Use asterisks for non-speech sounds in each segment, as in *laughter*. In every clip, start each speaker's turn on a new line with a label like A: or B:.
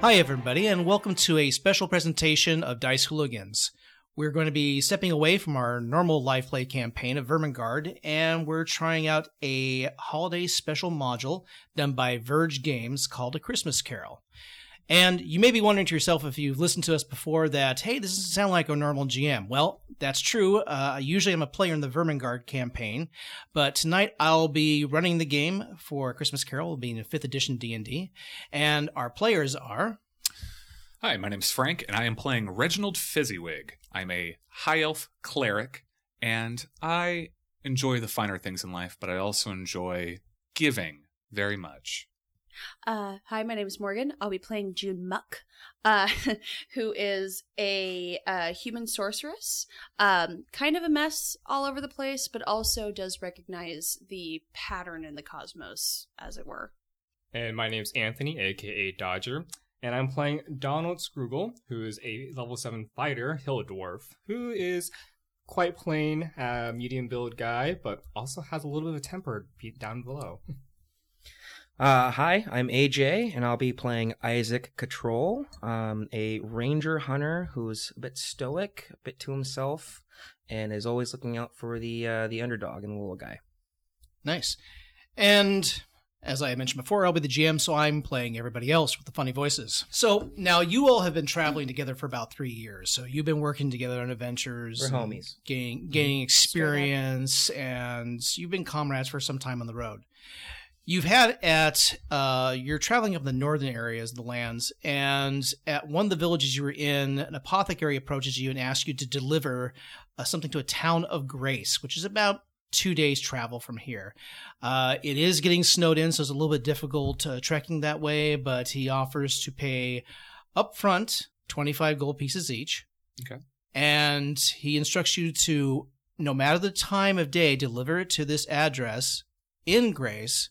A: Hi, everybody, and welcome to a special presentation of Dice Hooligans. We're going to be stepping away from our normal live play campaign of Vermingard, and we're trying out a holiday special module done by Verge Games called A Christmas Carol. And you may be wondering to yourself if you've listened to us before that, hey, this doesn't sound like a normal GM. Well, that's true. Uh, usually I'm a player in the Vermingard campaign, but tonight I'll be running the game for Christmas Carol, being in 5th edition D&D, and our players are...
B: Hi, my name's Frank, and I am playing Reginald Fizzywig. I'm a high elf cleric, and I enjoy the finer things in life, but I also enjoy giving very much.
C: Uh, hi, my name is Morgan. I'll be playing June Muck, uh, *laughs* who is a uh, human sorceress. Um, kind of a mess all over the place, but also does recognize the pattern in the cosmos, as it were.
D: And my name's Anthony, aka Dodger, and I'm playing Donald Scroogle, who is a level 7 fighter, Hill Dwarf, who is quite plain, uh, medium build guy, but also has a little bit of temper beat down below.
E: Uh, hi, I'm AJ, and I'll be playing Isaac Catrol, um, a ranger hunter who's a bit stoic, a bit to himself, and is always looking out for the uh, the underdog and the little guy.
A: Nice. And as I mentioned before, I'll be the GM, so I'm playing everybody else with the funny voices. So now you all have been traveling together for about three years. So you've been working together on adventures,
E: We're
A: and
E: homies.
A: gaining gaining experience, and you've been comrades for some time on the road. You've had at uh, you're traveling up the northern areas of the lands, and at one of the villages you were in, an apothecary approaches you and asks you to deliver uh, something to a town of Grace, which is about two days travel from here. Uh, it is getting snowed in, so it's a little bit difficult uh, trekking that way, but he offers to pay upfront 25 gold pieces each.
B: Okay.
A: And he instructs you to, no matter the time of day, deliver it to this address in Grace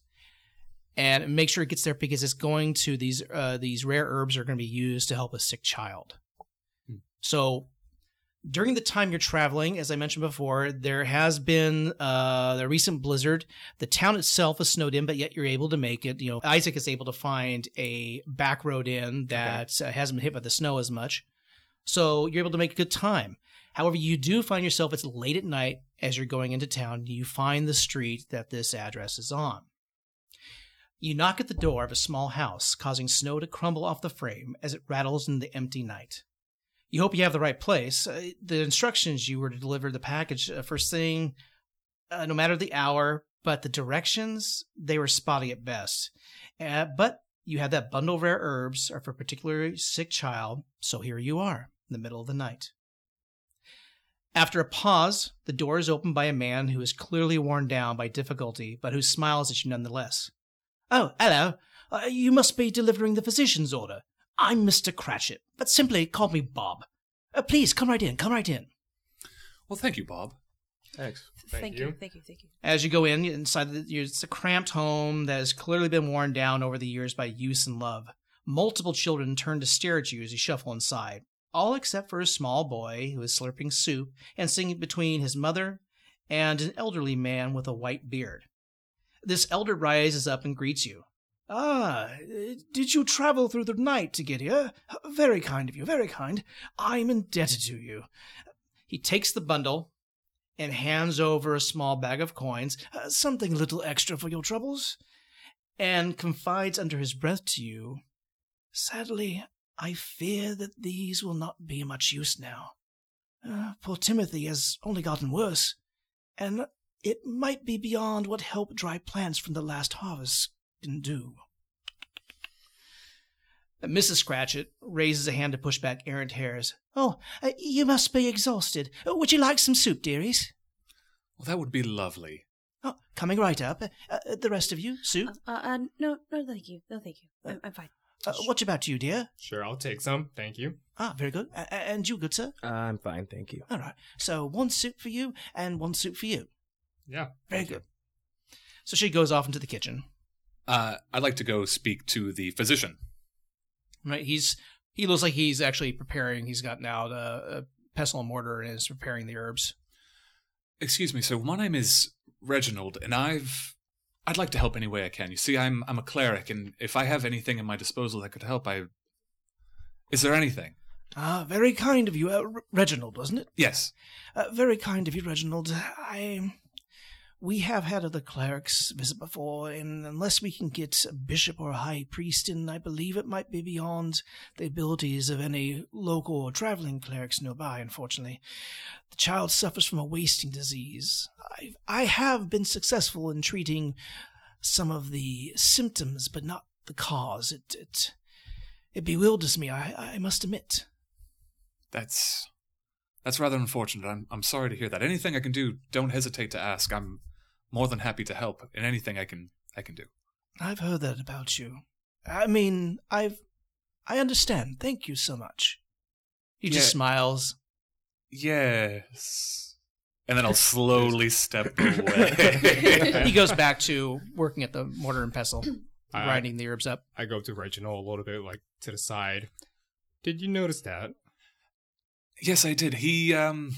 A: and make sure it gets there because it's going to these, uh, these rare herbs are going to be used to help a sick child. So during the time you're traveling, as I mentioned before, there has been uh, the recent blizzard. The town itself is snowed in, but yet you're able to make it. You know, Isaac is able to find a back road in that uh, hasn't been hit by the snow as much. So you're able to make a good time. However, you do find yourself, it's late at night as you're going into town. You find the street that this address is on. You knock at the door of a small house, causing snow to crumble off the frame as it rattles in the empty night you hope you have the right place. Uh, the instructions you were to deliver the package uh, first thing, uh, no matter the hour, but the directions they were spotty at best. Uh, but you had that bundle of rare herbs are for a particularly sick child, so here you are in the middle of the night. After a pause, the door is opened by a man who is clearly worn down by difficulty, but who smiles at you nonetheless. Oh, hello. Uh, you must be delivering the physician's order. I'm Mr. Cratchit, but simply call me Bob. Uh, please come right in, come right in.
B: Well, thank you, Bob.
E: Thanks.
D: Thank
C: you.
D: you.
C: Thank you. Thank you.
A: As you go in, inside the, it's a cramped home that has clearly been worn down over the years by use and love. Multiple children turn to stare at you as you shuffle inside, all except for a small boy who is slurping soup and sitting between his mother and an elderly man with a white beard. This elder rises up and greets you. Ah, eh, did you travel through the night to get here? Very kind of you, very kind. I'm indebted to you. He takes the bundle and hands over a small bag of coins, uh, something a little extra for your troubles, and confides under his breath to you, Sadly, I fear that these will not be much use now. Uh, poor Timothy has only gotten worse, and it might be beyond what help dry plants from the last harvest can do. Mrs. Cratchit raises a hand to push back errant hairs. Oh, uh, you must be exhausted. Uh, Would you like some soup, dearies?
B: Well, that would be lovely.
A: Oh, coming right up. Uh, uh, the rest of you, soup.
C: Uh, uh, uh, no, no, thank you. No, thank you. I'm, I'm fine.
A: Uh, what about you, dear?
D: Sure, I'll take some. Thank you.
A: Ah, very good. Uh, and you, good sir?
E: I'm fine, thank you.
A: All right. So one soup for you and one soup for you.
D: Yeah.
A: Very good. So she goes off into the kitchen.
B: Uh, I'd like to go speak to the physician.
A: Right. He's he looks like he's actually preparing. He's gotten out a, a pestle and mortar and is preparing the herbs.
B: Excuse me, sir. My name is Reginald, and I've I'd like to help any way I can. You see, I'm I'm a cleric, and if I have anything in my disposal that could help, I Is there anything?
A: Ah, very kind of you, uh, Re- Reginald, wasn't it?
B: Yes.
A: Uh, very kind of you, Reginald. I. We have had other clerics visit before, and unless we can get a bishop or a high priest in, I believe it might be beyond the abilities of any local or traveling clerics nearby, unfortunately. The child suffers from a wasting disease. I've, I have been successful in treating some of the symptoms, but not the cause. It, it, it bewilders me, I, I must admit.
B: That's that's rather unfortunate. I'm I'm sorry to hear that. Anything I can do, don't hesitate to ask. I'm more than happy to help in anything I can I can do.
A: I've heard that about you. I mean, I've. I understand. Thank you so much. He just
B: Yeah.
A: smiles.
B: Yes. And then I'll slowly step away. *laughs*
A: he goes back to working at the mortar and pestle,
D: I-
A: grinding the herbs up.
D: I go up to Reginald a little bit, like to the side. Did you notice that?
B: yes, I did. He um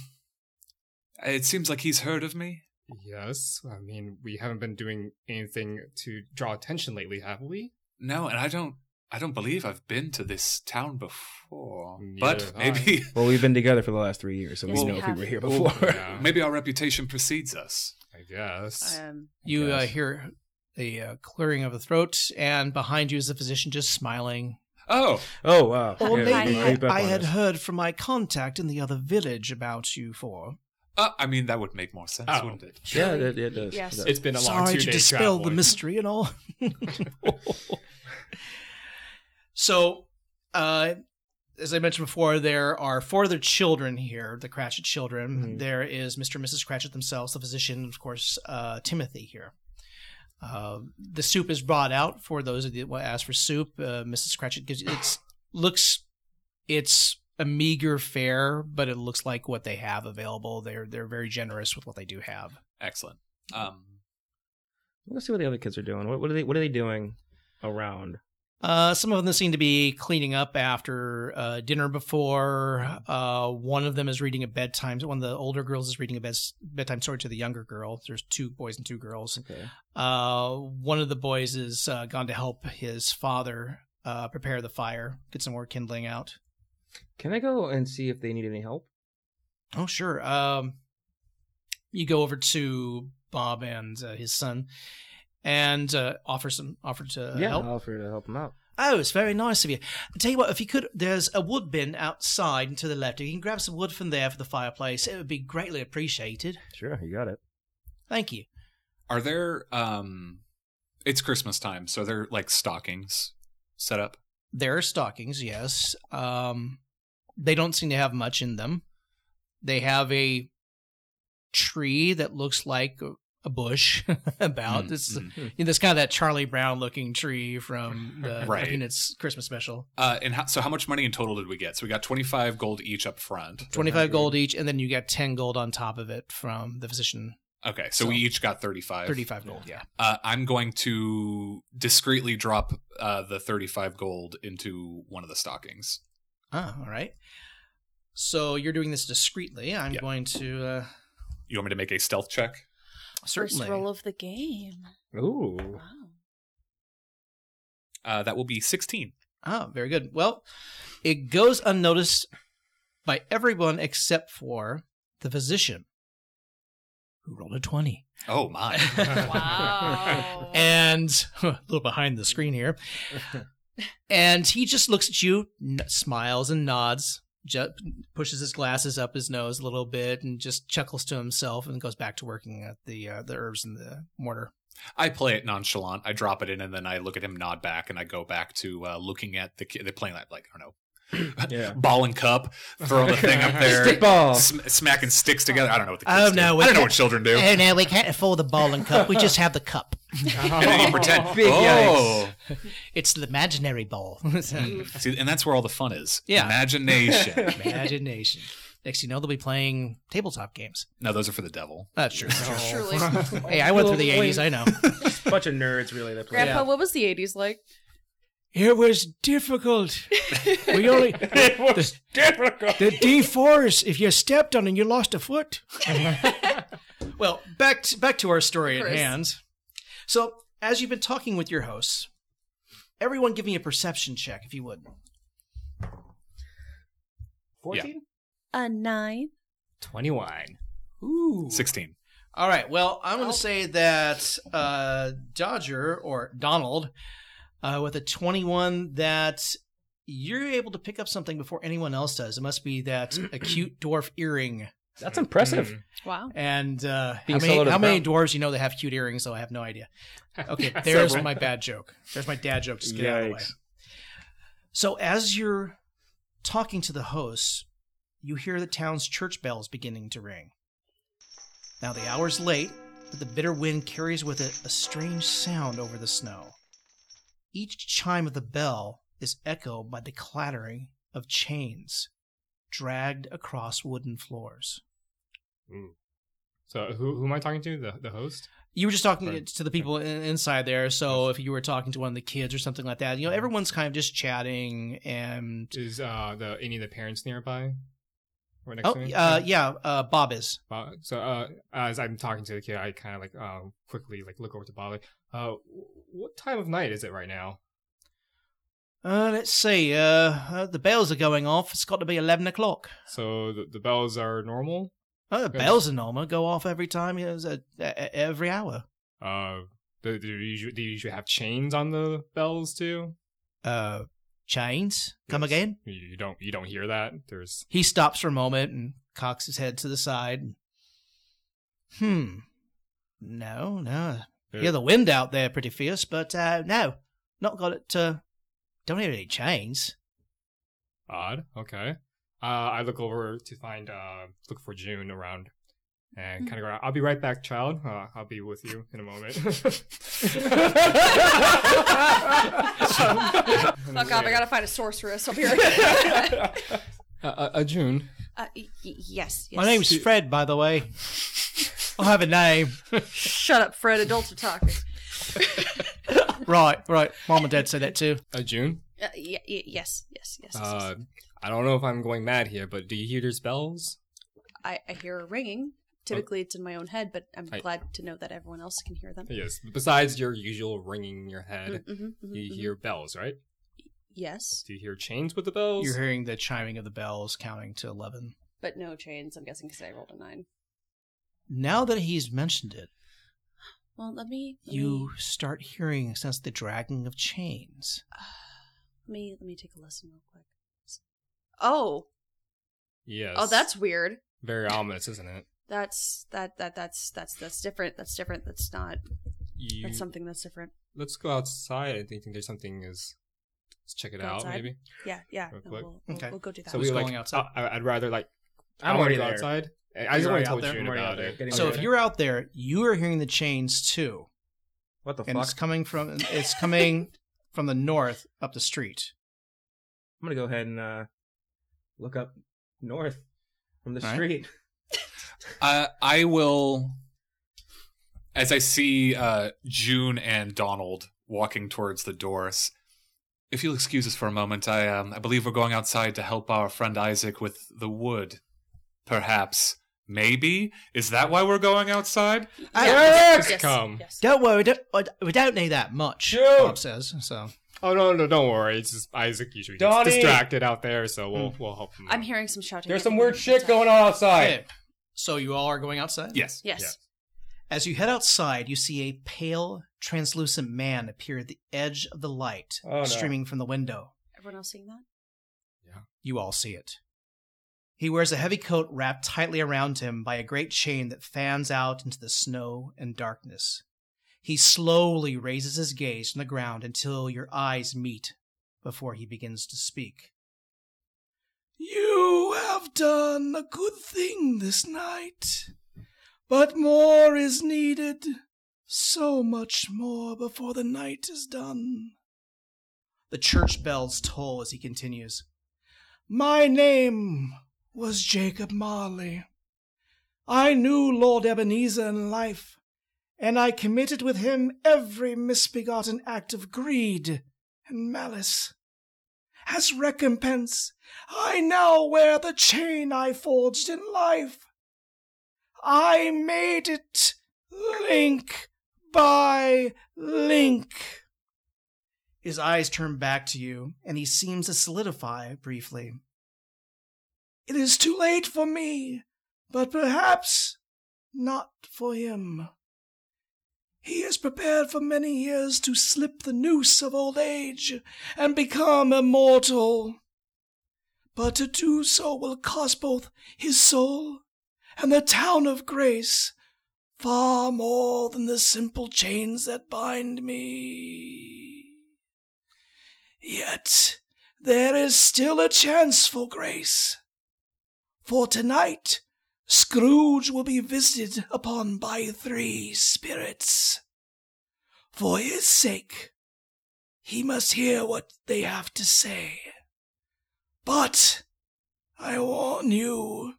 B: it seems like he's heard of me.
D: Yes. I mean, we haven't been doing anything to draw attention lately, have we?
B: No, and I don't I don't believe I've been to this town before.
D: Neither
B: but
D: have I.
B: maybe *laughs*
F: Well, we've been together for the last three years, so
C: Yes,
F: we know
C: we
F: if we
C: have.
F: were here
B: Oh,
F: before.
E: *laughs*
D: yeah.
B: maybe our reputation precedes us.
D: I guess.
C: Um,
A: You uh,
F: Yes.
A: hear the uh, clearing of the throat, and behind you is the physician just smiling.
B: Oh,
F: Oh wow!
C: Or
F: Yeah,
C: maybe
F: they
C: I-
F: creep up
A: I
F: on
A: had
F: us.
A: heard from my contact in the other village about you four.
B: uh, I mean that would make more sense,
D: Oh.
B: wouldn't it?
F: Yeah, it, it does.
C: Yes.
F: It does.
D: it's been a long
A: Sorry
D: two
A: to
D: days
A: dispel the
D: traveling.
A: mystery and all. *laughs* so, uh, as I mentioned before, there are four other children here, the Cratchit children.
F: Mhm.
A: There is Mr. and Mrs. Cratchit themselves, the physician, and of course, uh, Timothy here. Uh, the soup is brought out for those of you that ask for soup. Uh, Mrs. Cratchit gives it's looks it's a meager fare, but it looks like what they have available. They're they're very generous with what they do have.
B: Excellent. Um
E: Let's see what the other kids are doing. What, what are they? What are they doing around?
A: Uh, some of them seem to be cleaning up after uh, dinner before. Uh, one of them is reading a bedtime. One of the older girls is reading a bed, bedtime story to the younger girl. There's two boys and two girls.
E: Okay.
A: Uh, one of the boys is uh, gone to help his father uh, prepare the fire, get some more kindling out.
E: Can I go and see if they need any help?
A: Oh, sure. Um, you go over to Bob and uh, his son and uh, offer some offer to
E: yeah,
A: Uh, help.
E: I'll offer to help them out.
A: Oh, it's very nice of you. I tell you what, if you could, there's a wood bin outside and to the left. If you can grab some wood from there for the fireplace, it would be greatly appreciated.
F: Sure, you got it.
A: Thank you.
B: Are there um it's Christmas time, so they're like stockings set up.
A: There are stockings, yes. Um, they don't seem to have much in them. They have a tree that looks like a bush. *laughs* about
B: Mm,
A: this,
B: mm.
A: you know, this kind of that Charlie Brown looking tree from the
B: Right.
A: Peanuts Christmas special.
B: Uh, and how, so how much money in total did we get? So we got 25 gold each up front.
E: *laughs*
A: Twenty-five gold each, and then you get ten gold on top of it from the physician.
B: Okay, so,
A: So-
B: we each got 35.
A: Thirty-five gold, yeah.
B: Uh, I'm going to discreetly drop uh, the 35 gold into one of the stockings.
A: Ah, all right. So you're doing this discreetly. I'm
B: Yeah.
A: going to uh,
B: You want me to make a stealth check?
A: certainly.
C: First roll of the game.
E: Ooh.
C: *laughs* Wow.
B: Uh, that will be 16.
A: Ah, very good. Well, it goes unnoticed by everyone except for the physician, who rolled a twenty.
B: Oh, my.
C: Wow.
A: And *laughs* a little behind the screen here, and he just looks at you, n- smiles and nods, ju- pushes his glasses up his nose a little bit, and just chuckles to himself, and goes back to working at the uh, the herbs and the mortar.
B: *laughs* I play it nonchalant. I drop it in, and then I look at him nod back, and I go back to uh, looking at the kid. They're playing like, like I don't know,
F: Yeah.
B: ball and cup, throwing the thing *laughs* up there,
E: Stickball.
B: sm- smacking sticks together. I don't know what the
A: Oh,
B: kids
A: no,
B: do.
A: we
B: I don't know
A: can't-
B: what
A: *laughs*
B: children do. *laughs*
A: Oh no, we can't afford the ball and cup. We just have the cup.
B: and then
A: *laughs*
B: you pretend.
E: Big
B: oh,
A: It's the imaginary *laughs* ball.
B: See, and that's where all the fun is.
A: Yeah.
B: *laughs* imagination.
A: Imagination. Next, you know, they'll be playing tabletop games.
B: no, those are for the devil.
A: That's true.
D: *laughs*
C: Truly.
A: Hey, I went
E: Well,
A: through the
E: wait.
A: eighties. I know.
E: Bunch of nerds, really. That play.
C: Grandpa, what was the 80s like?
A: *laughs* It was difficult. We only it was difficult. The D fours. If you stepped on it, you lost a foot. *laughs* well, back to, back to our story
C: Of
A: at
C: course.
A: hand. So, as you've been talking with your hosts, everyone, give me a perception check, if you would.
E: Fourteen.
F: Uh,
C: A nine.
D: 21.
A: Ooh.
B: 16.
A: All right. Well, I'm going to say that uh, Dodger or Donald uh, with a 21 that you're able to pick up something before anyone else does. It must be that acute dwarf earring.
F: That's impressive.
D: Mm.
C: Wow.
A: And uh, how,
E: Being
A: many,
E: soloed
A: how
E: about.
A: many dwarves you know that have cute earrings? Though I have no idea. Okay, there's my bad joke. There's my dad joke. Just get out of the way.
F: Yikes.
A: So as you're talking to the hosts, you hear the town's church bells beginning to ring. Now the hour's late, but the bitter wind carries with it a strange sound over the snow. Each chime of the bell is echoed by the clattering of chains dragged across wooden floors.
D: Ooh. So who, who am I talking to? The, the host?
A: You were just talking
D: Right.
A: to the people in, inside there, so if you were talking to one of the kids or something like that, you know, everyone's kind of just chatting and
D: Is uh, the any of the parents nearby? Or next
A: oh,
D: to me?
A: uh, yeah, uh, Bob is.
D: Bob- So uh, as I'm talking to the kid, I kind of like uh, quickly like look over to Bob. Like, uh, wh- what time of night is it right now?
A: Uh, let's see. Uh, uh, the bells are going off. It's got to be eleven o'clock.
D: So the, the bells are normal.
A: Uh, the
D: Okay.
A: bells are normal. Go off every time. You know, it's, uh, e- e- every hour.
D: Uh, do, do, you usually, do you usually have chains on the bells too?
A: Uh, chains. Come
D: Yes.
A: again.
D: You, you don't you don't hear that? There's
A: He stops for a moment and cocks his head to the side. Hmm. No, no.
D: there-
A: Hear the wind out there, pretty fierce. But uh, no, not got it. Uh, don't hear any chains.
D: odd. Okay. Uh, I look over to find uh look for June around. And kind of go. I'll be right back, child. Uh, I'll be with you in
C: *laughs*
D: a moment.
C: Fuck off. Oh, I
D: *laughs*
C: gotta find a sorceress up here.
D: Uh, uh, uh, June.
C: *laughs* uh, y- y- yes, yes.
A: My name's Fred, by the way. I Oh, have a
D: *laughs*
A: name.
C: Shut up, Fred. Adults are talking.
A: Right, right. Mom and Dad said that
F: *laughs*
A: too.
D: Uh, June.
C: Uh, y- y- yes, yes, yes. yes,
D: Uh,
C: yes.
D: I don't know if I'm going mad here, but do you hear those bells?
C: I, I hear a ringing. Typically, it's in my own head, but I'm
D: I-
C: glad to know that everyone else can hear them.
D: Yes. Besides your usual ringing in your head,
C: Mm-hmm, hmm
D: you hear bells, right?
C: yes,
D: Do you hear chains with the bells?
A: You're hearing the chiming of the bells counting to 11.
C: but no chains. I'm guessing because I rolled a nine.
A: Now that he's mentioned it,
C: Well, let me let
A: you
C: me,
A: start hearing a sense of the dragging of chains.
C: let me let me take a listen real quick. Oh,
D: yes.
C: oh, that's weird.
D: very ominous, isn't it?
C: That's that that that's that's that's different. That's different. That's not.
D: You,
C: That's something that's different.
D: Let's go outside. I think there's something is. Let's check it
C: Go
D: out,
C: outside?
D: maybe.
C: Yeah, yeah.
D: Real
C: no,
D: quick.
C: we'll, we'll,
A: Okay.
C: we'll go do that.
D: So
A: Who's
D: we like.
A: going outside?
D: I, I'd rather like.
F: I'm
D: wanna
F: already
D: go
F: there.
D: outside. I- I
A: You're
D: just want
A: already
D: to
A: out
D: tell
A: there.
D: June
F: I'm already
D: about
F: out there.
D: it.
F: Getting
A: So
F: ready.
A: if you're out there, you are hearing the chains too.
F: What the
A: And
F: fuck?
A: it's coming from it's
C: *laughs*
A: coming from the north up the street.
F: I'm gonna go ahead and uh, look up north from the
A: All right.
F: street.
B: Uh, I will, as I see uh, June and Donald walking towards the doors. If you'll excuse us for a moment, I um, I believe we're going outside to help our friend Isaac with the wood. Perhaps, maybe is that why we're going outside?
D: Just come.
C: Yes.
A: Don't worry, we don't, we don't need that much,
F: Shoot.
A: Bob says. So
D: Oh no, no, don't worry. It's just Isaac usually gets
F: Donnie!
D: distracted out there, so we'll we'll help him.
C: I'm
D: out.
C: hearing some shouting.
F: There's some weird shit going on outside.
A: Okay. So you all are going outside?
B: Yes.
C: Yes.
A: As you head outside, you see a pale, translucent man appear at the edge of the light
F: Oh, no.
A: streaming from the window.
C: Everyone else seeing that?
A: You all see it. He wears a heavy coat wrapped tightly around him by a great chain that fans out into the snow and darkness. He slowly raises his gaze from the ground until your eyes meet before he begins to speak. You have done a good thing this night, but more is needed, so much more before the night is done. The church bells toll as he continues. My name was Jacob Marley. I knew Lord Ebenezer in life, and I committed with him every misbegotten act of greed and malice. As recompense, I now wear the chain I forged in life. I made it link by link. His eyes turn back to you, and he seems to solidify briefly. It is too late for me, but perhaps not for him. He is prepared for many years to slip the noose of old age and become immortal. But to do so will cost both his soul and the town of grace far more than the simple chains that bind me. Yet there is still a chance for grace. For tonight, Scrooge will be visited upon by three spirits. For his sake, he must hear what they have to say. But I warn you,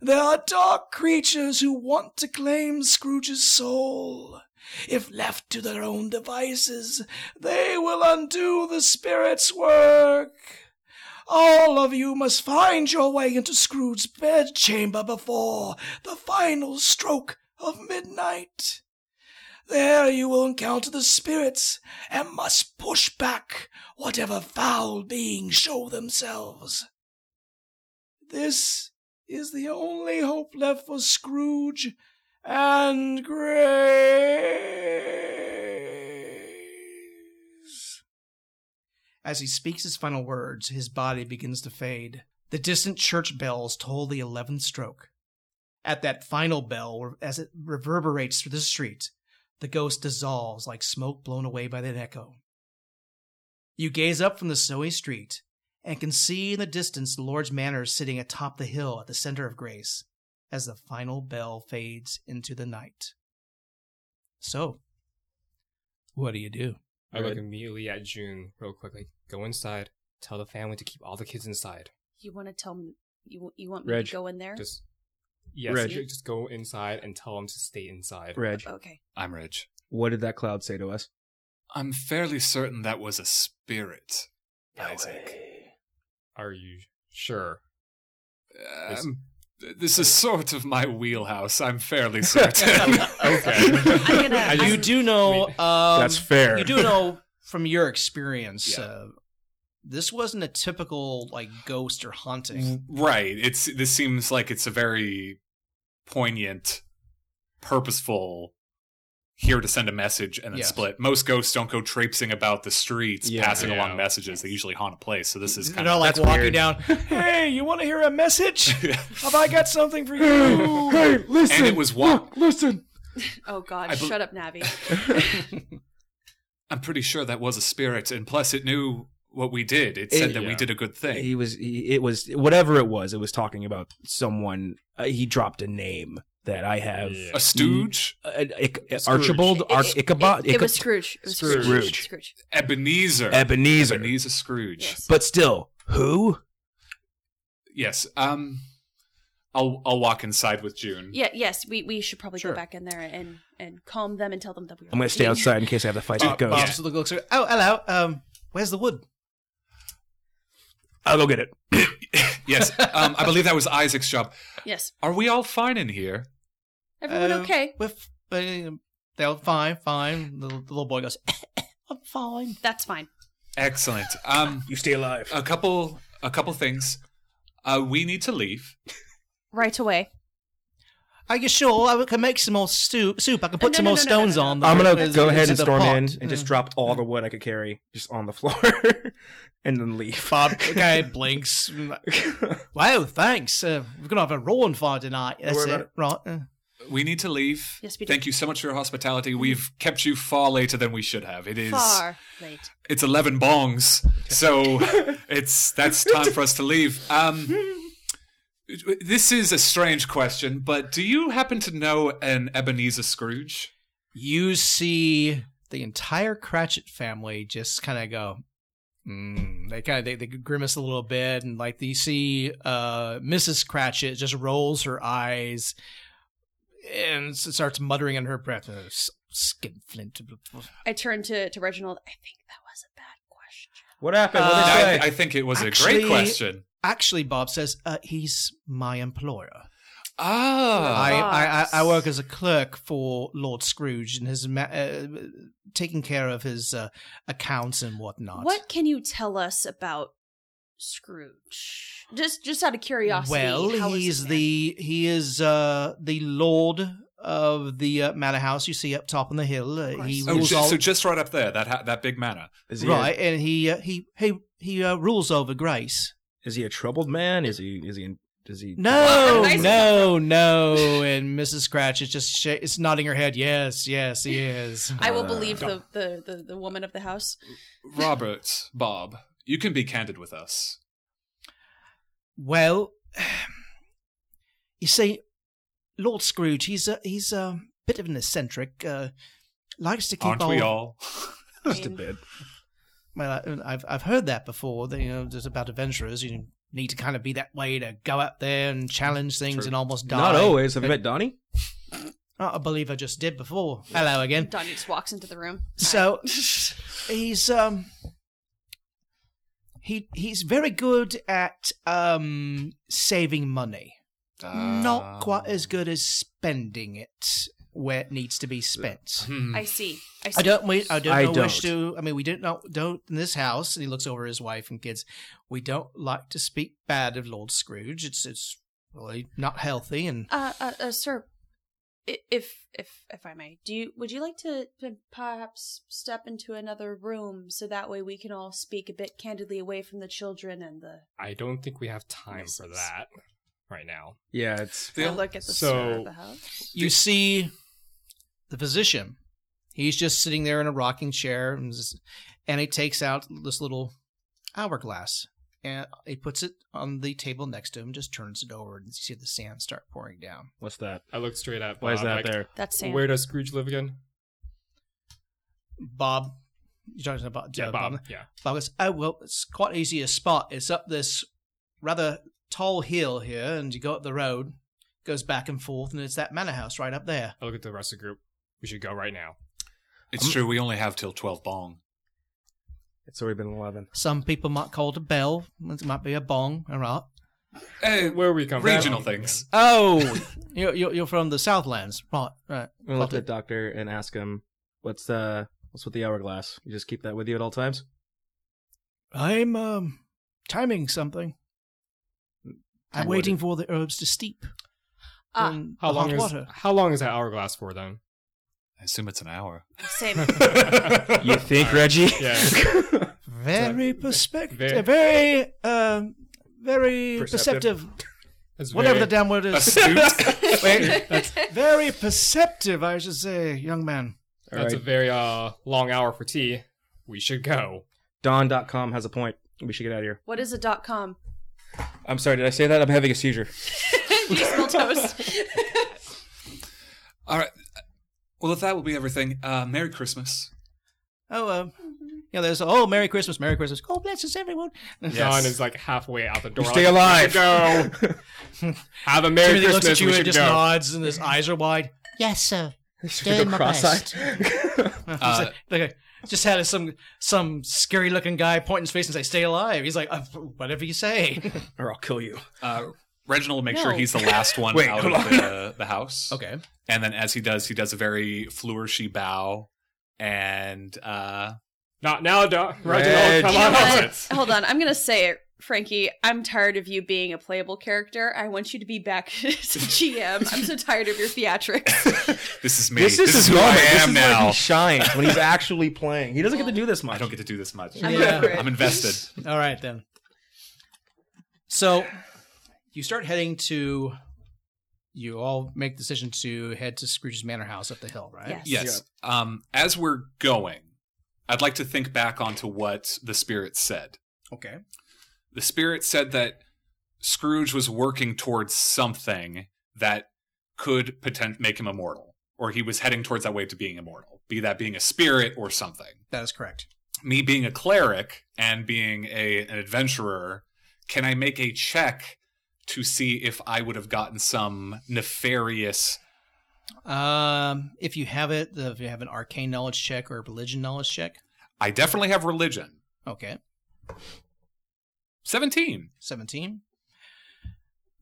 A: there are dark creatures who want to claim Scrooge's soul. If left to their own devices, they will undo the spirit's work. All of you must find your way into Scrooge's bedchamber before the final stroke of midnight. There you will encounter the spirits and must push back whatever foul beings show themselves. This is the only hope left for Scrooge and Grace. As he speaks his final words, his body begins to fade. The distant church bells toll the eleventh stroke. At that final bell, as it reverberates through the street, the ghost dissolves like smoke blown away by an echo. You gaze up from the snowy street and can see in the distance the Lord's Manor sitting atop the hill at the center of Grace as the final bell fades into the night. So, what do you
F: *laughs*
A: do?
D: I look immediately at June real quickly. Go inside. Tell the family to keep all the kids inside.
C: You want to tell me? You you want me
D: Reg,
C: to go in there?
D: Just yes,
F: Reg.
D: ju- just go inside and tell them to stay inside.
F: Reg,
C: okay.
B: I'm Rich.
F: what did that cloud say to us?
B: I'm fairly certain that was a spirit, Isaac.
D: Are you sure?
B: Um, this is sort of my wheelhouse. I'm fairly certain.
A: *laughs*
B: *laughs*
D: Okay.
C: I'm gonna.
D: I
C: I'm-
A: you do know.
D: I mean,
A: um,
F: That's fair.
A: You do know from your experience.
B: Yeah.
A: Uh, this wasn't a typical like ghost or
F: Mm.
A: haunting.
D: Mm-hmm.
B: right. It's this seems like it's a very poignant, purposeful here to send a message and then
A: Yes.
B: split. Most ghosts don't go traipsing about the streets
F: Yeah.
B: passing
D: Yeah.
B: along messages. They usually haunt a place. So this is
A: You're
B: kind
A: not
B: of
A: like
F: that's
A: walking
B: *laughs*
F: weird.
A: down.
F: *laughs*
A: Oh Hey, you want to hear a message? Have I got something
F: *laughs*
A: for you?
F: hey, listen.
B: And it was wa-
F: Look, listen.
C: oh God!
B: I bel-
C: shut up, Navi.
B: I'm pretty sure that was a spirit, and plus it knew what we did. It
F: It-
B: said that we
D: yeah.
B: did a good thing.
F: He was. He, it was whatever it was. It was talking about someone. Uh, he dropped a name that I have.
D: Yeah.
B: a stooge?
F: Uh, Ic-
D: Scrooge.
F: Archibald
C: It-
F: Ar-
C: it-
F: Ichabod.
C: It, it was
F: Ichab-
C: Scrooge. It was Scrooge.
D: Scrooge.
F: Scrooge.
C: Scrooge.
B: Ebenezer.
F: Ebenezer.
B: Ebenezer Scrooge.
C: Yes.
F: But still, who?
B: Yes. Um, I'll I'll walk inside with June.
C: yeah. Yes. We we should probably
A: Sure.
C: go back in there and and calm them and tell them that we. Are
F: I'm gonna stay outside in case I have to fight
A: Bob,
F: with ghosts.
A: Bob's look- looks. Oh, hello. Um, where's the wood?
F: I'll go get it.
B: Yes. Um, I believe that was Isaac's job.
C: Yes.
B: Are we all fine in here?
C: Everyone
A: Uh,
C: okay?
A: With uh, they're fine, fine. The, the little boy goes. *coughs* I'm fine.
C: That's fine.
B: Excellent. Um,
F: You stay alive.
B: a couple a couple things. Uh, we need to leave.
C: Right away.
A: Are you sure I can make some more soup? Soup. I can put
C: No,
A: some
C: no,
A: more
C: no, no, no,
A: stones
C: no, no.
A: on.
F: I'm
A: the-
F: gonna go
A: the-
F: ahead and
A: the
F: storm
A: pot.
F: in and just
A: Uh,
F: drop all the wood I could carry just on the *laughs* floor, and then leave.
A: Bob *laughs* okay,
F: *laughs*
A: blinks. Wow, thanks. Uh, we're gonna have a roaring fire tonight. That's
F: worry
A: it, right? uh.
B: We need to leave.
C: Yes, we do.
B: Thank you so much for your hospitality. We've kept you far later than we should have. It is
C: Far late.
B: it's eleven
C: *laughs*
B: bongs, so it's that's time for us to leave. Um, this is a strange question, but do you happen to know an Ebenezer Scrooge?
A: You see the entire Cratchit family just kind of go. Mm, they kind of they, they grimace a little bit, and like you see, uh, Mrs. Cratchit just rolls her eyes and s- starts muttering under her breath, "Uh, s- "Skinflint."
C: I turned to to Reginald. I think that was a bad question.
F: What happened?
A: Uh,
F: What'd
B: I,
F: they say?
B: I think it was a
A: Actually-
B: great question.
A: Actually, Bob says uh, he's my employer. I,
B: Ah,
A: I, I, I work as a clerk for Lord Scrooge and his ma- uh, taking care of his uh, accounts and whatnot.
C: What can you tell us about Scrooge? Just just out of curiosity.
A: Well,
C: how is
A: he's
C: this man-
A: the he is uh the lord of the uh, manor house you see up top on the hill. Uh, he
C: course.
B: Oh,
A: rules
B: ju-
A: all
B: so just right up there, that ha- that big manor.
F: Is he
A: right, and he uh, he he he uh, rules over Grace.
F: A, is he a troubled man? Is he? Is he? In, is he?
A: No,
C: Nice.
A: no, no. And Mrs. Scratch is just sh- is nodding her head. Yes, yes, he
C: *laughs*
A: is.
C: I will
F: Uh,
C: believe the, the, the, the woman of the house.
B: Robert, Bob, you can be candid with us.
A: Well, you see, Lord Scrooge, he's a he's a bit of an eccentric. Uh, likes to keep
B: Aren't
A: all,
B: we all?
F: *laughs* Just a
C: mean-
F: bit.
A: Well, I- I've I've heard that before. That, you know, just about adventurers, you need to kind of be that way to go out there and challenge things
B: True.
A: and almost die.
F: Not always. Have you met Donnie?
A: Oh, I believe I just did before. Hello again.
C: Donnie just walks into the room.
F: *laughs*
A: So he's um he he's very good at um saving money.
B: Uh,
A: Not quite
F: Ah.
A: as good as spending it where it needs to be spent.
B: Hmm.
C: I see. I, see.
A: I don't. We, I don't
F: I
A: know wish
F: don't.
A: to. I mean, we don't. Know, don't in this house. And he looks over his wife and kids. We don't like to speak bad of Lord Scrooge. It's it's really not healthy. And
C: Uh, uh, uh, sir, i- if if if I may, do you would you like to p- perhaps step into another room so that way we can all speak a bit candidly away from the children and the
D: I don't think we have time for
C: Misses.
D: that right now.
F: Yeah, it's
B: The
C: I
B: o-
C: look at the
D: so-
C: sir of the house.
A: you see, the physician. He's just sitting there in a rocking chair, and, s- and he takes out this little hourglass and he puts it on the table next to him. Just turns it over, and you see the sand start pouring down.
F: what's that?
D: I look straight at.
F: Why is
D: Bob,
F: that
D: like,
F: there?
C: That's Sam.
D: Where does Scrooge live again?
A: Bob, you're talking about
D: Yeah,
A: uh,
D: Bob. Yeah.
A: Bob goes, Oh, well, it's quite easy to spot. It's up this rather tall hill here, and you go up the road, goes back and forth, and it's that manor house right up there.
D: I look at the rest of the group. We should go right now.
B: It's true, we only have till 12 bong.
F: It's already been eleven.
A: Some people might call it a bell, it might be a bong, all right. Uh,
B: Eh,
D: Where are we coming?
B: regional
D: from? *laughs*
B: things.
A: Oh, you're, you're, you're from the Southlands. Right, right.
F: I'm gonna look at the
A: Fuck
F: doctor and ask him what's the what's with the hourglass. You just keep that with you at all times.
A: I'm um, timing something. I'm
F: What
A: waiting for the herbs to steep
C: Ah,
A: in
D: How
A: the
D: long
A: hot
D: is
A: water.
D: how long is that hourglass for
F: *laughs*
D: then?
B: I assume it's an hour.
C: Sam.
A: *laughs*
F: You think, Reggie?
D: Yeah.
A: Very
D: Ve-
A: perspective,
D: ve-
A: very, um, very
D: Perceptive.
A: perceptive.
D: That's
A: Whatever the
D: very-
A: damn word is.
B: *laughs* Astute?
A: Wait, very perceptive, I should say, young man.
F: All
D: that's
F: right.
D: a very uh long hour for tea. We should go.
F: Don.com has a point. We should get out of here.
C: what is a dot com?
F: I'm sorry. Did I say that? I'm having a seizure.
C: Do you
D: *laughs*
C: smell toast?
B: All right. Well, if that will be everything, uh, Merry Christmas.
A: Oh, um,
G: Mm-hmm.
A: you know, there's oh, Merry Christmas, Merry Christmas. God bless us, everyone.
D: Don is like halfway out the door.
F: stay
D: like,
F: alive.
D: We should go.
F: *laughs*
D: Have a merry
A: Timothy
D: Christmas.
A: looks at you
D: we
A: and
D: should
A: just
D: go.
A: nods, and his eyes are wide.
G: Yes, sir.
F: Should we
G: Doing
F: go
G: my
F: cross-eyed?
A: *laughs* He's
B: Uh,
A: like, like, just had some some scary looking guy point in his face and say, "Stay alive." He's like, uh, "Whatever you
D: *laughs*
A: say."
F: *laughs* or I'll kill you.
B: Uh, Reginald, make sure
C: No.
B: he's the last one
F: Wait,
B: out
F: hold
B: of
F: on.
B: the, the house.
A: okay.
B: And then as he does, he does a very flourishy bow. And uh,
D: Not now, Don. Reginald, come
C: You know
D: on.
C: what?
F: *laughs*
D: up.
C: Hold on, I'm gonna say it, Frankie. I'm tired of you being a playable character. I want you to be back *laughs* as a GM. I'm so tired of your theatrics.
B: this is me. This, is, who I am now.
F: he shines
B: *laughs*
F: when he's actually playing. He doesn't get to do this much.
B: I don't get to do this much.
C: I'm
A: Yeah.
C: over it.
B: I'm invested.
A: All right then. So you start heading to. You all make the decision to head to Scrooge's Manor House up the hill, right?
C: Yes.
B: Yes. Um, as we're going, I'd like to think back onto what the spirit said.
A: Okay.
B: The spirit said that Scrooge was working towards something that could potent- make him immortal, or he was heading towards that way to being immortal, be that being a spirit or something.
A: That is correct.
B: Me being a cleric and being a an adventurer, can I make a check to see if I would have gotten some nefarious?
A: Um, if you have it, the- if you have an arcane knowledge check or a religion knowledge check,
B: I definitely have religion.
A: okay,
B: Seventeen.
A: seventeen.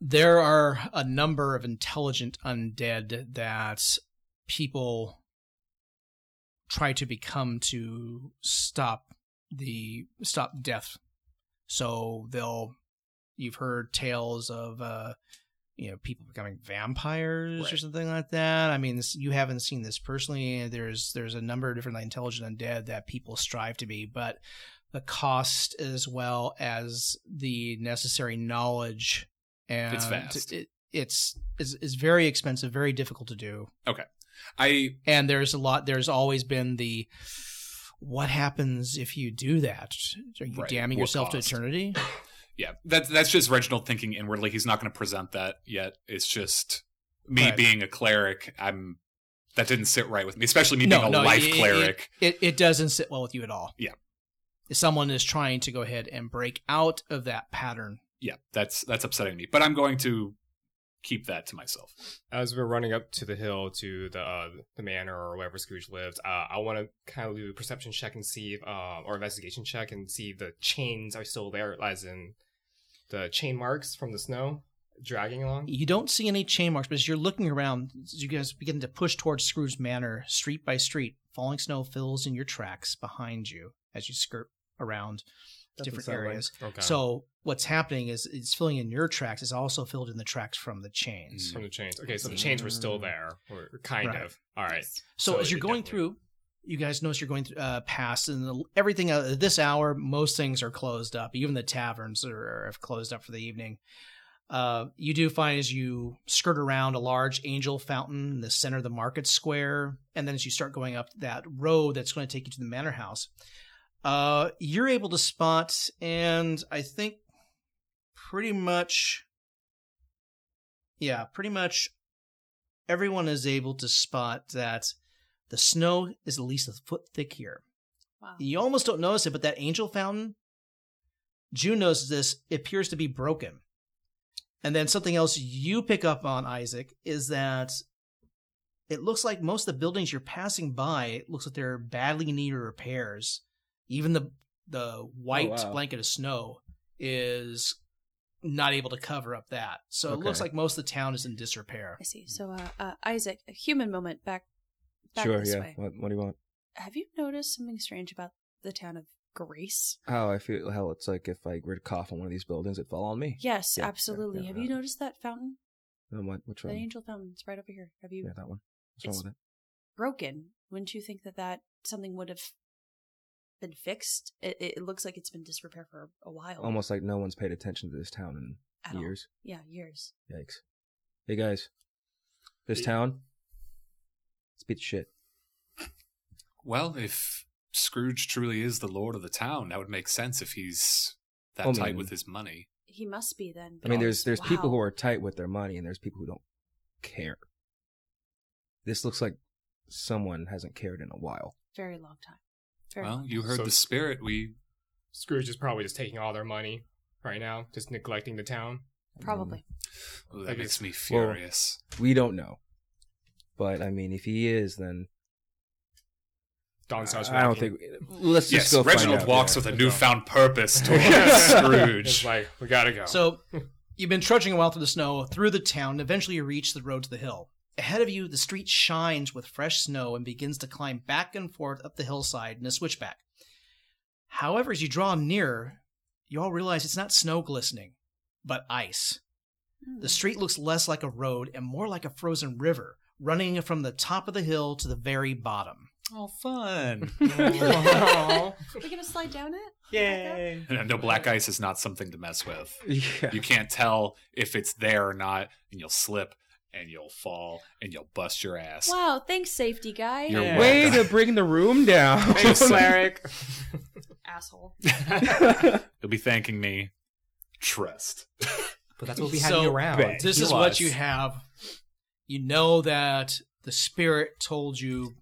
A: There are a number of intelligent undead that people try to become to stop the stop death So they'll you've heard tales of uh you know people becoming vampires or
F: Right.
A: something like that. I mean, this, you haven't seen this personally. There's there's a number of different like, intelligent undead that people strive to be, but the cost as well as the necessary knowledge and
B: vast.
A: It, it's is is very expensive, very difficult to do
B: I
A: and there's a lot there's always been the what happens if you do that are you
B: Right,
A: damning
B: what
A: yourself
B: cost?
A: to eternity
B: yeah, that's that's just Reginald thinking inwardly. He's not going to present that yet. It's just me
A: Right.
B: being a cleric. I'm that didn't sit right with me, especially me
A: No,
B: being a
A: no,
B: life
A: it- it-
B: cleric.
A: it, it doesn't sit well with you at all
B: Yeah.
A: if someone is trying to go ahead and break out of that pattern
B: yeah, that's that's upsetting me. But I'm going to keep that to myself.
D: as we're running up to the hill to the uh, the manor or wherever Scrooge lived, uh, I want to kind of do a perception check and see, if, uh, or investigation check and see if the chains are still there, as in the chain marks from the snow dragging along.
A: you don't see any chain marks but as you're looking around you guys begin to push towards scrooge manor street by street falling snow fills in your tracks behind you as you skirt around different areas
D: Okay.
A: so what's happening is it's filling in your tracks it's also filled in the tracks from the chains
D: from the chains. Okay, so the chains were still there, or kind
A: Mm. Right.
D: of. All right.
A: So,
D: So
A: as you're
D: it
A: going
D: definitely-
A: through, you guys notice you're going th- uh, past, and the, everything uh, this hour, most things are closed up. Even the taverns are, are closed up for the evening. Uh, you do find as you skirt around a large angel fountain in the center of the market square, and then as you start going up that road that's going to take you to the manor house, uh, you're able to spot, and I think pretty much, yeah, pretty much everyone is able to spot that the snow is at least a foot thick here.
C: Wow.
A: You almost don't notice it, but that angel fountain, June notices this, appears to be broken. And then something else you pick up on, Isaac, is that it looks like most of the buildings you're passing by it looks like they're badly needed repairs. Even the the white
F: Oh, wow.
A: blanket of snow is not able to cover up that. So it looks
F: Okay.
A: like most of the town is in disrepair.
C: I see. So, uh, uh, Isaac, a human moment back, back
F: sure,
C: this
F: yeah.
C: way.
F: What, what do you want?
C: Have you noticed something strange about the town of Grace?
F: Oh, I feel hell. It's like if I were to cough on one of these buildings, it'd fall on me.
C: Yes,
F: Yeah, yeah,
C: absolutely.
F: yeah,
C: Have
F: yeah.
C: you noticed that fountain?
F: And what? Which
C: The
F: one?
C: angel fountain. It's right over here. Have you
F: Yeah, that one. What's wrong
C: It's-
F: with it?
C: broken? Wouldn't you think that that something would have been fixed? It, it looks like it's been disrepair for a while.
F: Almost like no one's paid attention to this town
C: At
F: in
C: all.
F: years.
C: Yeah, years.
F: Yikes! Hey guys, this
D: Hey.
F: town. It's beat shit.
B: Well, if Scrooge truly is the lord of the town, that would make sense if he's that
F: I
B: tight
F: mean-
B: with his money.
C: He must be then.
F: I mean, there's there's people who
C: wow.
F: are tight with their money, and there's people who don't care. This looks like someone hasn't cared in a while.
C: very long time. Very
B: well,
C: long
B: you
C: time.
B: heard
D: So-
B: the spirit. We
D: Scrooge is probably just taking all their money right now, just neglecting the town.
C: probably.
B: oh,
D: I
B: that
D: guess-
B: makes me furious.
F: We don't know, but I mean, if he is, then
D: Don starts.
F: I don't
D: walking. *laughs*
F: think. Let's
B: yes,
F: just go.
B: Reginald
F: find out.
B: walks
D: Yeah,
B: with a
D: let's
B: newfound
A: *laughs*
B: purpose towards
D: it's *laughs*
B: Scrooge.
D: like we gotta go.
A: So you've been trudging a while through the snow, through the town, and eventually you reach the road to the hill. Ahead of you, the street shines with fresh snow and begins to climb back and forth up the hillside in a switchback. However, as you draw nearer, you all realize it's not snow glistening, but ice.
C: Hmm.
A: The street looks less like a road and more like a frozen river, running from the top of the hill to the very bottom.
B: Oh, fun!
D: Aw.
C: We're gonna slide down it. *laughs*
B: And no, black ice is not something to mess with.
F: *laughs* Yeah.
B: *laughs* You can't tell if it's there or not, and you'll slip, and you'll fall, and you'll bust your ass.
C: Wow! Thanks, safety guy.
B: You're
D: Yeah.
F: Way
B: welcome.
F: to bring the room down. *laughs*
D: Thanks, *laughs* Cleric.
C: Asshole.
B: *laughs*
C: *laughs*
B: You'll be thanking me. Trust.
E: But that's
A: what we had So you
E: around.
F: bad.
A: This
F: He
A: is
F: was.
A: what you have. You know that the spirit told you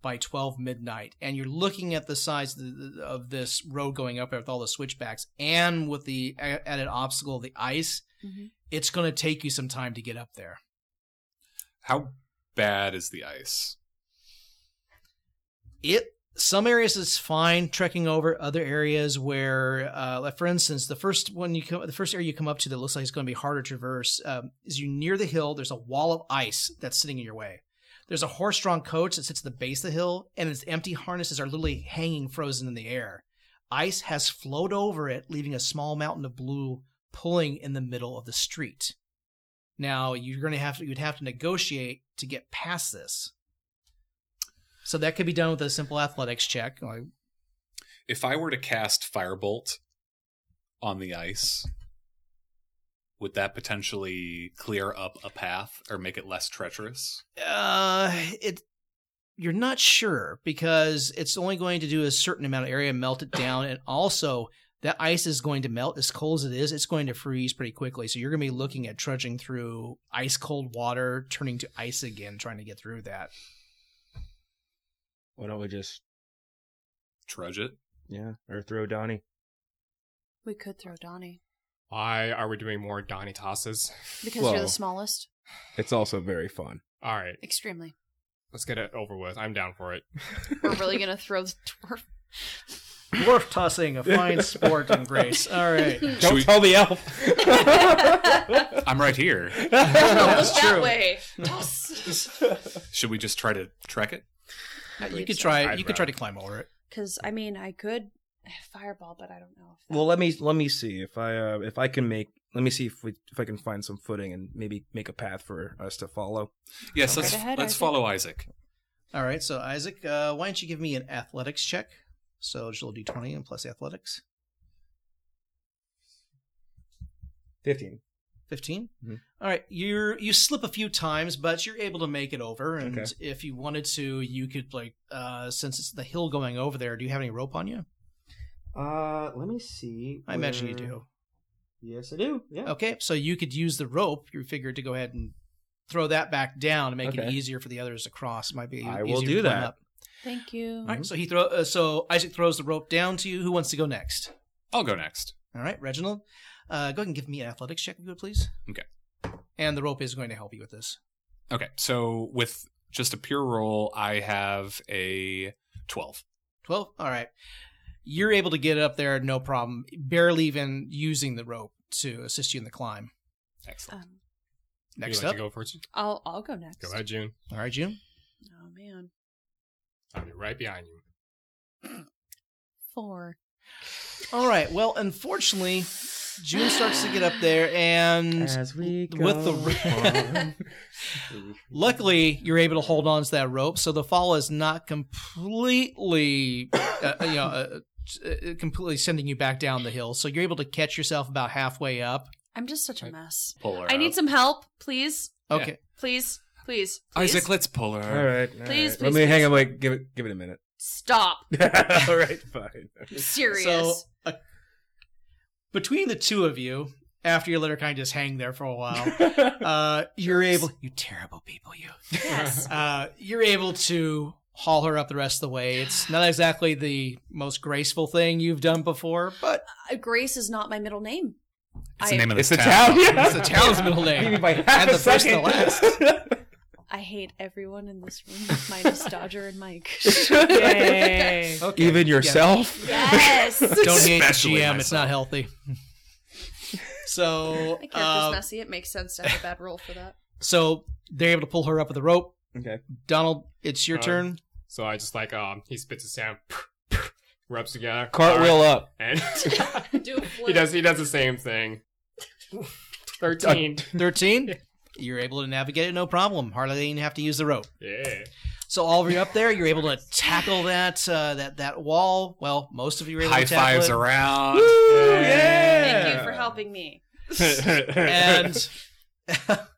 A: by 12 midnight, and you're looking at the size of the- of this road going up there with all the switchbacks and with the a- added obstacle of the ice.
C: Mhm.
A: It's going to take you some time to get up there.
B: How bad is the ice?
A: It some areas is fine trekking over other areas where uh, like for instance the first one you come the first area you come up to that looks like it's going to be harder to traverse um, is you near the hill there's a wall of ice that's sitting in your way there's a horse-drawn coach that sits at the base of the hill and its empty harnesses are literally hanging frozen in the air Ice has flowed over it, leaving a small mountain of blue pulling in the middle of the street. Now you're going to have to you'd have to negotiate to get past this. So that could be done with a simple athletics check. Like,
B: If I were to cast Firebolt on the ice, would that potentially clear up a path or make it less treacherous?
A: Uh, it you're not sure because it's only going to do a certain amount of area, melt it down, and also that ice is going to melt as cold as it is. It's going to freeze pretty quickly, so you're going to be looking at trudging through ice cold water, turning to ice again, trying to get through that.
F: Why don't we just
B: Trudge it?
F: yeah, or throw Donnie?
C: We could throw Donnie
D: Why are we doing more Donnie tosses?
C: because you're
F: Well-
C: the smallest.
F: It's also very fun.
D: *laughs*
F: *laughs*
D: All right,
C: Extremely.
D: let's get it over with. I'm down for it.
C: *laughs* We're really gonna throw the dwarf. *laughs*
A: Dwarf tossing, a fine sport and grace. All right,
B: Should
F: Don't
B: we-
F: tell the elf.
B: I'm right
F: *laughs*
B: here.
A: that's
C: Look that
A: true.
C: way. Toss.
B: Should we just try to trek it?
A: You could try.
D: I'd
A: You could try
D: rather-
A: to climb over it.
C: Because I mean, I could fireball, but I don't know. If that
F: Well, let me let me see if I uh, if I can make let me see if we if I can find some footing and maybe make a path for us to follow.
B: Yes,
C: Go
B: let's
C: right ahead,
B: let's
C: Isaac.
B: follow Isaac.
A: All right, so Isaac, uh, why don't you give me an athletics check? So just a little d20 and plus athletics.
F: Fifteen.
A: 15
E: Mm-hmm.
F: Mhm.
A: All right you're you slip a few times but you're able to make it over and
F: Okay.
A: if you wanted to you could like uh since it's the hill going over there do you have any rope on you
E: Uh, let me see.
A: i imagine you
E: where-
A: do
E: Yes, I do. Yeah.
A: okay so you could use the rope you figured to go ahead and throw that back down and make it
F: Okay.
A: easier for the others to cross might be
F: I will
A: easier
F: do
A: to climb
F: that.
A: up.
C: Thank you.
E: Mm-hmm.
A: All right so he throw uh, so isaac throws the rope down to you who wants to go next
B: I'll go next.
A: all right reginald uh go ahead and give me an athletics check if you would please
B: Okay.
A: and the rope is going to help you with this
B: Okay, so with just a pure roll, I have a twelve.
A: 12 all right you're able to get up there no problem barely even using the rope to assist you in the climb Uh,
B: Excellent.
C: Um,
A: next
D: Would you like
A: up
D: to go first.
C: I'll I'll go next.
D: Go ahead, June.
A: all right june
C: Oh man,
D: I'll be right behind you.
C: four.
A: all right well unfortunately june starts to get up there and
E: As we go
A: with the luckily you're able to hold on to that rope so the fall is not completely uh, you know uh, uh, completely sending you back down the hill so you're able to catch yourself about halfway up
C: I'm just such a
B: Right.
C: mess.
B: Pull her.
C: I need
B: up.
C: some help, please,
B: Yeah.
A: okay
C: please, please, please.
B: Isaac. Let's pull her.
F: All right, all
C: Please,
F: right. let
C: please,
F: me hang
C: please.
F: on. Wait, give it give it a minute. *laughs*
C: stop.
B: *laughs*
F: all right, fine.
C: I'm serious.
A: So, uh, between the two of you, after you let her kind of just hang there for a while,
B: *laughs*
A: uh, you're able. You terrible people, you.
C: *laughs* yes.
A: Uh, you're able to haul her up the rest of the way. It's not exactly the most graceful thing you've done before, but
C: Uh, Grace is not my middle name.
B: It's
C: I,
B: the name of
F: It's
B: this
F: the
B: town.
F: town. Yeah.
A: it's the *laughs* town's middle
B: *laughs*
F: Give me
A: name.
F: by half
A: And
F: a
A: the first
F: second.
A: and
C: I hate everyone in this room
B: *laughs*
C: minus Dodger and Mike.
F: *laughs*
A: Okay.
F: Even
A: yeah.
F: yourself.
C: *laughs* yes.
A: Don't hate the
B: Especially
A: GM. It's
B: myself.
A: not healthy. so,
B: *laughs*
C: My character's
B: Um,
A: uh,
C: messy. It makes sense to have a bad role for that.
A: so they're able to pull her up with a rope.
F: Okay.
A: Donald, it's your
D: Uh,
A: turn.
B: *laughs*
D: So I just like um, he spits his sound, *laughs* rubs together,
F: Cartwheel up.
D: and
C: *laughs*
A: *laughs*
D: *laughs*
C: Do a flip.
D: he does he does the same thing. Thirteen.
A: 13 you're able to navigate it no problem hardly even have to use the rope
D: yeah.
A: so all of you up there you're able to tackle that uh, that that wall well most of you are able
B: High
A: to tackle
B: fives
A: it.
B: around.
F: Woo,
D: Yeah.
C: Thank you for helping *laughs* me.
A: and *laughs*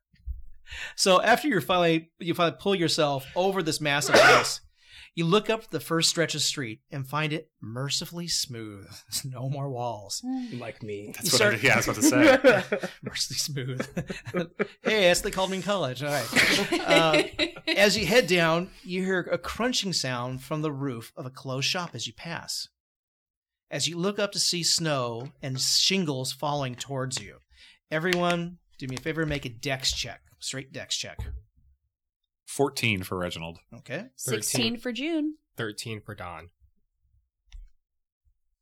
A: so after you're finally you finally pull yourself over this massive
B: *laughs*
A: ice you look up the first stretch of street and find it mercifully smooth *laughs* There's no more walls
F: Like me.
B: That's
A: You
B: what
A: start-
B: I, yeah, that's what to say.
F: *laughs*
A: mercifully smooth *laughs* hey that's what they called me in college all right Uh, As you head down, you hear a crunching sound from the roof of a closed shop as you pass. As you look up to see snow and shingles falling towards you, everyone, do me a favor, make a dex check, straight dex check.
B: Fourteen for Reginald.
A: Okay.
C: 16 for June.
D: Thirteen for Don.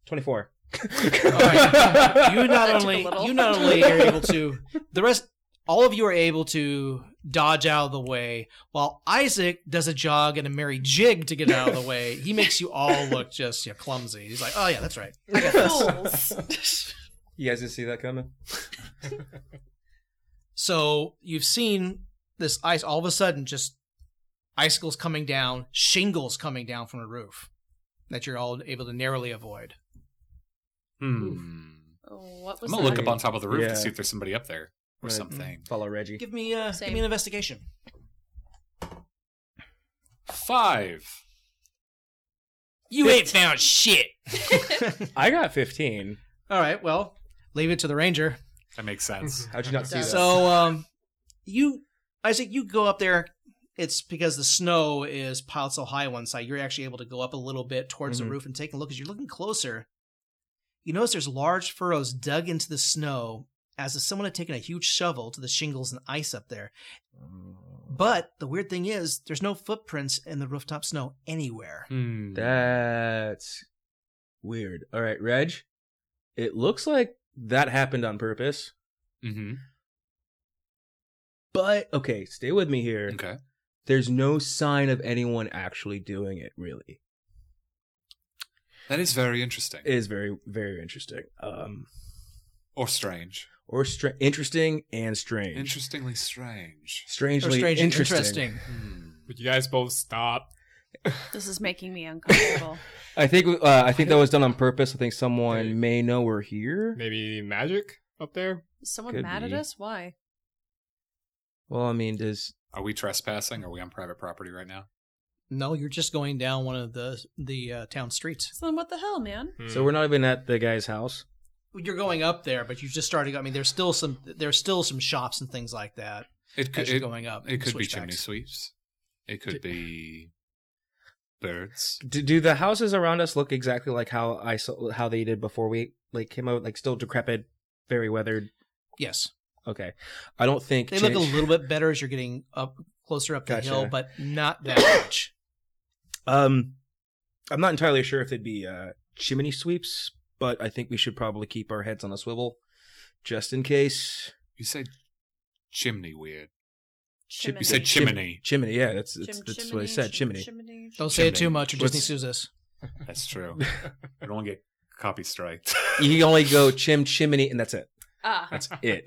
F: Twenty-four.
A: All right. You not
C: *laughs* That took a
F: *laughs*
A: only
C: little.
A: you not only are able to the rest All of you are able to dodge out of the way, while Isaac does a jog and a merry jig to get out of the way. He makes you all look just you know, clumsy. He's like, "Oh yeah, that's right."
C: Fools.
F: *laughs* You guys didn't see that coming?
A: So you've seen this ice all of a sudden just icicles coming down, shingles coming down from the roof that you're all able to narrowly avoid.
B: Hmm. *laughs*
C: Oh, what
B: I'm
C: was
B: gonna
C: that?
B: look up on top of the roof
F: Yeah.
B: to see if there's somebody up there or
F: Right.
B: something.
F: Follow Reggie.
A: Give me uh, give
C: Same.
A: me an investigation.
B: Five.
A: You ain't found shit.
F: I got 15.
A: All right, well, leave it to the ranger.
B: That makes
F: *laughs*
B: sense.
F: How'd you not see that?
C: Yes.
A: So, um, you, Isaac, you go up there. It's because the snow is piled so high one side. You're actually able to go up a little bit towards
F: Mhm.
A: the roof and take a look. As you're looking closer, you notice there's large furrows dug into the snow as if someone had taken a huge shovel to the shingles and ice up there. But the weird thing is, there's no footprints in the rooftop snow anywhere.
B: Hmm.
F: That's weird. All right, Reg. It looks like that happened on purpose.
B: hmm
F: But okay, stay with me here.
B: Okay.
F: There's no sign of anyone actually doing it, really.
B: That is very interesting.
F: It is very, very interesting. Um
B: or strange.
F: or str- interesting and strange.
B: Interestingly strange.
A: Or
F: Strangely
A: strange,
F: interesting.
A: interesting.
B: Hmm.
D: Would you guys both stop?
C: This is making me uncomfortable.
F: I think uh, I think that was done on purpose. I think someone may know we're here.
D: Maybe magic up there?
C: Is someone
F: Could
C: mad at
F: be.
C: us? Why?
F: Well, I mean, does
B: Are we trespassing? Are we on private property right now?
A: No, you're just going down one of the the uh, town streets.
C: So then what the hell, man?
D: Hmm.
F: so we're not even at the guy's house.
A: you're going up there, but you just started. I mean, there's still some there's still some shops and things like that
B: It could
A: as you're
B: it,
A: going up.
B: it could be
A: switchbacks.
B: chimney sweeps. It could be birds.
F: Do, do the houses around us look exactly like how I saw, how they did before we like came out? Like still decrepit, very weathered.
A: Yes,
F: Okay, I don't think
A: they look a
F: change-
A: little bit better as you're getting up closer up the
F: Gotcha.
A: hill, but not
B: *coughs*
A: that much.
F: Um, I'm not entirely sure if they'd be uh, chimney sweeps, but I think we should probably keep our heads on a swivel just in case.
B: You said chimney weird.
C: Chimney.
B: You said chimney.
F: Chimney, yeah, that's that's,
C: Chim-
F: that's what I said.
C: chim-
F: Chimney.
C: chimney,
A: Don't say it too
B: Chimney.
A: much, or Disney
F: What's-
A: sues us.
B: That's *laughs* true. I don't want to get copy striked.
F: You can only go chim chimney, and that's it.
C: Ah,
D: *laughs*
F: That's it.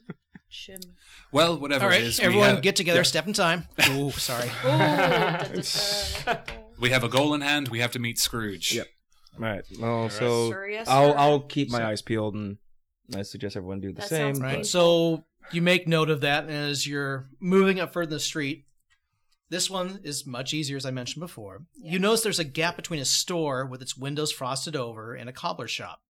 F: *laughs*
C: chim.
B: well, whatever
A: All right,
B: it is,
A: everyone,
B: we have,
A: get together, step in
B: *laughs*
A: time. Oh, sorry.
C: Oh, da, da, da, da.
B: we have a goal in hand. We have to meet Scrooge.
F: Yep. All right. Well,
D: right.
F: so
C: Sir, yes,
F: I'll
C: sir.
F: Oh, I'll keep my eyes peeled, and I suggest everyone do the
C: That
F: same.
C: sounds
A: Right.
C: Right.
A: So you make note of that, and as you're moving up further in the street, this one is much easier, as I mentioned before. You notice there's a gap between a store with its windows frosted over and a cobbler shop.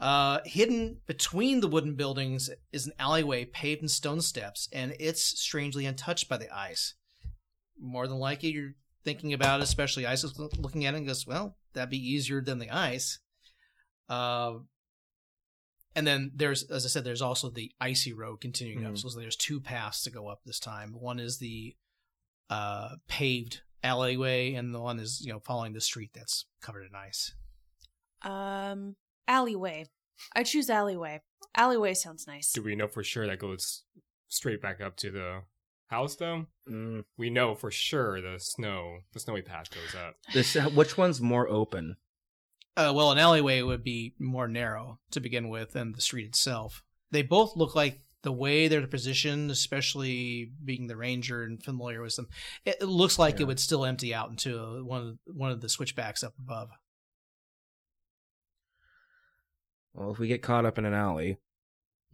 A: Uh, hidden between the wooden buildings is an alleyway paved in stone steps, and it's strangely untouched by the ice. More than likely, you're thinking about, it, especially ice, is looking at it and goes, "Well, that'd be easier than the ice." Uh, and then there's, as I said, there's also the icy road continuing up. So there's two paths to go up this time. One is the uh, paved alleyway, and the one is you know following the street that's covered in ice.
C: Um, alleyway. I choose alleyway. Alleyway sounds nice.
D: *laughs* Do we know for sure that goes straight back up to the house though?
F: Mm.
D: We know for sure the snow the snowy path goes up.
F: This *laughs* which one's more open?
A: Uh, well, an alleyway would be more narrow to begin with than the street itself. They both look like the way they're positioned, especially being the ranger and familiar with them. It, it looks like
F: Yeah.
A: it would still empty out into uh one of, one of the switchbacks up above.
F: Well, if we get caught up in an alley,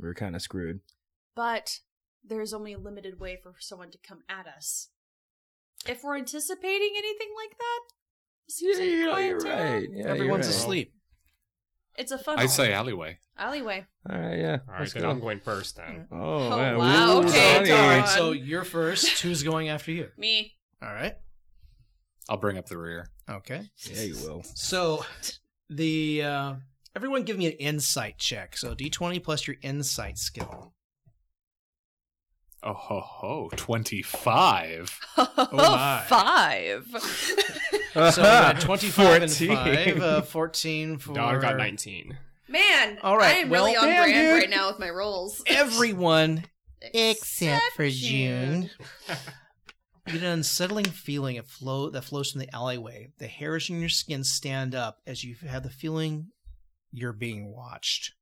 F: we're kind
C: *laughs*
F: of screwed.
C: But there's only a limited way for someone to come at us. If we're anticipating anything like that, seems like a quiet town.
F: Yeah,
A: Everyone's
D: right.
A: asleep.
C: It's a
D: Oh.
C: funnel.
B: I'd say alleyway.
C: alleyway.
F: All right, yeah.
D: All right,
F: let's
D: then
F: go.
D: I'm going first then.
F: Oh,
C: Oh,
F: man.
C: wow,
F: Ooh,
C: okay,
F: Johnny.
A: All right,
C: John.
A: so you're first. Who's going after you?
C: Me. *laughs*
A: All right.
B: I'll bring up the rear.
A: Okay.
F: Yeah, you will.
A: So the uh, everyone give me an insight check. So d20 plus your insight skill.
B: Oh ho ho! Twenty-five.
A: my.
C: Five.
A: So you got 25 and 5,
F: 14.
A: uh, 14 for
D: Dog got nineteen.
C: Man,
A: All right,
C: I am
A: well,
C: really on
A: damn,
C: brand
A: dude.
C: right now with my rolls.
A: Everyone Except for June. *laughs* You get an unsettling feeling of flow that flows from the alleyway. The hairs on your skin stand up as you have the feeling you're being watched.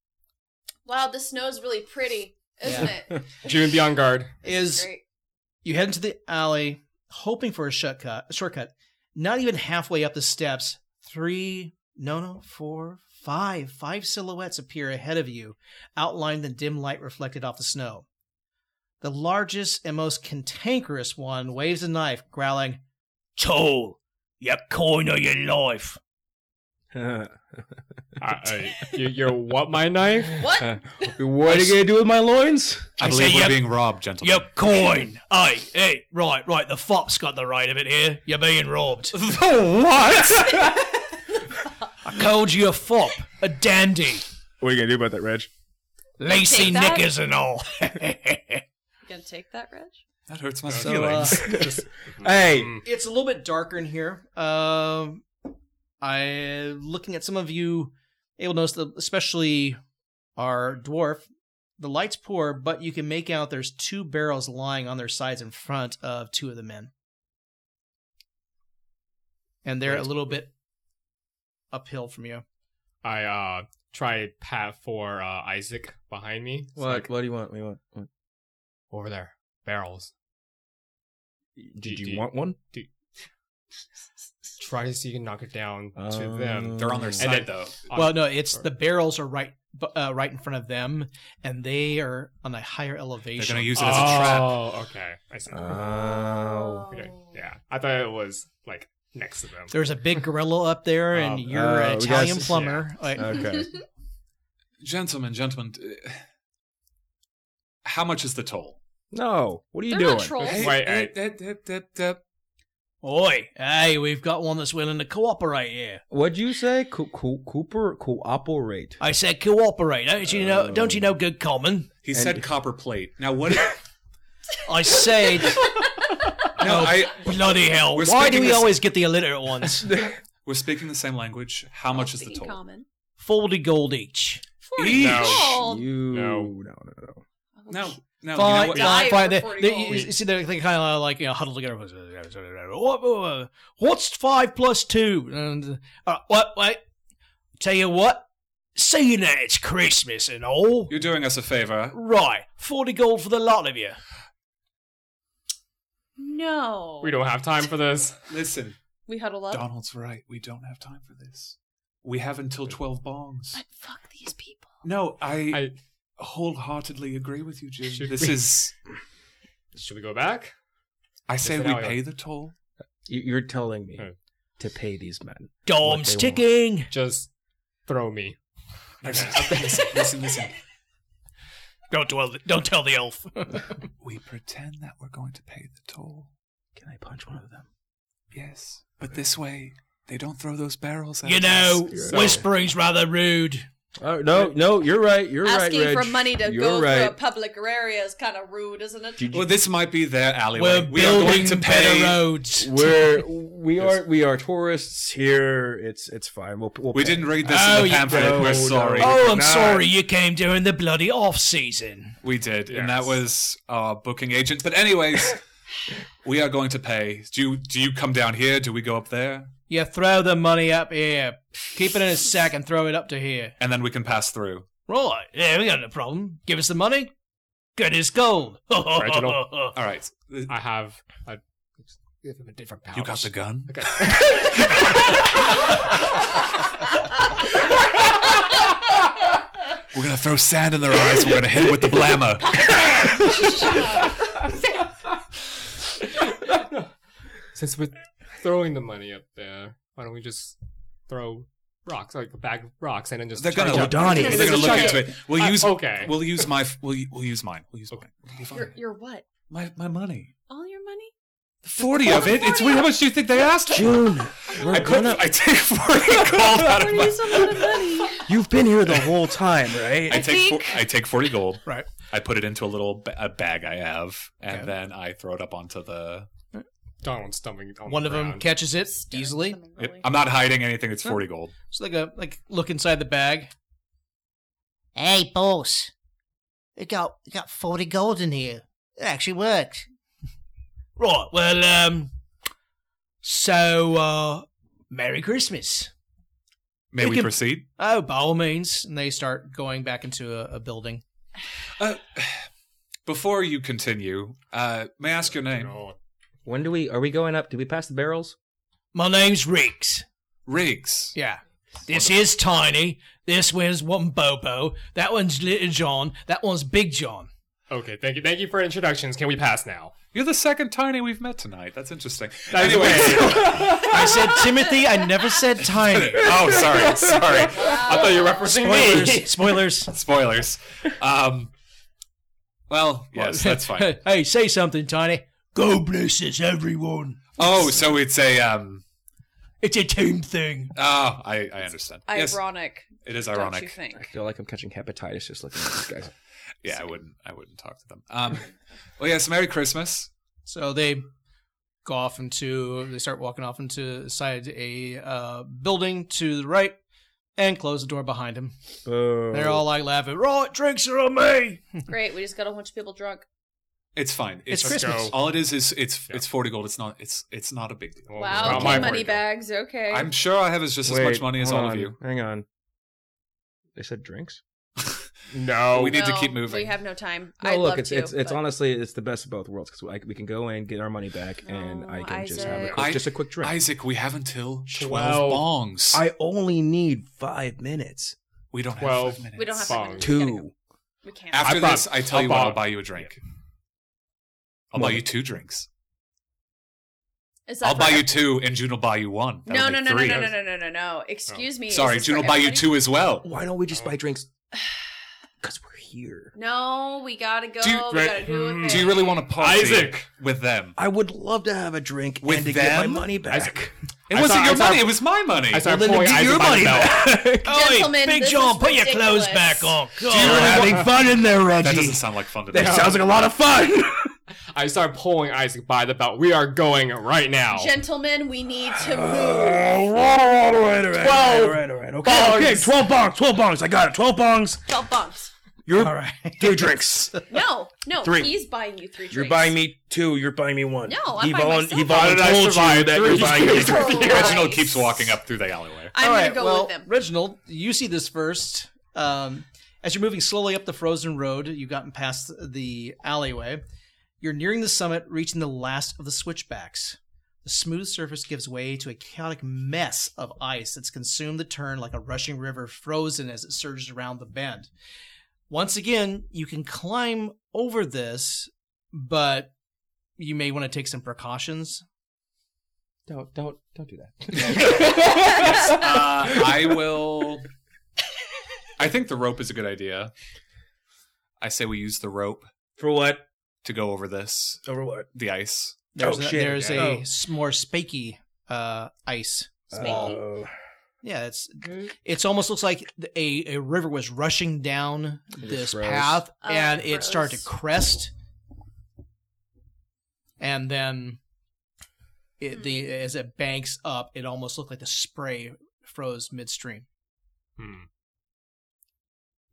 C: Wow, the snow's really pretty, isn't it?
D: June, be on guard.
C: This
A: Is-
C: great.
A: You head into the alley, hoping for a shortcut. Shortcut. Not even halfway up the steps, three, no, no, four, five, five silhouettes appear ahead of you, outlined in the dim light reflected off the snow. The largest and most cantankerous one waves a knife, growling, "Toll, your coin or your life."
D: I, I, you- you're what, my knife? Hmm.
C: What?
F: *laughs* *laughs* what are you gonna do with my *laughs* loins?
B: I,
A: I
B: believe
A: say
B: we're
A: yep.
B: being robbed, gentlemen.
A: coin. hey, hey, right, right. The fop's got the right of it here. You're being robbed.
F: Oh, *laughs* what?
A: I called you a fop, a dandy,
F: what are you gonna do about that, Reg?
A: lacy
C: Take that.
A: knickers and all.
C: You gonna take that, Reg?
B: That hurts my
A: So, uh,
B: feelings. *laughs*
F: Hey,
A: it's a little bit darker in here. Um, I looking at some of you, able to notice that especially our dwarf. The light's poor, but you can make out there's two barrels lying on their sides in front of two of the men, and they're a little bit uphill from you.
D: I uh, try pat for uh, Isaac behind me. It's like,
F: What do you want? What do you want?
D: Over there. Barrels.
F: Did
D: Do-
F: you
D: do-
F: want one?
D: Try to see if you can knock it down to
B: Oh.
F: Um,
D: them.
B: They're on their
F: And
B: side,
D: then-
B: though.
A: Well, no, it's
D: or-
A: the barrels are right bu- uh, right in front of them, and they are on a higher
B: They're
A: elevation.
B: going to use it as a trap.
D: Oh, okay. I see.
F: *laughs* Oh.
D: okay.
C: *laughs*
D: Yeah. I thought it was like next to them.
A: There's a big gorilla up
B: *laughs* Oh,
A: there, and
D: Um,
A: you're
F: uh,
A: an
F: we
A: Italian
F: got-
A: plumber. Like,
C: *laughs*
F: Okay.
B: Gentlemen, gentlemen. uh, How much is the toll?
F: No. What are you
C: They're
F: doing?
C: not trolls.
D: Hey, Wait, hey,
A: Oi, hey, we've got one that's willing to cooperate here.
F: What'd you say? Co- co- cooper cooperate.
A: I said cooperate. Don't you know? Don't
B: Oh.
A: you know good common?
B: He
F: And-
B: said copper plate. Now what?
A: I
B: *laughs*
A: said.
B: no, I,
A: bloody hell!
B: We're
A: Why do
B: speaking
A: we
B: the s-
A: always get the illiterate
B: *laughs*
A: ones?
B: we're speaking the same language. How much is the
C: Speaking
B: toll?
C: Common.
A: Forty gold each.
C: Forty
B: No.
C: gold.
F: You no
D: No.
F: no no. no.
B: No, no.
A: fine,
B: you know what?
C: Yeah.
A: fine,
C: Die
A: fine.
C: for
A: They,
C: 40
A: they-
C: gold.
A: you see, they're kind of like you know, huddled together. What- what- What's five plus two? And uh, wait, wait. Tell you what. Seeing that it's Christmas and all,
B: You're doing us a favor.
A: right? Forty gold for the lot of you.
C: No.
D: We don't have time for this.
B: *laughs* Listen,
C: We huddle up.
B: Donald's right. We don't have time for this. We have until twelve bongs.
C: But fuck these people.
B: No, I,
D: I,
B: wholeheartedly agree with you, Jim.
D: Should
B: This
D: we-
B: is.
D: should we go back?
B: I say
D: Is it
B: we
D: how I-
B: pay the toll.
F: You- You're telling me
D: Oh.
F: to pay these men.
A: Dom's
F: What they want.
A: ticking.
D: Just throw me.
B: Listen, listen, listen, listen.
A: Don't tell the, don't tell the elf.
B: We pretend that we're going to pay the toll.
F: Can I punch one of them?
B: Yes, but this way they don't throw those barrels. At
A: you know,
B: us.
F: So-
A: whispering's rather rude.
F: Oh, no, no, you're right. You're
C: Asking
F: right, Reg.
C: for money to
F: you're
C: go
F: right.
C: through a public area is kind of rude, isn't it?
F: Did you-
B: Well, this might be their alleyway.
A: We're
B: we are
A: building
B: going to pay.
A: better roads.
F: *laughs* We're we
B: Yes.
F: are we are tourists here. It's it's fine. We'll, we'll
B: We
F: pay.
B: didn't read this
A: Oh,
B: in
A: you-
B: the pamphlet.
F: No,
B: We're
F: no.
B: sorry.
A: Oh, I'm
F: Nah.
A: sorry you came during the bloody off season.
B: We did, and that
D: Yes.
B: was our booking agent. But anyways, we are going to pay. Do you do you come down here? Do we go up there?
A: You throw the money up here. Keep it in a sack and throw it up to here.
B: And then we can pass through.
A: Right, yeah, we got no problem. Give us the money. Good as gold. *laughs*
D: Reginald.
B: All right.
D: I have a, give him a different pouch.
B: You got the gun?
D: Okay.
B: *laughs* We're gonna throw sand in their eyes. We're gonna hit it with the blammer.
D: Since we're throwing the money up there, why don't we just throw rocks, like a bag of rocks, and then just
B: They're gonna
D: charge
B: look.
D: up?
A: Donnie.
B: They're gonna look
D: Charge
B: into
D: up.
B: it. We'll
D: Uh,
B: use.
D: okay.
B: We'll use my. We'll, u- we'll use mine. We'll use mine. It'll be fine.
C: Your, your what?
B: My my money.
C: All your money?
B: Forty of it. It's how much do you think they asked? for?
F: June, we're
B: I put.
F: gonna-
B: I take *laughs* forty gold out of
C: Where
B: my.
C: is a lot of money?
F: You've been here the whole time, right?
B: I take four, I take forty gold.
A: Right.
B: I put it into a little ba- a bag I have, and
A: Okay.
B: then I throw it up onto the.
D: Donald's Oh, stumbling. On
A: One
D: the
A: of them
D: ground.
A: catches it easily.
C: Something really-
B: I'm not hiding anything. It's forty gold.
A: So they go like look inside the bag.
G: Hey, boss. It got it got forty gold in here. It actually worked. Right. Well, um,
A: So, uh, Merry Christmas.
B: May
A: You
B: we
A: can-
B: proceed?
A: Oh, by all means. And they start going back into a, a building.
B: Uh, before you continue, uh, may I ask your name?
E: When do we? Are we going up? Did we pass the barrels?
A: My name's Riggs.
B: Riggs.
A: Yeah. This is Tiny. This one's one Bobo. That one's Little John. That one's Big John.
D: Okay, thank you. Thank you for introductions. Can we pass now?
B: You're the second Tiny we've met tonight. That's interesting.
D: That's the
B: Anyway-
D: way-
A: I said Timothy. I never said *laughs* Tiny.
B: *laughs* oh, sorry. *laughs* Sorry.
D: I thought you were referencing me.
A: Spoilers. Spoilers.
B: Spoilers. Um, well, yes, that's *laughs* fine.
A: *laughs* hey, say something, Tiny. God blesses everyone.
B: Oh, so it's a. Um,
A: It's a team thing.
B: oh, I, I understand. Yes,
C: Ironic,
B: it is
C: don't
B: ironic.
C: you
F: I
C: think?
F: feel like I'm catching hepatitis just looking at these guys.
B: Yeah, I wouldn't. I wouldn't talk to them. Um, well, yes. Merry Christmas.
A: So they go off into, they start walking off into side a uh, building to the right and close the door behind him.
F: Oh,
A: They're all like laughing. Right, drinks are on me.
C: Great, we just got a whole bunch of people drunk.
B: It's fine. It's,
A: It's Christmas.
B: All it is is it's
D: Yeah.
B: it's forty gold. It's not. It's it's not a big deal.
D: Well,
C: Wow,
D: not
C: okay,
D: my
C: money
D: fault.
C: bags. Okay,
B: I'm sure I have as just as much money as
E: hold
B: all of
E: on,
B: you.
E: Hang on. They said drinks.
D: No,
B: We need to
C: No,
B: keep moving.
C: We have no time.
F: No,
C: I
F: look,
C: love
F: it's
C: to,
F: it's it's
C: but-
F: honestly it's the best of both worlds because we can go in, get our money back, and
C: No,
F: I can just have a
C: Isaac.
F: quick,
B: I-
F: just a quick drink.
B: Isaac, we have until
D: Twelve.
B: twelve bongs.
F: I only need five minutes.
B: we don't
D: Twelve.
B: have five minutes.
C: We don't have
D: Bong.
C: that many. We gotta
F: Two.
C: go. We can't.
B: After
D: I bought-
B: this, I tell
D: I
B: you what, I'll
D: bought-
B: buy you a drink. I'll
F: Well-
B: buy you two drinks.
C: Is that
B: I'll
C: for
B: buy you
C: ev-
B: two, and June will buy you one. That'll
C: No, no,
B: make
C: no, no,
B: three.
C: no, no, no, no, no, no. Excuse me. is
B: Sorry,
C: this
B: June
C: for
B: will buy you
C: everybody?
B: two as well.
F: Why don't we just buy
C: *sighs*
F: drinks? Because we're here.
C: No, we gotta go.
B: Do you- hmm,
C: we gotta do
D: Mm.
C: it.
B: Do you really want to party
D: Isaac!
B: with them?
F: I would love to have a drink
B: With
F: and to get my
B: them?
F: money back.
D: Isaac.
B: It
D: I
B: wasn't
D: saw-
B: your
D: I saw-
B: money; it was my money.
D: I started
F: Well, then
D: pulling
F: give
D: Isaac
F: your
D: by
F: money
D: the
C: *laughs*
F: *laughs*
D: belt.
C: Gentlemen,
A: Big
C: this
A: John,
C: is
A: put your clothes
C: ridiculous.
A: back on. God,
B: Do you really
A: having
B: want-
A: fun in there, Reggie.
B: that doesn't sound like fun to me.
F: That sounds like a lot of fun.
D: I start pulling Isaac by the belt. We are going right now.
C: Gentlemen, we need to
F: all
C: move.
F: right, all right, all right, all right,
D: Twelve
F: all right, all right. Okay, okay,
D: bongs.
F: twelve bongs, twelve bongs. I got it. Twelve bongs.
C: Twelve bumps.
F: You're
A: All
F: *laughs*
A: right.
F: three drinks.
C: No, no.
F: Three.
C: He's buying you three.
F: You're
C: drinks.
F: buying me two. You're buying me one.
C: No, I'm
F: he
C: buying
F: volun-
C: myself
F: He
C: one. How
D: did I
F: voluntold you
D: survive
F: that
D: three
F: you're buying me.
D: years?
F: drinks.
C: Oh,
B: Reginald
C: nice.
B: keeps walking up through the alleyway.
C: I'm
A: All
C: gonna
A: right,
C: go
A: well,
C: with them.
A: Reginald, you see this first. Um, as you're moving slowly up the frozen road, you've gotten past the alleyway. You're nearing the summit, reaching the last of the switchbacks. The smooth surface gives way to a chaotic mess of ice that's consumed the turn like a rushing river, frozen as it surges around the bend. Once again, you can climb over this, but you may want to take some precautions.
E: Don't don't don't do that.
B: *laughs* uh, *laughs* I will. I think the rope is a good idea. I say we use the rope
F: For what?
B: to go over this,
F: Over what?
B: the ice.
A: There's
F: Oh,
A: a,
F: shit.
A: there's
F: Yeah.
A: a s- more spiky uh, ice wall.
F: Uh,
A: Yeah, it's it's almost looks like th- a, a river was rushing down this
F: froze.
A: path
C: Oh,
A: and
C: it
A: it started to
C: froze.
A: crest. And then it, the as it banks up, it almost looked like the spray froze midstream.
D: Hmm.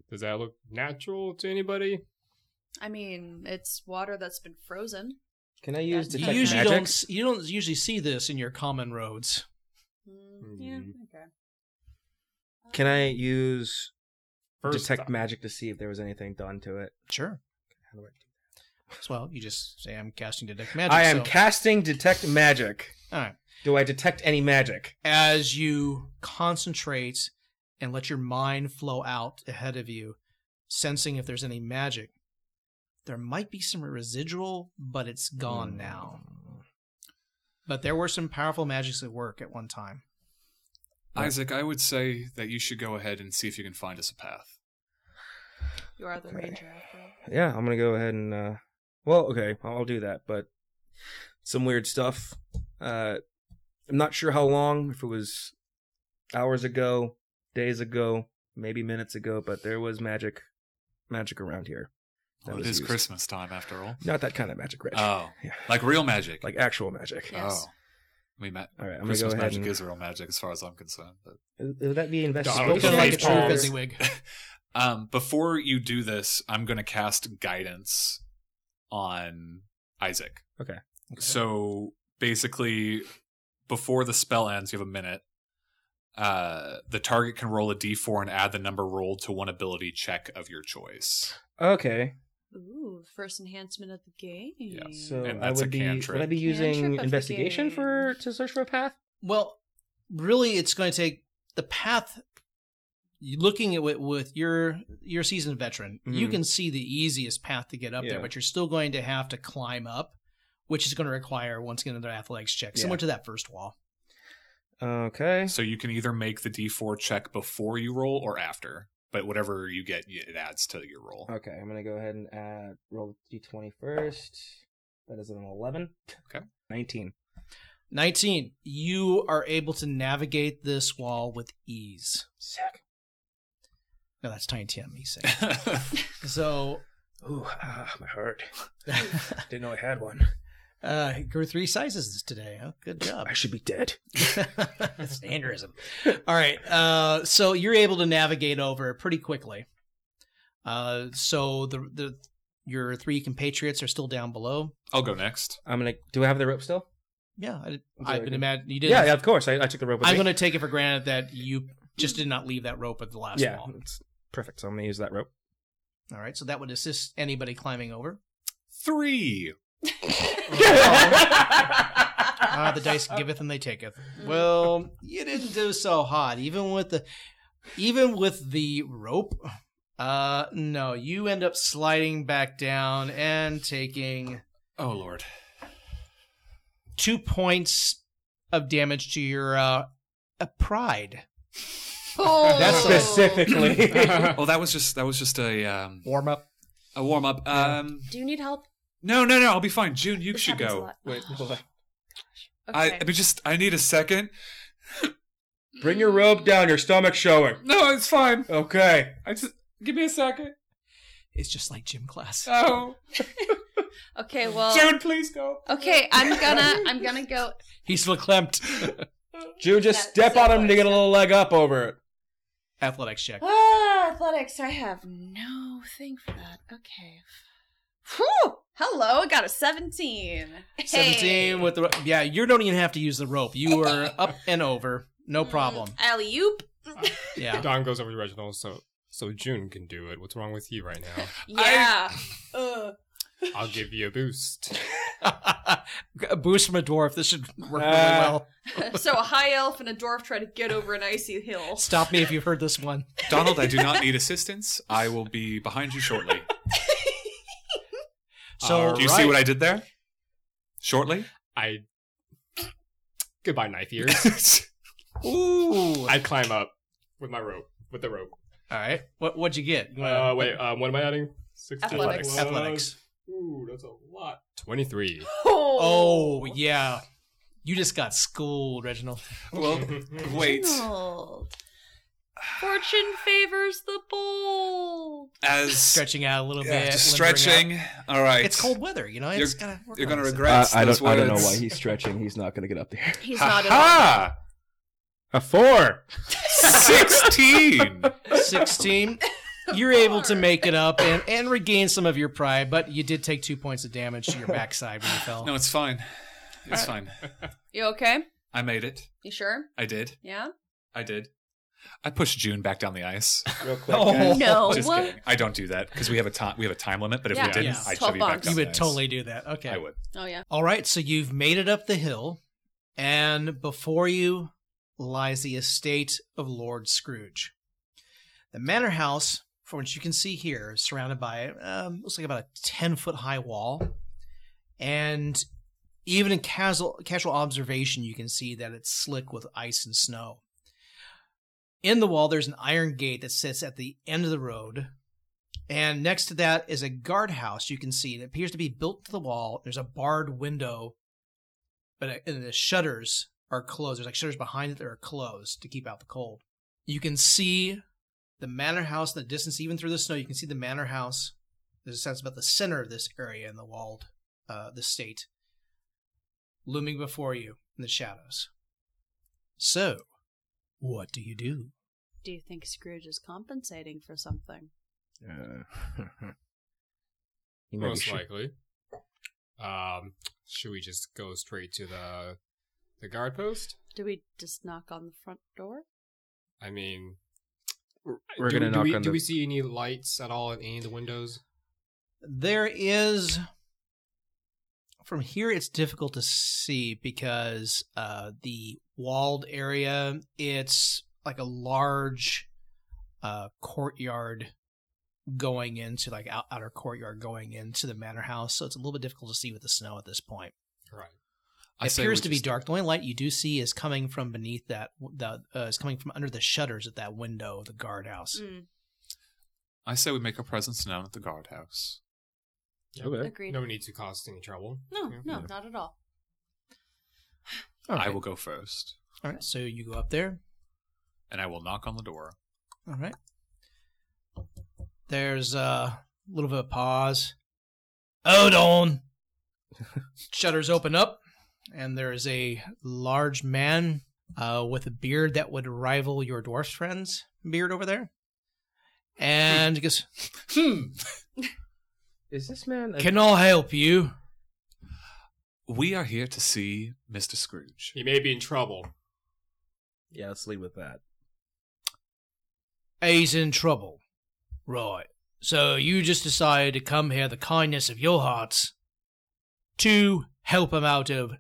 D: Does that look natural to anybody?
C: I mean, it's water that's been frozen.
E: Can I use
C: You
A: You
E: detect
A: usually
E: magic?
A: don't s- you don't usually see this in your common roads.
C: Mm, yeah.
B: Hmm.
D: Mhm.
C: Okay.
E: Can I use
D: First
E: detect
D: off-
E: magic to see if there was anything done to it?
A: Sure.
E: How do I do
A: Well, you just say I'm casting detect magic.
E: I am
A: so-
E: casting detect magic.
A: All right.
E: Do I detect any magic?
A: as you concentrate and let your mind flow out ahead of you, sensing if there's any magic. There might be some residual, but it's
F: Hmm.
A: gone now. But there were some powerful magics at work at one time.
B: Isaac, I would say that you should go ahead and see if you can find us a path.
C: You are the
E: Okay.
C: ranger after all.
E: Yeah, I'm gonna go ahead and. uh
F: well, okay, I'll do that. But some weird stuff. Uh, I'm not sure how long. If it was hours ago, days ago, maybe minutes ago, but there was magic, magic around here. that
B: Well, it
F: was
B: is
F: used.
B: Christmas time, after all.
F: Not that kind of magic,
A: Uh,
F: Rich.
B: *laughs* Oh,
F: Yeah.
B: like real magic.
F: like actual magic.
C: Yeah. Yes.
B: Oh, we met.
F: All right, I'm gonna go
B: Christmas
F: ahead.
B: magic
F: And,
B: is real magic, as far as I'm concerned. But
E: Would that be
D: Donald,
E: investigation?
A: Kinda like a true
D: Facepalm.
A: fezziwig.
B: *laughs* Um, before you do this, I'm going to cast guidance on Isaac.
F: Okay.
B: So basically, before the spell ends, you have a minute. Uh, the target can roll a d4 and add the number rolled to one ability check of your choice.
F: Okay.
C: Ooh, first enhancement of the game.
B: Yeah,
F: So
B: And
F: I
B: that's a
F: would be
B: cantrip.
F: would I be
C: Cantrip of
F: using
C: the
F: investigation
C: game.
F: for to search for a path?
A: Well, really, it's going to take the path. you- Looking at it with your your seasoned veteran, you
F: Mhm.
A: can see the easiest path to get up
F: Yeah.
A: there, but you're still going to have to climb up, which is going to require once again another athletics check, similar
F: Yeah.
A: to that first wall.
F: Okay.
B: So you can either make the d4 check before you roll or after, but whatever you get, it adds to your roll.
F: Okay, I'm gonna go ahead and add roll d twenty first. That is an eleven.
B: Okay.
F: Nineteen.
A: 19. You are able to navigate this wall with ease.
F: Sick.
A: No, that's Tiny Tim, me saying. *laughs* so,
F: Ooh, ah, my heart. Didn't know I had one.
A: uh, grew three sizes today. huh? good job.
F: should be dead.
A: *laughs* That's an aneurysm. All right. Uh, so you're able to navigate over pretty quickly. Uh, so the the your three compatriots are still down below.
B: *laughs* I'll go next.
F: I'm gonna. Do I have the rope still?
A: Yeah, I,
F: I
A: I would
F: did.
A: imagine you did.
F: Yeah, yeah. Of course, I, I took the rope. With
A: I'm
F: me.
A: going to take it for granted that you just did not leave that rope at the last
F: Yeah,
A: wall.
F: it's perfect. So I'm gonna use that rope.
A: All right. So that would assist anybody climbing
C: *laughs*
A: over.
B: Three.
A: Ah, the dice giveth and they taketh.
C: Mm.
B: Mm.
A: Well, you didn't do so hot, even with the, even with the rope. Uh, no, you end up sliding back down and taking
B: Oh,
F: *laughs*
B: Lord.
A: two points of damage to your uh, uh pride
C: Oh,
A: That's
F: Specifically.
D: *laughs*
B: Oh, that was just that was just a um,
A: warm up.
B: a warm up. Um,
C: Do you need help?
B: no, no, no. I'll be fine. June, you
C: This
B: should
C: happens a
B: go.
C: lot.
F: Wait, hold on.
B: I,
C: *sighs* Okay.
B: I mean, just I need a second.
F: *laughs* Bring your rope down. Your stomach showing.
B: No, it's fine.
F: Okay.
B: I just give me a second.
A: It's just like gym
C: *laughs*
A: class.
B: Oh,
C: okay, well.
B: June, please go.
C: Okay, I'm gonna I'm gonna go
A: He's verklempt.
C: *laughs*
F: June,
C: That's
F: just step
C: so
F: on him to
C: funny.
F: get a little leg up over it.
A: Athletics check.
C: Ah, athletics. I have no thing for that. Okay. Whew! Hello, I got a 17. Hey.
A: Seventeen with the ro- yeah. You don't even have to use the rope. You are up and over. No problem.
C: Mm, Alley oop.
A: Yeah. *laughs*
D: Don goes over to Reginald, so so June can do it. What's wrong with you right now?
C: Yeah.
B: *laughs*
C: Ugh.
D: I'll give you a boost.
A: a boost from a dwarf. This should work really
F: Ah.
A: well.
C: so a high elf and a dwarf try to get over an icy
B: *laughs*
C: hill.
A: Stop me if you've heard this one.
B: Donald, I do not need assistance. I will be behind you shortly.
A: So
D: All
B: Do you see what I did there? *laughs* Shortly.
D: I goodbye, knife ears.
A: Ooh.
D: I climb up with my rope, with the rope.
A: All right. What what'd you get? You wanna-
D: Uh, wait, um, what am I adding? 16
C: Athletics.
D: plus-
A: Athletics.
D: Ooh, that's a lot. Twenty-three.
A: Oh yeah. You just got schooled, Reginald.
B: Well, wait.
C: Donald. Fortune favors the bold.
B: As
A: Stretching out a little
B: yeah,
A: bit.
B: just
A: limbering up.
B: stretching. All right.
A: It's cold weather, you know.
B: You're-
A: It's gotta work
B: You're
A: on
B: gonna
A: yourself.
B: regret.
H: I, I
B: those
H: don't. I don't know
B: words.
H: why he's stretching. He's not going to get up there.
C: He's not at
B: Ha
F: A four.
B: *laughs* Sixteen.
A: 16.
C: *laughs*
A: You're able to make it up and, and regain some of your pride, but you did take two points of damage to your backside when you fell.
B: *laughs* No, it's fine. It's fine.
C: You okay?
B: I made it.
C: You sure?
B: I did.
C: Yeah?
B: I did. I pushed June back down the ice.
F: *laughs* Real
B: *laughs*
F: quick.
A: Oh.
F: guys.
C: No.
B: Just kidding. I don't do that because we have a time we have a time limit. But if
C: Yeah.
B: we didn't,
A: Yeah.
B: I'd shove
C: 12
B: you back
C: bucks.
B: down.
A: you
B: the
A: would
B: ice.
A: totally do that. Okay.
B: I would.
C: Oh yeah.
A: All right, so you've made it up the hill, and before you lies the estate of Lord Scrooge. The manor house, from what you can see here, is surrounded by um, looks like about a ten foot high wall, and even in casual casual observation, you can see that it's slick with ice and snow. In the wall, there's an iron gate that sits at the end of the road, and next to that is a guardhouse you can see. It appears to be built to the wall. There's a barred window, but it- and the shutters are closed. There's like shutters behind it that are closed to keep out the cold. You can see the manor house in the distance, even through the snow. You can see the manor house. There's a sense about the center of this area in the walled, uh, the state, looming before you in the shadows. So, what do you do?
C: Do you think Scrooge is compensating for something?
H: Uh,
E: You may be
D: Most
E: sure.
D: likely. Um, should we just go straight to the the guard post?
C: Do we just knock on the front door?
D: I mean,
H: we're
D: do
H: gonna
D: we, do
H: knock
D: we,
H: on
D: Do
H: the-
D: we see any lights at all in any of the windows?
A: There is. From here, it's difficult to see because uh, the walled area, it's like a large uh, courtyard going into, like out- outer courtyard going into the manor house. So it's a little bit difficult to see with the snow at this point.
D: Right.
B: I
A: it
B: say
A: appears
B: we
A: to be
B: just-
A: dark. The only light you do see is coming from beneath that, that uh, is coming from under the shutters at that window of the guardhouse.
C: Mm.
B: I say we make our presence known at the guardhouse.
H: okay.
C: Agreed.
D: No need to cause any trouble.
C: No,
D: Yeah.
C: no, not at all.
A: All
B: I
A: right.
B: will go first,
A: All right. So you go up there.
B: and I will knock on the door.
A: All right. There's a little bit of pause. Hold on. Shutters open up, and there is a large man uh, with a beard that would rival your dwarf's friend's beard over there. And he goes, Hmm,
E: Is this man? a-
A: can I help you?
B: We are here to see Mr. Scrooge.
D: He may be in trouble.
F: Yeah, let's lead with that.
A: He's in trouble. Right. So you just decided to come here, the kindness of your hearts, to help him out of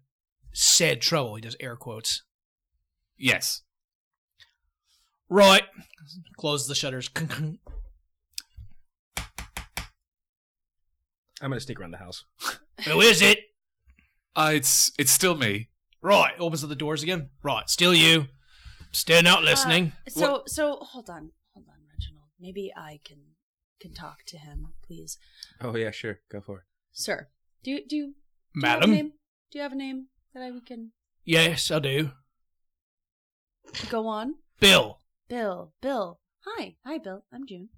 A: said trouble. He does air quotes.
B: Yes.
A: Right. Close the shutters. Kunk,
F: I'm gonna sneak around the house.
A: kunk. Who is it?
B: Uh, it's it's still me.
A: Right. Opens up the doors again. Right. Still you. Still not listening.
C: Uh, so, so hold on, hold on, Reginald. Maybe I can can talk to him, please,
F: Oh yeah, sure, go for it.
C: sir. Do you do you, do you have a
A: Madam?
C: name? Do you have a name that I we can
A: Yes, I do.
C: go on?
A: Bill.
C: Bill, Bill. Hi, hi, Bill. I'm June.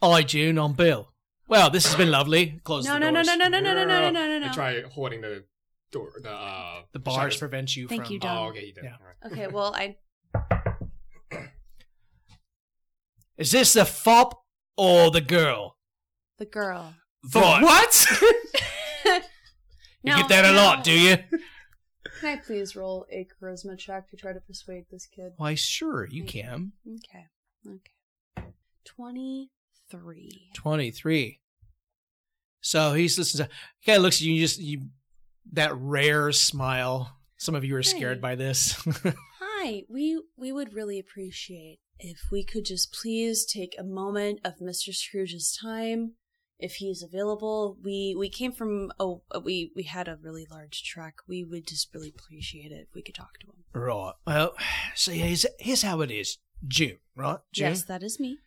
A: I, June, I'm Bill. Well, this has been lovely. Close
C: No,
A: the
C: no, no,
A: doors.
C: no, no, no, no, no, no, no, no, no.
D: I try holding the door. The uh,
A: The bars
D: shutters.
A: prevent you
C: Thank
A: from...
C: you, Doc.
D: Oh, okay, he did.
A: Yeah.
D: All right.
C: Okay, well, I
A: Is this the fop or the girl?
C: the girl. *laughs*
B: The
A: Right.
B: what?
A: *laughs* You
C: Now-
A: get that a
C: now-
A: lot, do you?
C: Can I please roll a charisma check to try to persuade this kid?
A: Why, sure, you
C: Thank
A: can.
C: Okay, okay. Twenty three.
A: 23. So he's listening to, he kind of looks at you, and you just, you, that rare smile. Some of you are scared
C: Hey.
A: by this. *laughs*
C: Hi, we we would really appreciate if we could just please take a moment of Mr. Scrooge's time if he's available. We we came from oh we we had a really large trek. We would just really appreciate it if we could talk to him.
A: right. Well, see, here's, here's how it is June, right? June.
C: Yes, that is me.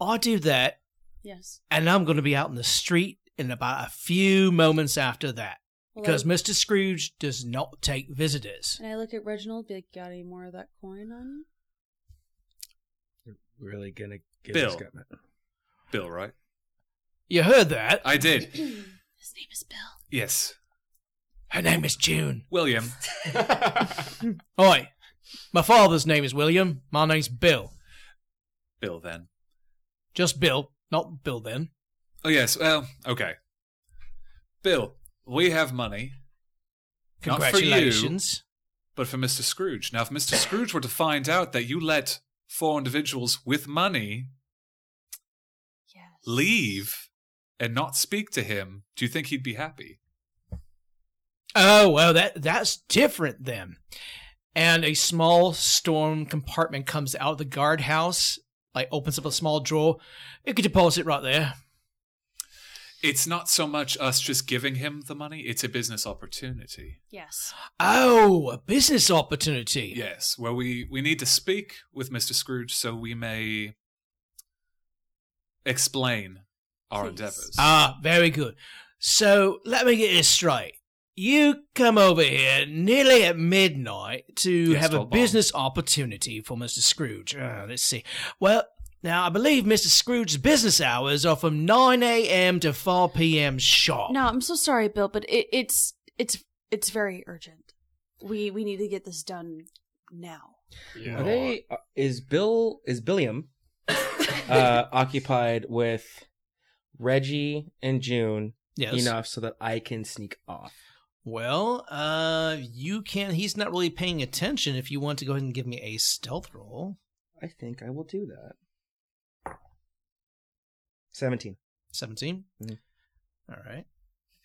A: I do that,
C: Yes.
A: and I'm going to be out in the street in about a few moments after that
C: Well,
A: because
C: I-
A: Mr. Scrooge does not take visitors.
C: and I look at Reginald, be like, got any more of that coin on you?
F: You're really gonna give
B: Bill.
F: this guy-
B: Bill, right?
A: You heard that.
B: I did.
D: *clears throat*
C: His name is Bill.
B: Yes.
A: Her name is June.
D: *laughs*
B: William.
A: Oi. My father's name is William. My name's Bill.
B: Bill then.
A: Just Bill, not Bill then.
B: Oh yes. Well, okay. Bill, we have money. Not for you.
A: Congratulations.
B: but for Mr. Scrooge. Now, if Mr. Scrooge were to find out that you let four individuals with money
C: Yes.
B: leave and not speak to him, do you think he'd be happy?
A: Oh well that that's different then. And a small storm compartment comes out of the guardhouse, like opens up a small drawer. You could deposit right there.
B: It's not so much us just giving him the money, it's a business opportunity.
C: Yes.
A: Oh, a business opportunity.
B: Yes, where we, we need to speak with Mr. Scrooge so we may explain our
C: Please.
B: endeavors.
A: Ah, very good. So let me get this straight. You come over here nearly at midnight to
B: Yes,
A: have a
B: Tall Bob.
A: business opportunity for Mr. Scrooge. Uh, let's see. Well, now I believe Mr. Scrooge's business hours are from 9 a.m. to 4 p.m. sharp.
C: No, I'm so sorry, Bill, but it, it's it's it's very urgent. We we need to get this done now.
D: Yeah.
E: Are they? uh, Is Bill? Is Billiam uh, occupied with Reggie and June
A: Yes.
E: enough so that I can sneak off?
A: Well, uh, you can. He's not really paying attention. If you want to go ahead and give me a stealth roll,
E: I think I will do that. Seventeen.
A: 17
E: Mhm.
A: All right,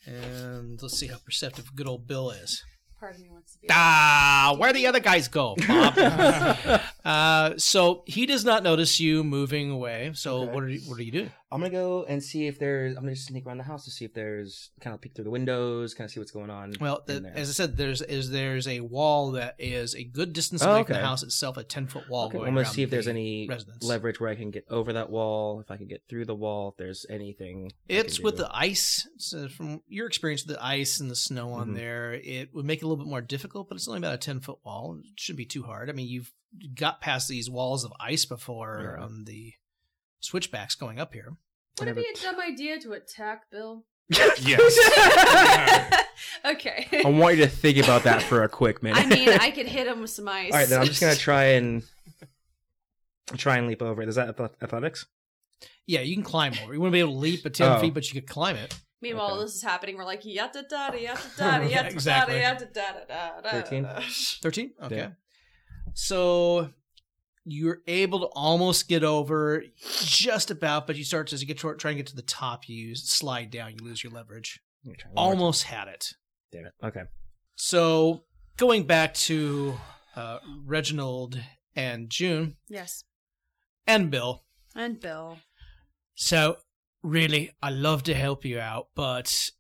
A: and let's see how perceptive good old Bill is.
C: Part of me wants to be.
A: Ah, where the other guys go,
E: *laughs*
A: Bob? uh, so he does not notice you moving away. So
E: Okay.
A: what are you, what are you doing?
E: I'm gonna go and see if there's. I'm gonna just sneak around the house to see if there's kind of peek through the windows, kind of see what's going on.
A: Well,
E: in
A: the,
E: there.
A: as I said, there's is there's a wall that is a good distance
E: Oh,
A: away from the
E: okay.
A: house itself, a ten foot wall.
E: Okay,
A: going
E: I'm gonna
A: around
E: see if there's
A: the
E: any
A: residence.
E: leverage where I can get over that wall, if I can get through the wall, if there's anything. I can
A: It's with
E: do.
F: *laughs*
A: the ice. So from your experience with the ice and the snow on
E: Mhm.
A: there, it would make it a little bit more difficult, but it's only about a 10 foot wall. It shouldn't be too hard. I mean, you've got past these walls of ice before
E: Yeah.
A: on the switchbacks going up here.
C: Would it
E: Whatever.
C: be a dumb idea to attack
A: *laughs*
C: Bill? *laughs*
B: Yes.
C: okay.
F: I want you to think about that for a quick minute.
C: I
E: *laughs*
C: mean, I could hit him with some ice.
E: All right, then I'm
A: *laughs*
E: just gonna try and try and leap over. it. Is that ath- athletics?
A: Yeah, you can climb over. You wouldn't be able to leap at 10
E: Oh.
A: feet, but you could climb it.
C: Meanwhile,
E: Okay.
C: this is happening. We're like yatta da
A: *laughs*
C: da yatta da da yatta da da
A: Exactly.
C: yatta da da da da.
E: 13?
A: 13? Okay.
E: Yeah.
A: So you're able to almost get over just about, but you start to as you get toward, try and get to the top, you slide down, you lose your leverage.
E: Let me try one more time.
A: Almost had it.
E: Damn it. Okay.
A: So going back to uh, Reginald and June
C: Yes,
A: and Bill.
C: and Bill.
A: So really, I love to help you out, but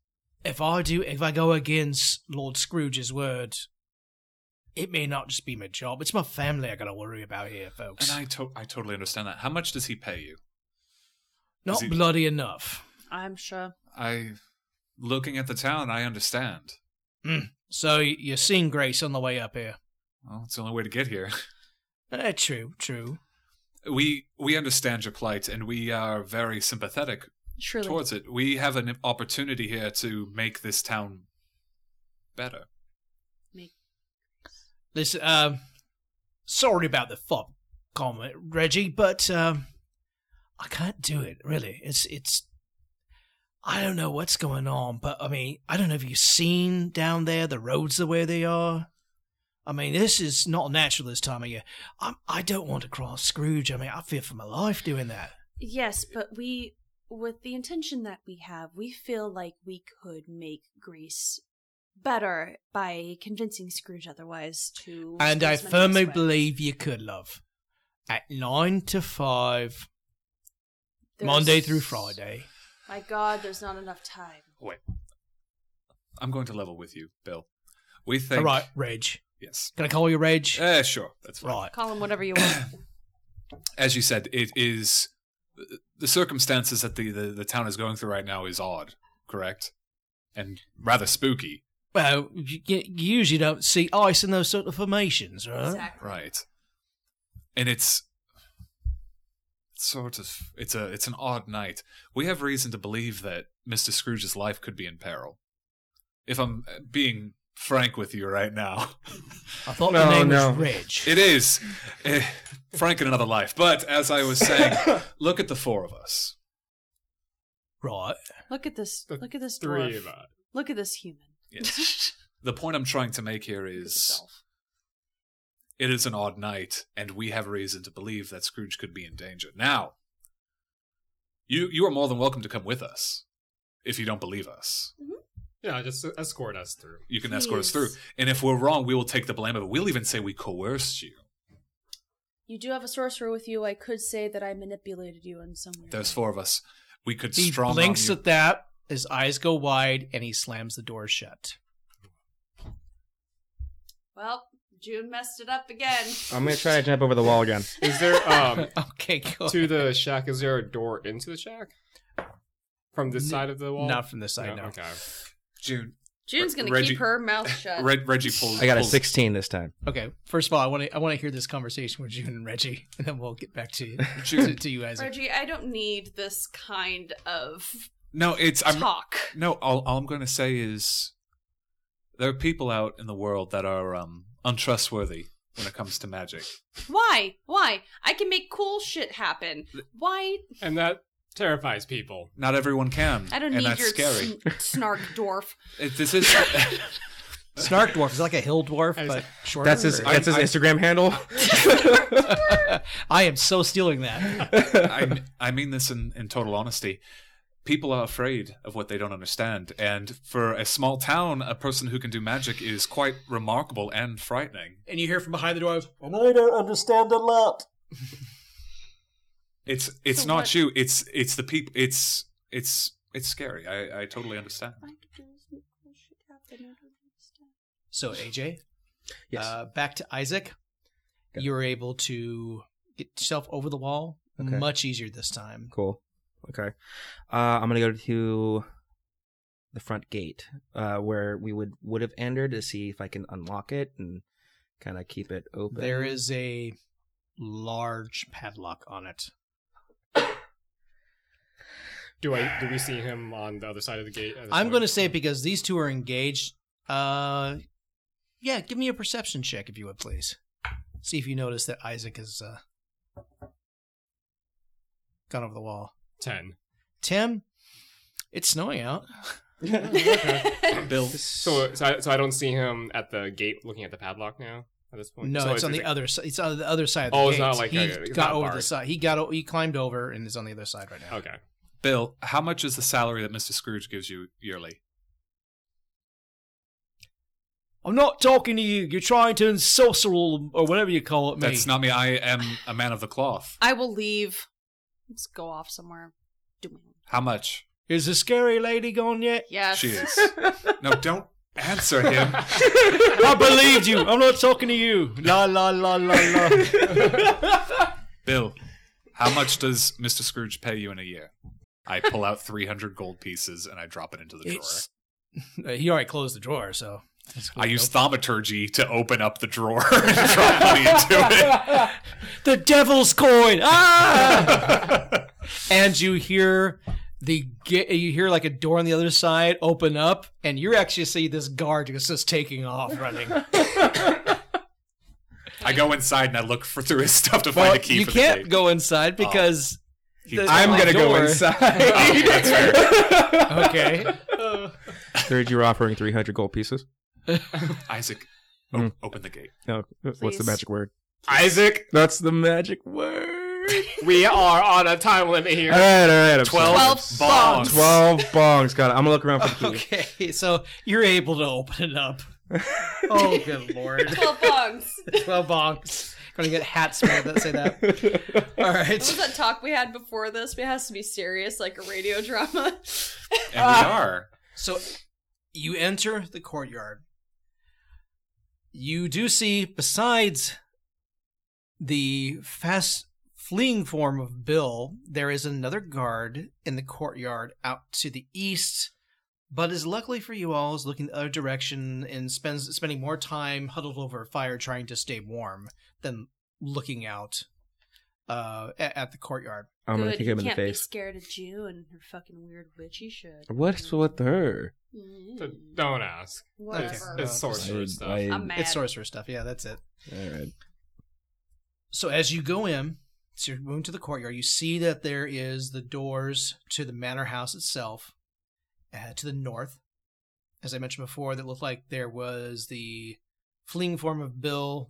A: if I do, if I go against Lord Scrooge's word, it may not just be my job. It's my family I got to worry about here, folks.
B: and I, to- I totally understand that. How much does he pay you?
A: not
B: Is he-
A: bloody enough.
C: I'm sure.
B: I, looking at the town, I understand.
A: Mm. So y- you're seeing Grace on the way up here.
B: Well, it's the only way to get here.
A: Eh, true, true.
B: We we understand your plight, and we are very sympathetic
C: Surely.
B: towards it. We have an opportunity here to make this town better.
A: Listen, um, sorry about the fob comment, Reggie, but um, I can't do it. Really, it's it's. I don't know what's going on, but I mean, I don't know if you've seen down there the roads the way they are. I mean, this is not natural this time of year. I'm, I don't want to cross Scrooge. I mean, I fear for my life doing that.
C: Yes, but we, with the intention that we have, we feel like we could make Greece better by convincing Scrooge otherwise to.
A: And I
C: use money this
A: firmly
C: way.
A: believe you could, love. At nine to five,
C: There's-
A: Monday through Friday.
C: My God, there's not enough time.
B: Wait, I'm going to level with you, Bill. We think
A: All right, Reg.
B: Yes.
A: Can I call you Reg?
B: Eh, sure. That's fine.
A: right.
C: Call him whatever you want.
B: As you said, it is the circumstances that the, the, the town is going through right now is odd, correct? And rather spooky,
A: Well, you, you usually don't see ice in those sort of formations, right?
C: exactly.
B: right? And it's sort of it's a it's an odd night. We have reason to believe that Mister Scrooge's life could be in peril. If I'm uh, being frank with you right now, *laughs*
A: I thought
F: No,
A: the name
F: no.
A: was Reg.
B: It is. Eh, Frank in another life. But as I was saying, look at the four of us.
A: right.
C: Look at this.
D: The
C: Look at this
D: Three
C: dwarf.
D: of us.
C: Look at this human.
B: Yes. the point I'm trying to make here
C: Look at
B: is
C: yourself.
B: it is an odd night, and we have reason to believe that Scrooge could be in danger. Now, you you are more than welcome to come with us if you don't believe us.
D: Yeah, just escort us through.
B: You can escort us through.
C: Please.
B: And if we're wrong, we will take the blame of it. We'll even say we coerced you.
C: You do have a sorcerer with you. I could say that I manipulated you in some way.
B: There's four of us. We could
A: He
B: strong
A: blinks
B: arm you.
A: at that. His eyes go wide, and he slams the door shut.
C: Well, June messed it
B: *laughs*
C: up again.
E: I'm gonna try to jump over the wall again.
D: Is there um
A: *laughs* okay, go.
D: to the shack? Is there a door into the shack? From this
A: N-
D: side of the wall?
A: Not from this side, no.
D: Okay.
B: June.
C: June's gonna
B: Reggie-
C: keep her mouth
B: *laughs*
C: shut.
B: Reg- Reggie pulls.
E: I got a
B: pulls-
E: sixteen this time.
A: Okay, first of all, I want to I want to hear this conversation with June and Reggie, *laughs* and then we'll get back to you *laughs* to,
C: *laughs*
B: June.
A: to you, Isaac.
C: Reggie, I don't need this kind of
B: No, it's I'm
C: talk.
B: No, all, all I'm going to say is there are people out in the world that are um, untrustworthy when it comes to magic.
C: Why? Why? I can make cool shit happen. Why?
D: And that terrifies people.
B: Not everyone can.
C: I don't
B: and
C: need
B: that's
C: your
B: scary.
C: sn- snark *laughs* dwarf.
B: It- this is *laughs*
A: Snark dwarf is like a hill dwarf, but shorter.
F: That's his.
A: or-
F: That's his
B: I- I- *laughs*
F: Instagram handle.
A: *laughs* I am so stealing that.
B: I, I mean this in, in total honesty. People are afraid of what they don't understand, and for a small town, a person who can do magic is quite remarkable and frightening.
A: And you hear from behind the door,
G: And I don't understand a lot.
B: It's it's
C: So
B: not
C: what-
B: you. It's it's the people. It's it's it's scary. I I totally understand.
C: Why do this make cool shit happen? I don't understand.
A: So AJ,
F: Yes.
A: uh, back to Isaac.
F: Okay.
A: You were able to get yourself over the wall
F: Okay.
A: much easier this time.
F: Cool. Okay. Uh, I'm gonna go to the front gate uh, where we would would have entered to see if I can unlock it and kind of keep it open.
A: There is a large padlock on it.
D: Do I? Do we see him on the other side of the gate? at this
A: I'm
D: point?
A: going to say because these two are engaged. Uh, yeah, give me a perception check if you would please. See if you notice that Isaac has uh, gone over the wall.
D: ten.
A: Tim, it's snowing out.
C: *laughs*
B: Bill,
D: So, uh, so I, so I don't see him at the gate looking at the padlock now at this point.
A: No,
D: So
A: it's, on the
D: like-
A: other side. It's on the other side of the
D: Oh,
A: gate.
D: it's not like-
A: he
D: okay, it's
A: got
D: not
A: over the
D: barred.
A: side. He got o- he climbed over and is on the other side right now.
D: Okay.
B: Bill, how much is the salary that Mr. Scrooge gives you yearly?
A: I'm not talking to you. You're trying to ensorcerel or whatever you call it. Me.
B: That's not me. I am a man of the cloth.
C: I will leave. Let's go off somewhere. Do my own.
B: How much?
A: Is the scary lady gone yet?
C: Yes.
B: She is. No, don't answer him.
A: I believed you. I'm not talking to you. La la la la la.
B: Bill, how much does Mr. Scrooge pay you in a year? I pull out 300 gold pieces and I drop it into the drawer.
A: *laughs* It's- Uh, he already closed the drawer, so
B: I use thaumaturgy to open up the drawer *laughs* and drop money into
A: the devil's coin. Ah!
B: it.
A: *laughs* and you hear the ga- you hear like a door on the other side open up, and you actually see this guard just just taking off running.
B: I go inside and I look for through his stuff to
A: Well,
B: find a key
A: you
B: for
A: can't
B: the Oh. gate.
A: go inside because
B: He-
A: the-
F: I'm
A: on
F: gonna
A: the
F: go
A: door.
F: inside.
B: Oh, that's fair.
A: *laughs* okay.
F: Third, you're offering 300 gold pieces.
B: Isaac, o-
F: Mm.
B: open the gate.
F: No, what's the
C: Please.
F: magic word?
D: Isaac,
F: That's the
A: *laughs*
F: magic word.
D: we are on a time limit
F: all
D: here.
F: right, all right. I'm
B: 12,
F: sorry.
B: bongs.
F: 12 bongs. Got it. I'm gonna look around for the key.
A: *laughs* Okay, so you're able to open it up. oh, good lord. *laughs*
C: *laughs* Twelve *laughs* bongs. What
A: 12 bonks. Gonna get hats made that say that. All
C: was
A: right.
C: that talk we had before this? It has to be serious, like a radio *laughs* drama.
B: And we are.
A: So you enter the courtyard. You do see, besides the fast fleeing form of Bill, there is another guard in the courtyard out to the east. But is luckily for you all is looking the other direction and spends spending more time huddled over a fire trying to stay warm than looking out uh, at, at the courtyard.
F: I'm gonna
C: Good,
F: kick
C: you
F: him in the
C: can't be
F: face.
C: scared of Jew and her fucking weird witchy shit.
H: What's with her?
D: So
C: Mm.
D: Don't ask. It's,
C: Whatever.
D: it's sorcery
H: Dude,
D: stuff.
H: I-
C: I'm mad.
A: It's sorcerer stuff. Yeah, that's it.
H: Alright.
A: So as you go in, so you're moving to the courtyard, you see that there is the doors to the manor house itself, uh, to the north. As I mentioned before, that looked like there was the fleeing form of Bill.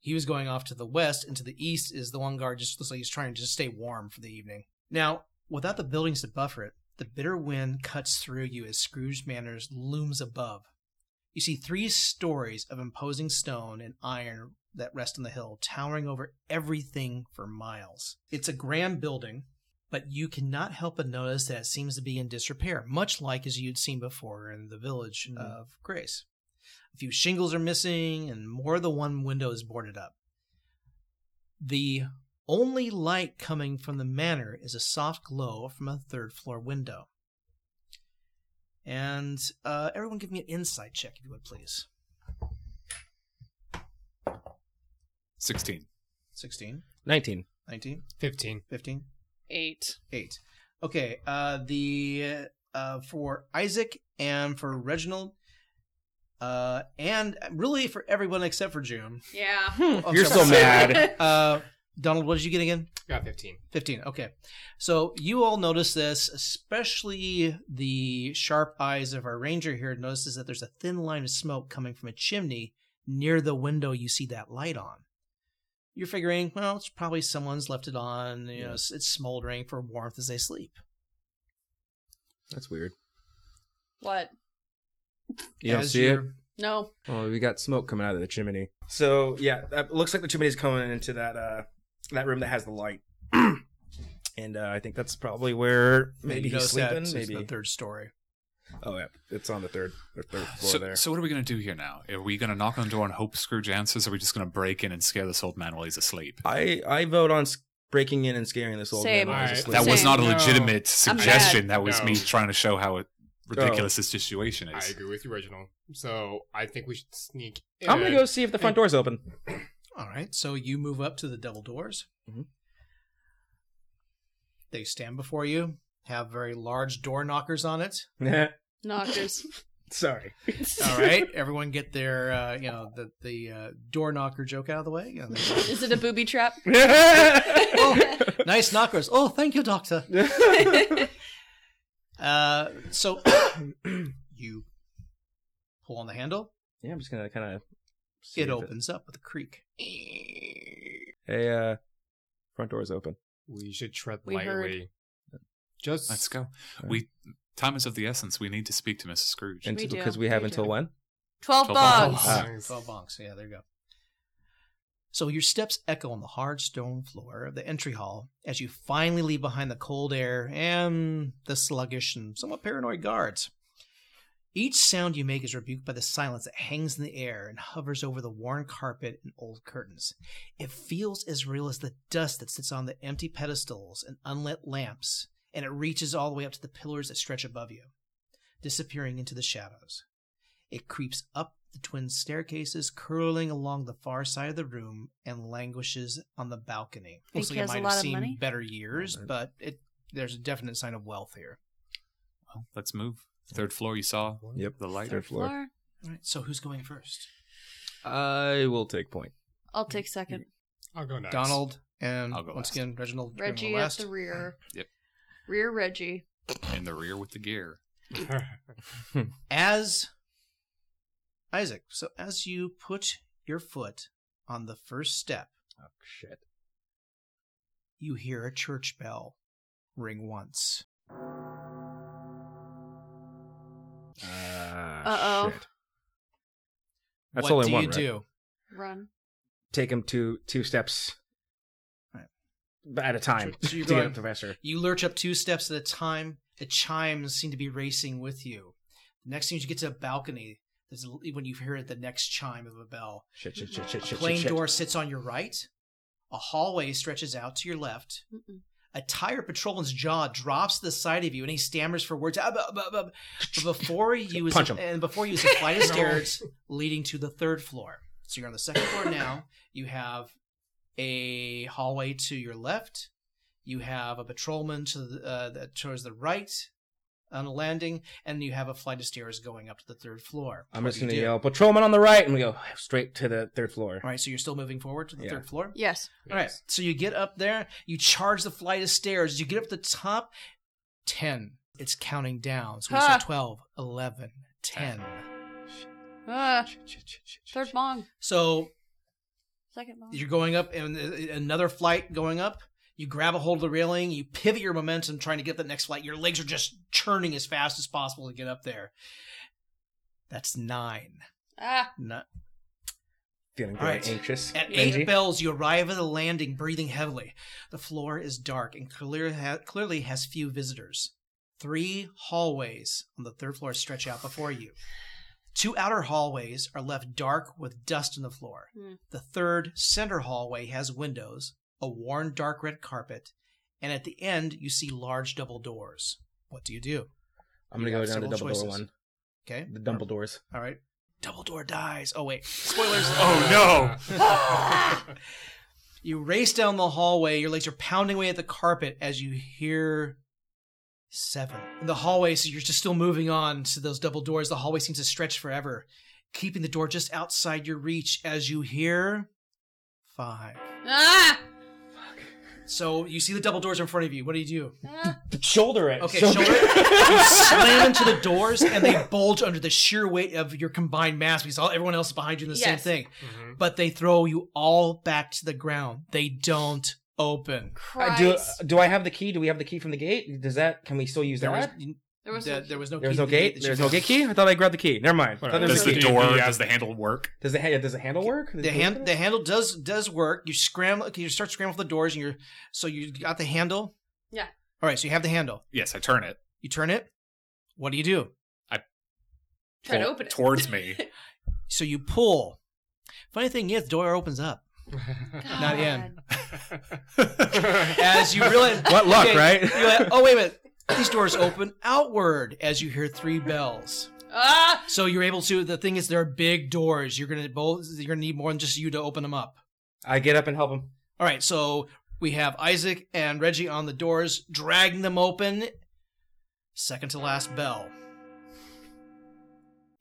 A: He was going off to the west, and to the east is the one guard just looks like he's trying to just stay warm for the evening. Now, without the buildings to buffer it, the bitter wind cuts through you as Scrooge Manors looms above. You see three stories of imposing stone and iron that rest on the hill, towering over everything for miles. It's a grand building, but you cannot help but notice that it seems to be in disrepair, much like as you'd seen before in the village of Grace. A few shingles are missing, and more than one window is boarded up. The only light coming from the manor is a soft glow from a third floor window. And uh, everyone give me an insight check, if you would please.
B: 16.
A: 16,
F: 19.
A: 19,
D: Fifteen.
A: 15,
C: Eight.
A: 8. Okay, uh, the uh, for Isaac and for Reginald, uh, and really for everyone except for June.
C: Yeah.
A: Oh,
F: Hmm, You're
A: sorry.
F: so mad.
A: *laughs* Uh, Donald, what did you get again?
D: Got 15.
A: 15. Okay. So you all notice this, especially the sharp eyes of our ranger here notices that there's a thin line of smoke coming from a chimney near the window you see that light on. You're figuring, well, it's probably someone's left it on, you know, it's, it's smoldering for warmth as they sleep.
F: That's weird.
C: What?
F: You don't
A: As
F: see it?
A: you're-
C: No.
F: Oh, we got smoke coming out of the chimney. So yeah, that looks like the chimney's coming into that uh that room that has the light. *clears throat* and uh, I think that's probably where maybe
A: you notice
F: he's
A: that
F: sleeping.
A: it's
F: Maybe
A: the third story.
F: oh yeah, it's on the third or third floor
B: So,
F: there.
B: so what are we gonna do here now? Are we gonna knock on the door and hope Scrooge answers? Or are we just gonna break in and scare this old man while he's asleep?
F: I I vote on s- breaking in and scaring this old
C: Same.
F: man. while he's
D: Alright.
F: asleep.
B: That was
C: Same.
B: not a
D: No.
B: legitimate
C: I'm
B: suggestion. That was
D: No.
B: me trying to show how it- ridiculous this situation
D: I
B: is.
D: agree with you, Reginald. So I think we should sneak in.
F: I'm gonna go see if the front door's open. *laughs*
A: All right. So you move up to the double doors.
F: Mhm.
A: They stand before you, have very large door knockers on it.
C: Knockers.
F: Sorry.
C: *laughs*
A: All
F: *laughs*
A: right, everyone get their uh, you know the the uh, door knocker joke out of the way. You know,
F: *laughs*
A: they-
C: Is it a booby trap? *laughs*
A: oh, nice knockers. Oh, thank you, doctor. Uh, so *coughs* you pull on the handle.
F: Yeah, I'm just gonna kind of.
A: It opens up with a creak.
F: Hey, uh, front door's open.
D: We should tread
C: We heard.
D: lightly. Just
B: Let's go.
F: Okay.
B: We time is of the essence. We need to speak to Mrs. Scrooge.
F: And
C: We do.
F: because we have
C: We
F: until
C: do.
F: when?
C: 12
B: Twelve
C: bongs.
B: bongs.
F: Ah.
D: Nice.
A: Twelve bonks. Yeah, there you go. So your steps echo on the hard stone floor of the entry hall as you finally leave behind the cold air and the sluggish and somewhat paranoid guards. Each sound you make is rebuked by the silence that hangs in the air and hovers over the worn carpet and old curtains. It feels as real as the dust that sits on the empty pedestals and unlit lamps, and it reaches all the way up to the pillars that stretch above you, disappearing into the shadows. It creeps up the twin staircases, curling along the far side of the room, and languishes on the balcony.
C: Think
A: Looks
C: he
A: like it
C: has a
A: might
C: lot
A: have
C: of
A: seen
C: money?
A: better years,
F: Alright.
A: but it there's a definite sign of wealth here.
B: Well, let's move. Third floor. You saw
F: Yep.
B: the light.
F: Third floor.
A: All right, so who's going first?
F: I will
C: *laughs*
F: take point.
C: I'll take second.
D: I'll go next.
A: Donald and
B: I'll go
A: once
B: last.
A: again Reginald. you're going
C: Reggie at
A: last.
C: the rear.
B: Yep.
C: Rear Reggie.
B: In the rear with the gear.
F: Oh,
A: as Isaac. So as you put your foot on the first step,
F: Oh shit.
A: you hear a church bell ring once.
C: Uh-oh.
F: Ah, shit. That's
A: what
F: only
A: do
F: one,
A: you
F: right?
A: do?
C: Run.
F: Take him two two steps
A: Right.
F: at a time
A: So you're
F: to get
A: going-
F: up to faster.
A: You lurch up two steps at a time. The chimes seem to be racing with you. The next thing is you get to a balcony, there's a- when you hear the next chime of a bell,
F: Shit, shit, shit, shit,
A: A
F: shit,
A: plane
F: shit, shit.
A: door sits on your right. A hallway stretches out to your left.
C: Mm-mm.
A: A tired patrolman's jaw drops to the side of you, and he stammers for words. "Ah, buh, buh, buh." But before
F: *laughs*
A: you is
F: Punch him.
A: and before you is a flight
F: *laughs*
A: of stairs leading to the third floor. So you're on the second floor now. You have a hallway to your left. You have a patrolman to the, uh, the, towards the right on a landing, and you have a flight of stairs going up to the third floor.
F: I'm
A: What
F: just
A: do you
F: gonna
A: do?
F: yell, patrolman on the right, and we go straight to the third floor.
A: All right, so you're still moving forward to the
F: Yeah.
A: third floor.
C: Yes.
A: All right. So you get up there, you charge the flight of stairs, you get up the top 10. It's counting down. So we
C: Ha!
A: said 12, 11, 10.
C: Ah. Third bong.
A: So
C: Second bong.
A: you're going up and uh, another flight going up. You grab a hold of the railing, you pivot your momentum trying to get up the next flight. Your legs are just churning as fast as possible to get up there. That's nine.
C: Ah.
A: Ni-
F: Feeling
A: All
F: very
A: right.
F: anxious.
A: At
F: Benji?
A: eight bells, you arrive at the landing, breathing heavily. The floor is dark and clear ha- clearly has few visitors. Three hallways on the third floor stretch out before you. Two outer hallways are left dark with dust on the floor.
C: Hmm.
A: The third center hallway has windows, a worn dark red carpet, and at the end you see large double doors. What do you do?
F: I'm gonna
A: You
F: go
A: have
F: down to
A: several
F: Dumbledore
A: choices.
F: one.
A: Okay.
F: The Dumbledores.
A: All right. Dumbledore dies. Oh wait.
D: *laughs*
A: Spoilers.
B: Oh
D: no!
A: You race down the hallway. Your legs are pounding away at the carpet as you hear seven. In the hallway, so you're just still moving on to those double doors. The hallway seems to stretch forever. keeping the door just outside your reach as you hear five.
C: Ah!
A: So you see the double doors in front of you. What do you do? *laughs*
C: Ah!
E: Shoulder it.
A: Okay,
F: *laughs*
A: shoulder it. You slam into the doors and they bulge under the sheer weight of your combined mass because all everyone else is behind you in the same
C: Yes.
A: thing. But they throw you all back to the ground. They don't open.
E: I do,
C: Christ.
A: uh,
E: do I have the key? Do we have the key from the gate? Does that? Can we still use
A: There was,
E: that?
C: there was
A: there,
C: no-
A: there was no
E: There was
A: key
E: no
A: to the
E: gate.
A: that you
E: There's no
A: found.
E: gate key. I thought I grabbed the key. Never mind. I thought there was
B: Does
E: a
D: Does
B: the
E: key.
D: the
B: door,
D: DB
B: does the handle work?
E: Does the ha- does the handle work? Does
A: The
E: it
A: hand
E: open
C: *laughs*
A: the
E: it?
A: handle does does work. You scramble. Okay, you start scrambling for the doors, and you're so you got the handle.
C: Yeah.
A: All right, so you have the handle.
B: Yes, I turn it.
A: You turn it. What do you do?
C: Try to
B: Pull
C: open it.
B: Towards
C: *laughs*
B: me.
A: So you pull. Funny thing is, the door opens up Not in.
D: Mm-hmm.
A: as you
E: *laughs*
A: realize.
F: What luck,
A: Okay,
F: right?
A: You're like, oh wait a minute. These doors open outward as you hear three bells.
C: Ah!
A: So you're able to. The thing is, there are big doors. You're gonna both. You're gonna need more than just you to open them up.
E: I get up and help him.
A: All right, so we have Isaac and Reggie on the doors, dragging them open. Second to last bell.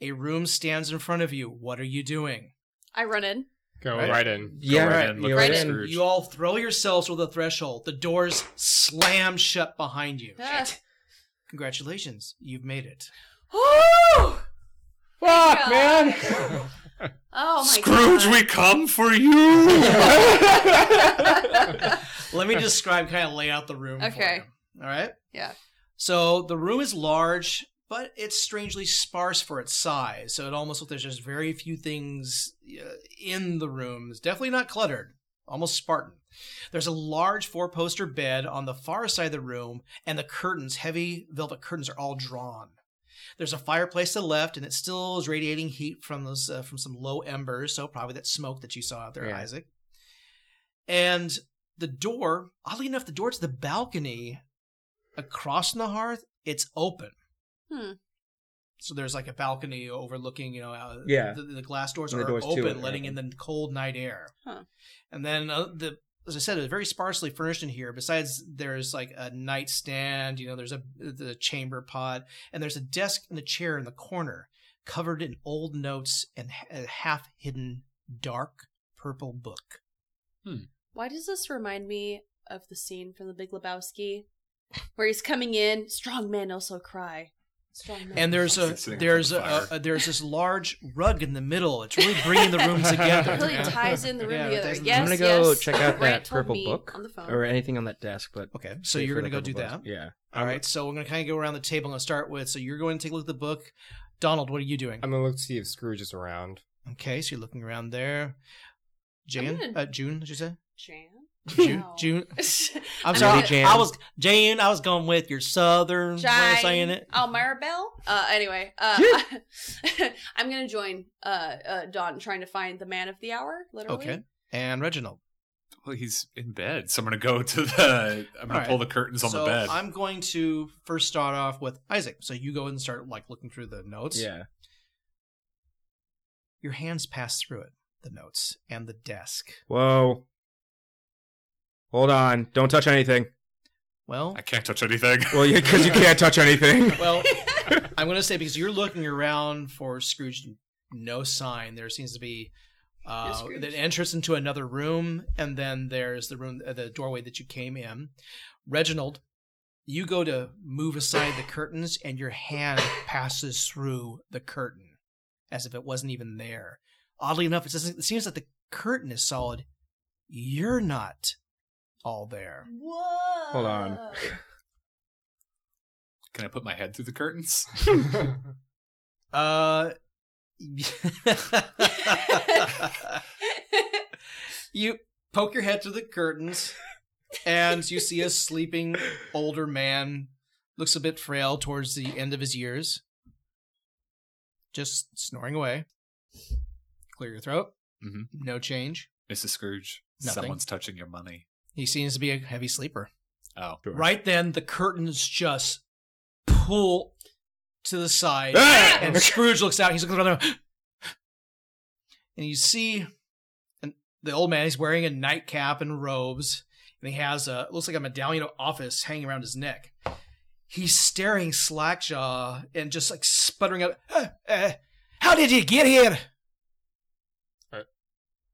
A: A room stands in front of you. What are you doing?
C: I run in.
D: *laughs* Go
A: Right.
D: right, in.
E: Yeah,
B: right
E: right.
B: in, look
E: You're
C: right
E: right
C: in.
E: in.
A: You all throw yourselves over the threshold. The doors slam shut behind you.
C: Ah.
A: Congratulations, you've made it.
C: Woo!
E: Fuck,
C: Yeah. *laughs*
E: man.
C: Oh my
B: Scrooge,
C: God.
B: we come for you!
A: *laughs* Let
C: *laughs*
A: me describe, kind of lay out the room. for
C: Okay.
A: you. All right.
C: Yeah.
A: So the room is large, but it's strangely sparse for its size. So it almost looks like there's just very few things uh, in the room. It's definitely not cluttered, almost Spartan. There's a large four poster bed on the far side of the room, and the curtains, heavy velvet curtains, are all drawn. There's a fireplace to the left, and it still is radiating heat from those uh, from some low embers. So probably that smoke that you saw out there,
E: Yeah.
A: Isaac. And the door, oddly enough, the door to the balcony across from the hearth, it's open.
C: Hmm.
A: So there's like a balcony overlooking, you know, out,
E: Yeah.
A: the, the glass doors
E: And the
A: are
E: doors to
A: open,
E: it,
A: letting
E: yeah.
A: in the cold night air.
C: Huh.
A: And then uh, the as I said, it's very sparsely furnished in here. Besides, there's like a nightstand, you know, there's a the chamber pot, and there's a desk and a chair in the corner, covered in old notes and ha- a half hidden dark purple book.
C: Why does this remind me of the scene from The Big Lebowski, where he's coming in? Strong men also cry. Strong men.
A: and there's a
B: Sitting in front
A: there's
B: of the
A: a,
B: fire.
A: a there's this large rug in the middle. It's really bringing the room together.
C: It really ties in the room
A: Yeah, it
C: together.
A: ties in the-
C: Yes,
E: I'm gonna go
C: yes.
E: check out
C: Grant
E: that
C: told
E: purple
C: me
E: book
C: on the phone.
E: or anything on that desk, but
A: Okay, so
E: Wait
A: you're
E: for
A: gonna
E: the
A: go do
E: purple
A: that.
E: book. Yeah.
A: All right, so we're gonna kind of go around the table and start with. So you're going to take a look at the book. Donald, what are you doing?
D: I'm gonna look to see if Scrooge is around. *laughs*
A: Okay, so you're looking around there. Jan,
C: gonna-
A: uh, June, did you *laughs* say?
C: Jan? *laughs*
A: June,
C: No.
A: June. *laughs* I'm
C: I'm
A: sorry,
C: not-
A: Jan. I was Jane. I was going with your southern way
C: Jai
A: of saying it.
C: Elmira Bell. Uh, anyway, uh, *laughs* I'm gonna join uh, uh, Don trying to find the man of the hour. Literally.
A: Okay, and Reginald.
B: well, he's in bed, so I'm going to go to the. I'm going
A: All right.
B: to pull the curtains on
A: so
B: the bed.
A: I'm going to first start off with Isaac. So you go and start like looking through the notes.
E: Yeah.
A: Your hands pass through it, the notes and the desk.
F: Whoa. Hold on. Don't touch anything.
A: Well,
B: I can't touch anything.
F: Well,
B: *laughs*
F: because you can't touch anything.
E: *laughs*
A: well, I'm going to say because you're looking around for Scrooge, no sign. There seems to be
C: No
A: uh,
C: Scrooge.
A: an entrance into another room, and then there's the room, uh, the doorway that you came in. Reginald, you go to move aside the curtains, and your hand passes through the curtain as if it wasn't even there. Oddly enough, it, doesn't, it seems that the curtain is solid. You're not all there.
C: Whoa.
F: Hold on.
B: Can I put my head through the curtains?
A: Uh, *laughs* you poke your head through the curtains, and you see a sleeping older man. Looks a bit frail towards the end of his years. Just snoring away. Clear your throat.
B: Mhm.
A: No change.
B: Mrs. Scrooge,
A: Nothing.
B: someone's touching your money.
A: He seems to be a heavy sleeper.
B: Oh.
A: Right then, the curtains just pull to the
D: *laughs*
A: side,
F: Ah!
A: and Scrooge looks out. He's looking around, the room, *gasps* and you see, an, the old man. He's wearing a nightcap and robes, and he has a looks like a medallion of office hanging around his neck. He's staring slackjaw and just like sputtering out, "Eh, eh, How did you get here?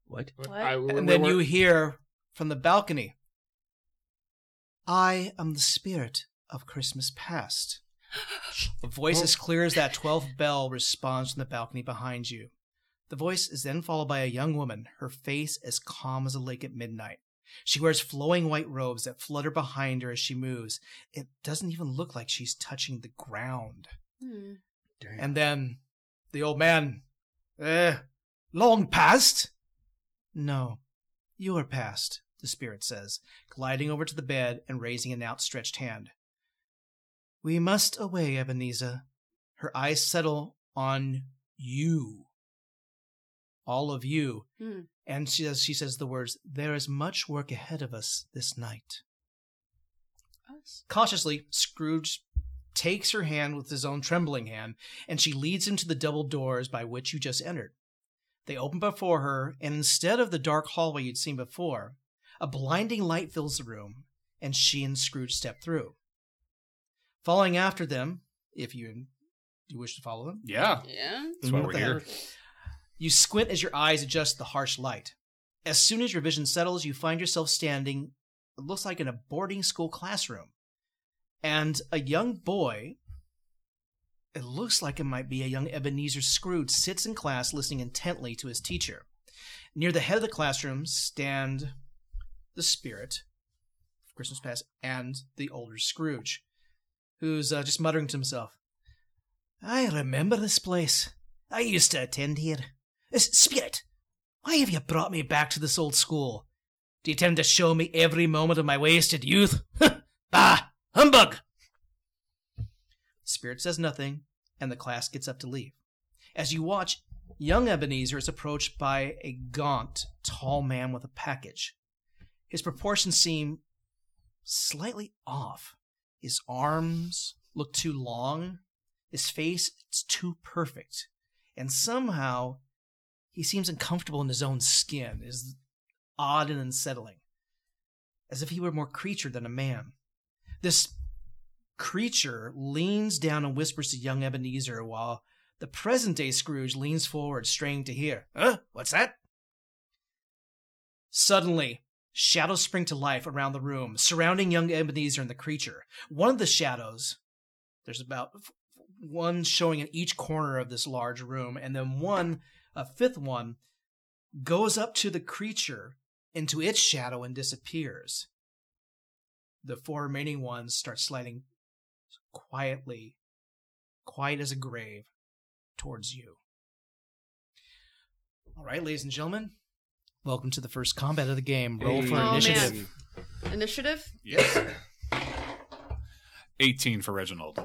E: What?
C: What?
D: I- we-
A: And
D: we
A: then
D: were-
A: you hear from the balcony I am the spirit of Christmas past. The voice as clear as that 12th bell responds from the balcony behind you. The voice is then followed by a young woman, her face as calm as a lake at midnight. She wears flowing white robes that flutter behind her as she moves. It doesn't even look like she's touching the ground.
C: *laughs* Hmm.
A: And then the old man, eh, long past? No, you are past, the spirit says, gliding over to the bed and raising an outstretched hand. We must away, Ebenezer. Her eyes settle on you. All of you.
C: Hmm.
A: And she says, she says the words, There is much work ahead of us this night.
C: Us.
A: Cautiously, Scrooge takes her hand with his own trembling hand, and she leads him to the double doors by which you just entered. They open before her, and instead of the dark hallway you'd seen before, a blinding light fills the room, and she and Scrooge step through. Following after them, if you you wish to follow them,
B: Yeah,
C: Yeah.
B: that's why
A: Mhm.
B: we're here.
A: you squint as your eyes adjust the harsh light. As soon as your vision settles, you find yourself standing, it looks like in a boarding school classroom. And a young boy, it looks like it might be a young Ebenezer Scrooge, sits in class listening intently to his teacher. Near the head of the classroom stand the spirit of Christmas Past and the older Scrooge, who's uh, just muttering to himself, I remember this place. I used to attend here. This spirit, why have you brought me back to this old school? Do you intend to show me every moment of my wasted youth? *laughs* bah! Humbug! Spirit says nothing, and the class gets up to leave. As you watch, young Ebenezer is approached by a gaunt, tall man with a package. His proportions seem slightly off. His arms look too long. His face is too perfect. And somehow he seems uncomfortable in his own skin, is odd and unsettling, as if he were more creature than a man. This creature leans down and whispers to young Ebenezer while the present day Scrooge leans forward, straining to hear. Huh? What's that? Suddenly, shadows spring to life around the room, surrounding young Ebenezer and the creature. One of the shadows, there's about f- f- one showing in each corner of this large room, and then one, a fifth one, goes up to the creature into its shadow and disappears. The four remaining ones start sliding quietly, quiet as a grave, towards you. All right, ladies and gentlemen, welcome to the first combat of the game. Roll for
C: Hey. Oh,
A: initiative.
C: man. Initiative.
B: Yes. *coughs* 18 for Reginald.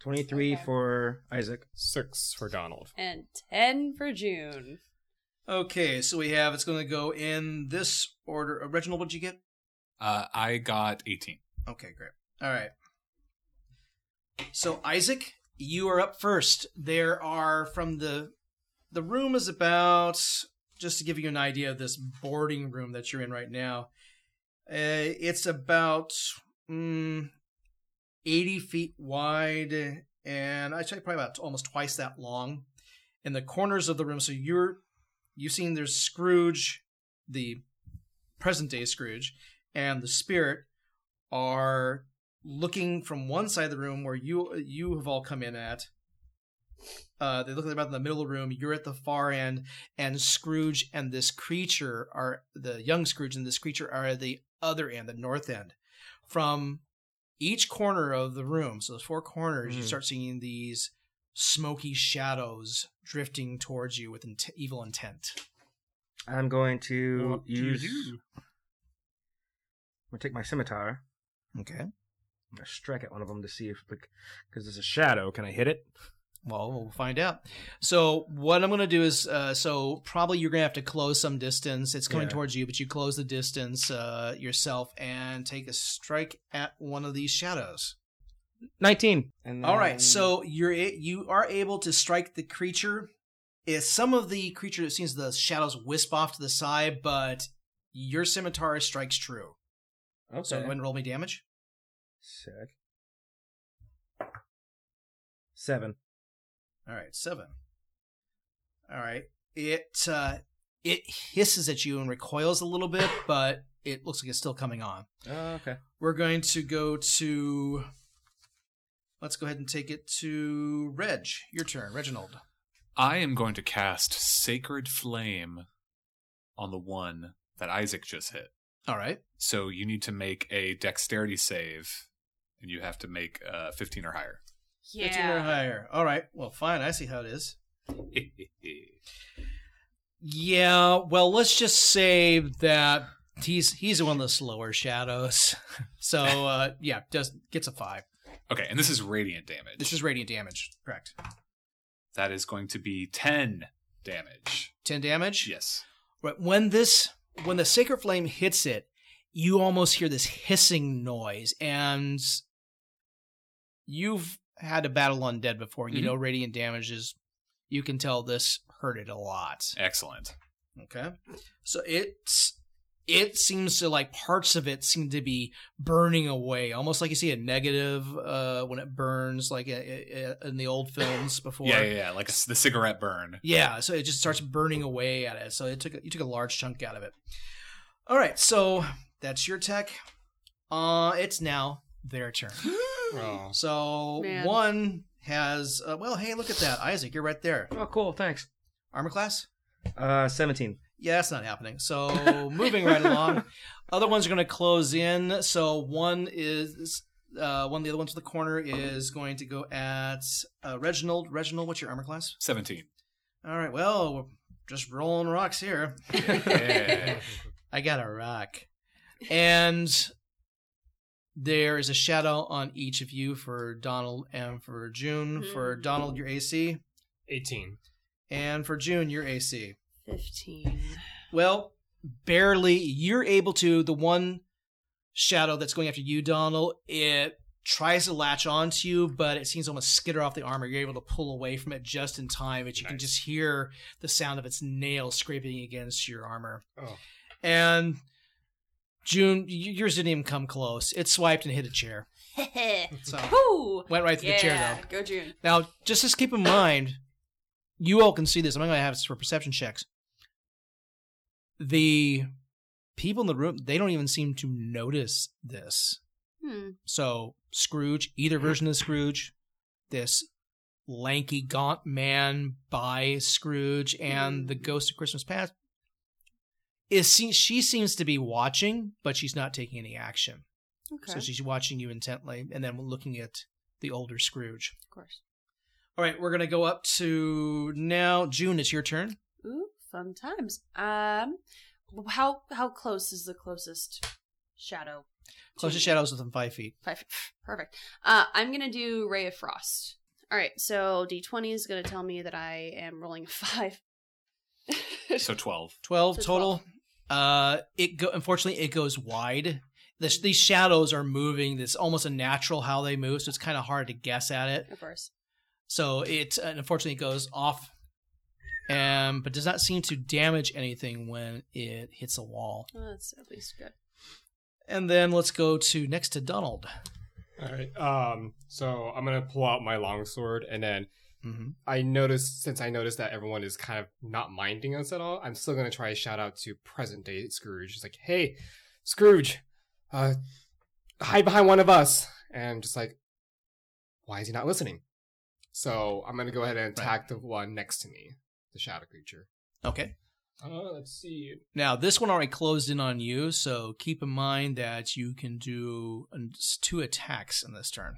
F: 23
C: Okay.
F: for Isaac.
D: Six for Donald. *laughs*
C: And 10 for June.
A: Okay, so we have it's going to go in this order. Uh, Reginald, what'd you get?
B: Uh, I got 18.
A: Okay, great. All right. So Isaac, you are up first. There are from the the room is about just to give you an idea of this boarding room that you're in right now. Uh, it's about mm, 80 feet wide and I say probably about almost twice that long. In the corners of the room, so you're you've seen there's Scrooge, the present day Scrooge, and the spirit are looking from one side of the room where you you have all come in at. Uh, they look like they're about in the middle of the room. You're at the far end, and Scrooge and this creature are the young Scrooge and this creature are at the other end, the north end. From each corner of the room, so those four corners, you
F: Mhm.
A: start seeing these smoky shadows drifting towards you with int- evil intent.
F: I'm going to
B: What do you
F: use.
B: do?
F: I'm gonna take my scimitar.
A: Okay.
F: I'm gonna strike at one of them to see if because it's a shadow. Can I hit it?
A: Well, we'll find out. So what I'm going to do is, uh, so probably you're going to have to close some distance. It's coming
F: Yeah.
A: towards you, but you close the distance uh, yourself and take a strike at one of these shadows.
E: 19.
F: And
A: All right, so you're a- you are able to strike the creature. If some of the creature it seems the shadows wisp off to the side, but your scimitar strikes true.
F: okay.
A: So go ahead and roll me damage.
F: Sick. Seven.
A: All right, seven. All right. It uh, it hisses at you and recoils a little bit, but it looks like it's still coming on.
F: Oh, okay.
A: We're going to go to. Let's go ahead and take it to Reg. Your turn, Reginald.
B: I am going to cast Sacred Flame on the one that Isaac just hit.
A: All right.
B: So you need to make a dexterity save, and you have to make uh, 15 or higher.
A: 15 or higher. All right. Well, fine. I see how it is. Yeah. Well, let's just say that he's he's one of the slower shadows. *laughs* So uh, yeah, just gets a five.
B: okay, and this is radiant damage.
A: This is radiant damage. Correct.
B: that is going to be 10 damage.
A: Ten damage.
B: Yes.
A: But when this when the sacred flame hits it, you almost hear this hissing noise, and you've had to battle undead before. You
B: Mhm.
A: know radiant damage is. You can tell this hurt it a lot.
B: Excellent.
A: Okay. So it's it seems to like parts of it seem to be burning away, almost like you see a negative uh, when it burns, like a, a, in the old films before.
B: yeah, yeah, yeah. Like a c- the cigarette burn.
A: Yeah, so it just starts burning away at it. So it took you took a large chunk out of it. All right, so that's your tech. Uh, it's now their turn.
D: Oh.
A: So
C: Man.
A: one has uh, well, hey, look at that, Isaac, you're right there.
E: Oh, cool. Thanks.
A: Armor class.
F: Uh, 17.
A: Yeah, that's not happening. So moving right along, other ones are going to close in. So one is uh, one of the other ones to the corner is going to go at uh, Reginald. Reginald, what's your armor class?
B: 17.
A: All right, well, we're just rolling rocks here.
C: *laughs*
A: *laughs*
B: Yeah.
A: I got a rock, and there is a shadow on each of you for Donald and for June. For Donald, your AC,
D: 18.
A: and for June, your AC. *laughs*
C: *laughs* 15.
A: Well, barely. You're able to. The one shadow that's going after you, Donald, it tries to latch onto you, but it seems to almost skitter off the armor. You're able to pull away from it just in time, but you can
D: Nice.
A: just hear the sound of its nail scraping against your armor.
D: Oh.
A: And June, y- yours didn't even come close. It swiped and hit a chair.
C: *laughs*
A: So
C: Woo!
A: went right through the chair, though.
C: Oh, Yeah, go June.
A: Now, just just keep in mind, you all can see this. I'm not going to have this for perception checks. The people in the room, they don't even seem to notice this.
C: Hmm.
A: So, Scrooge, either version of Scrooge, this lanky, gaunt man by Scrooge and the ghost of Christmas past is se- she seems to be watching, but she's not taking any action.
C: Okay.
A: So she's watching you intently and then looking at the older Scrooge.
C: of course.
A: All right, we're gonna go up to now. June, it's your turn.
C: Ooh, fun times. Um, how how close is the closest shadow? to
A: Closest
C: me?
A: shadows within five feet.
C: Five. *laughs* Perfect. Uh, I'm gonna do Ray of Frost. All right, so D20 is gonna tell me that I am rolling a *laughs* five.
B: so 12.
A: Twelve
C: So
A: total. Uh, it go. Unfortunately, it goes wide. The, sh- these shadows are moving. It's almost unnatural how they move, so it's kind of hard to guess at it.
C: of course.
A: So it and unfortunately it goes off, um, but does not seem to damage anything when it hits a wall.
C: Well, Oh, that's at least good.
A: And then let's go to next to Donald.
D: All right. Um, so I'm going to pull out my longsword and then
A: Mm-hmm.
D: I noticed, since I noticed that everyone is kind of not minding us at all, I'm still going to try a shout out to present day Scrooge. It's like, hey, Scrooge, uh, hide behind one of us. And I'm just like, why is he not listening? So I'm going to go ahead and attack the one next to me, the shadow creature.
A: Okay.
D: Uh, let's see.
A: Now, this one already closed in on you, so keep in mind that you can do um, s- two attacks in this turn.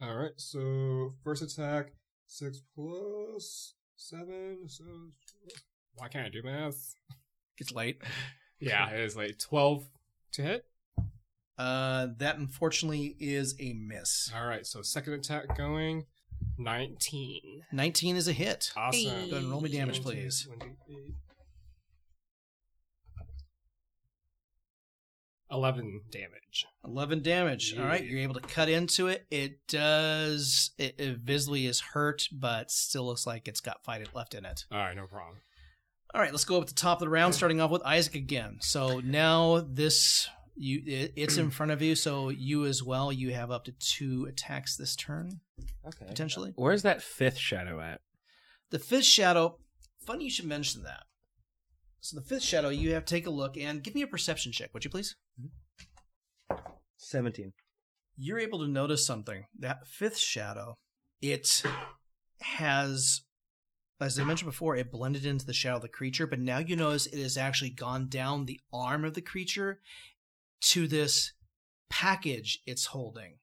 D: All right, so first attack, six plus seven. So why can't I do math?
A: It's late.
D: Yeah, *laughs* it is like twelve to hit.
A: Uh, that unfortunately is a miss.
D: All right, so second attack going nineteen.
A: 19 is a hit.
D: Awesome.
C: Hey. Go ahead and roll me
A: damage,
D: 19,
A: please.
D: 28. Eleven damage.
A: 11 damage. All right, you're able to cut into it. It does, it, it visibly is hurt, but still looks like it's got fight left in it.
D: All right, no problem.
A: All right, let's go up to the top of the round, starting off with Isaac again. So now this. You, it, it's in front of you, so you as well. You have up to two attacks this turn,
E: Okay.
A: potentially.
H: Where's that fifth shadow at?
A: The fifth shadow funny you should mention that. So the fifth shadow, you have to take a look and give me a perception check, would you please?
F: 17.
A: you're able to notice something. That fifth shadow, it has, as I mentioned before, it blended into the shadow of the creature, but now you notice it has actually gone down the arm of the creature to this package it's holding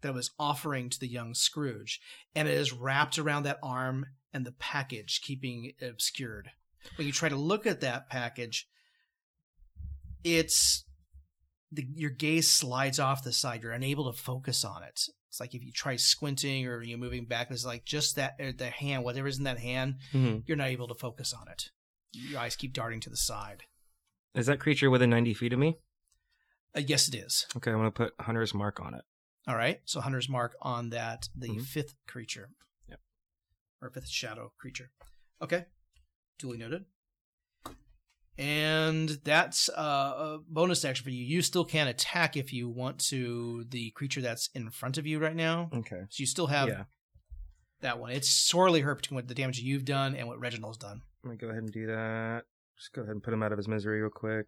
A: that it was offering to the young Scrooge. And it is wrapped around that arm and the package, keeping it obscured. When you try to look at that package, it's the, your gaze slides off the side. You're unable to focus on it. It's like if you try squinting or you're moving back, it's like just that uh, the hand, whatever's in that hand,
E: Mhm.
A: you're not able to focus on it. Your eyes keep darting to the side.
E: Is that creature within 90 feet of me?
A: Uh, yes, it is.
E: Okay, I'm going to put Hunter's Mark on it.
A: All right. So Hunter's mark on that, the
E: Mhm.
A: fifth creature.
E: Yep.
A: Or fifth shadow creature. Okay. Duly noted. And that's uh, a bonus action for you. You still can attack if you want to the creature that's in front of you right now.
F: Okay.
A: So you still have
F: Yeah.
A: that one. It's sorely hurt between what the damage you've done and what Reginald's done.
F: I'm going to go ahead and do that. Just go ahead and put him out of his misery real quick.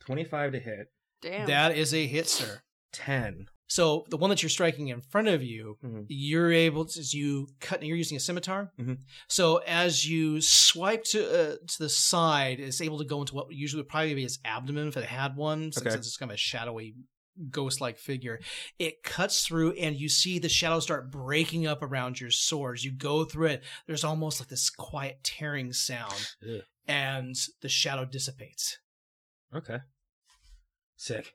F: 25 to hit.
C: Damn.
A: That is a hit, sir.
F: 10.
A: So the one that you're striking in front of you,
F: Mhm.
A: you're able to as you cut. You're using a scimitar.
F: Mhm.
A: So as you swipe to uh, to the side, it's able to go into what usually would probably be its abdomen if it had one, since
F: Okay.
A: it's kind of a shadowy ghost-like figure. It cuts through, and you see the shadows start breaking up around your swords. You go through it. There's almost like this quiet tearing sound,
H: Ugh.
A: and the shadow dissipates.
F: Okay. Sick.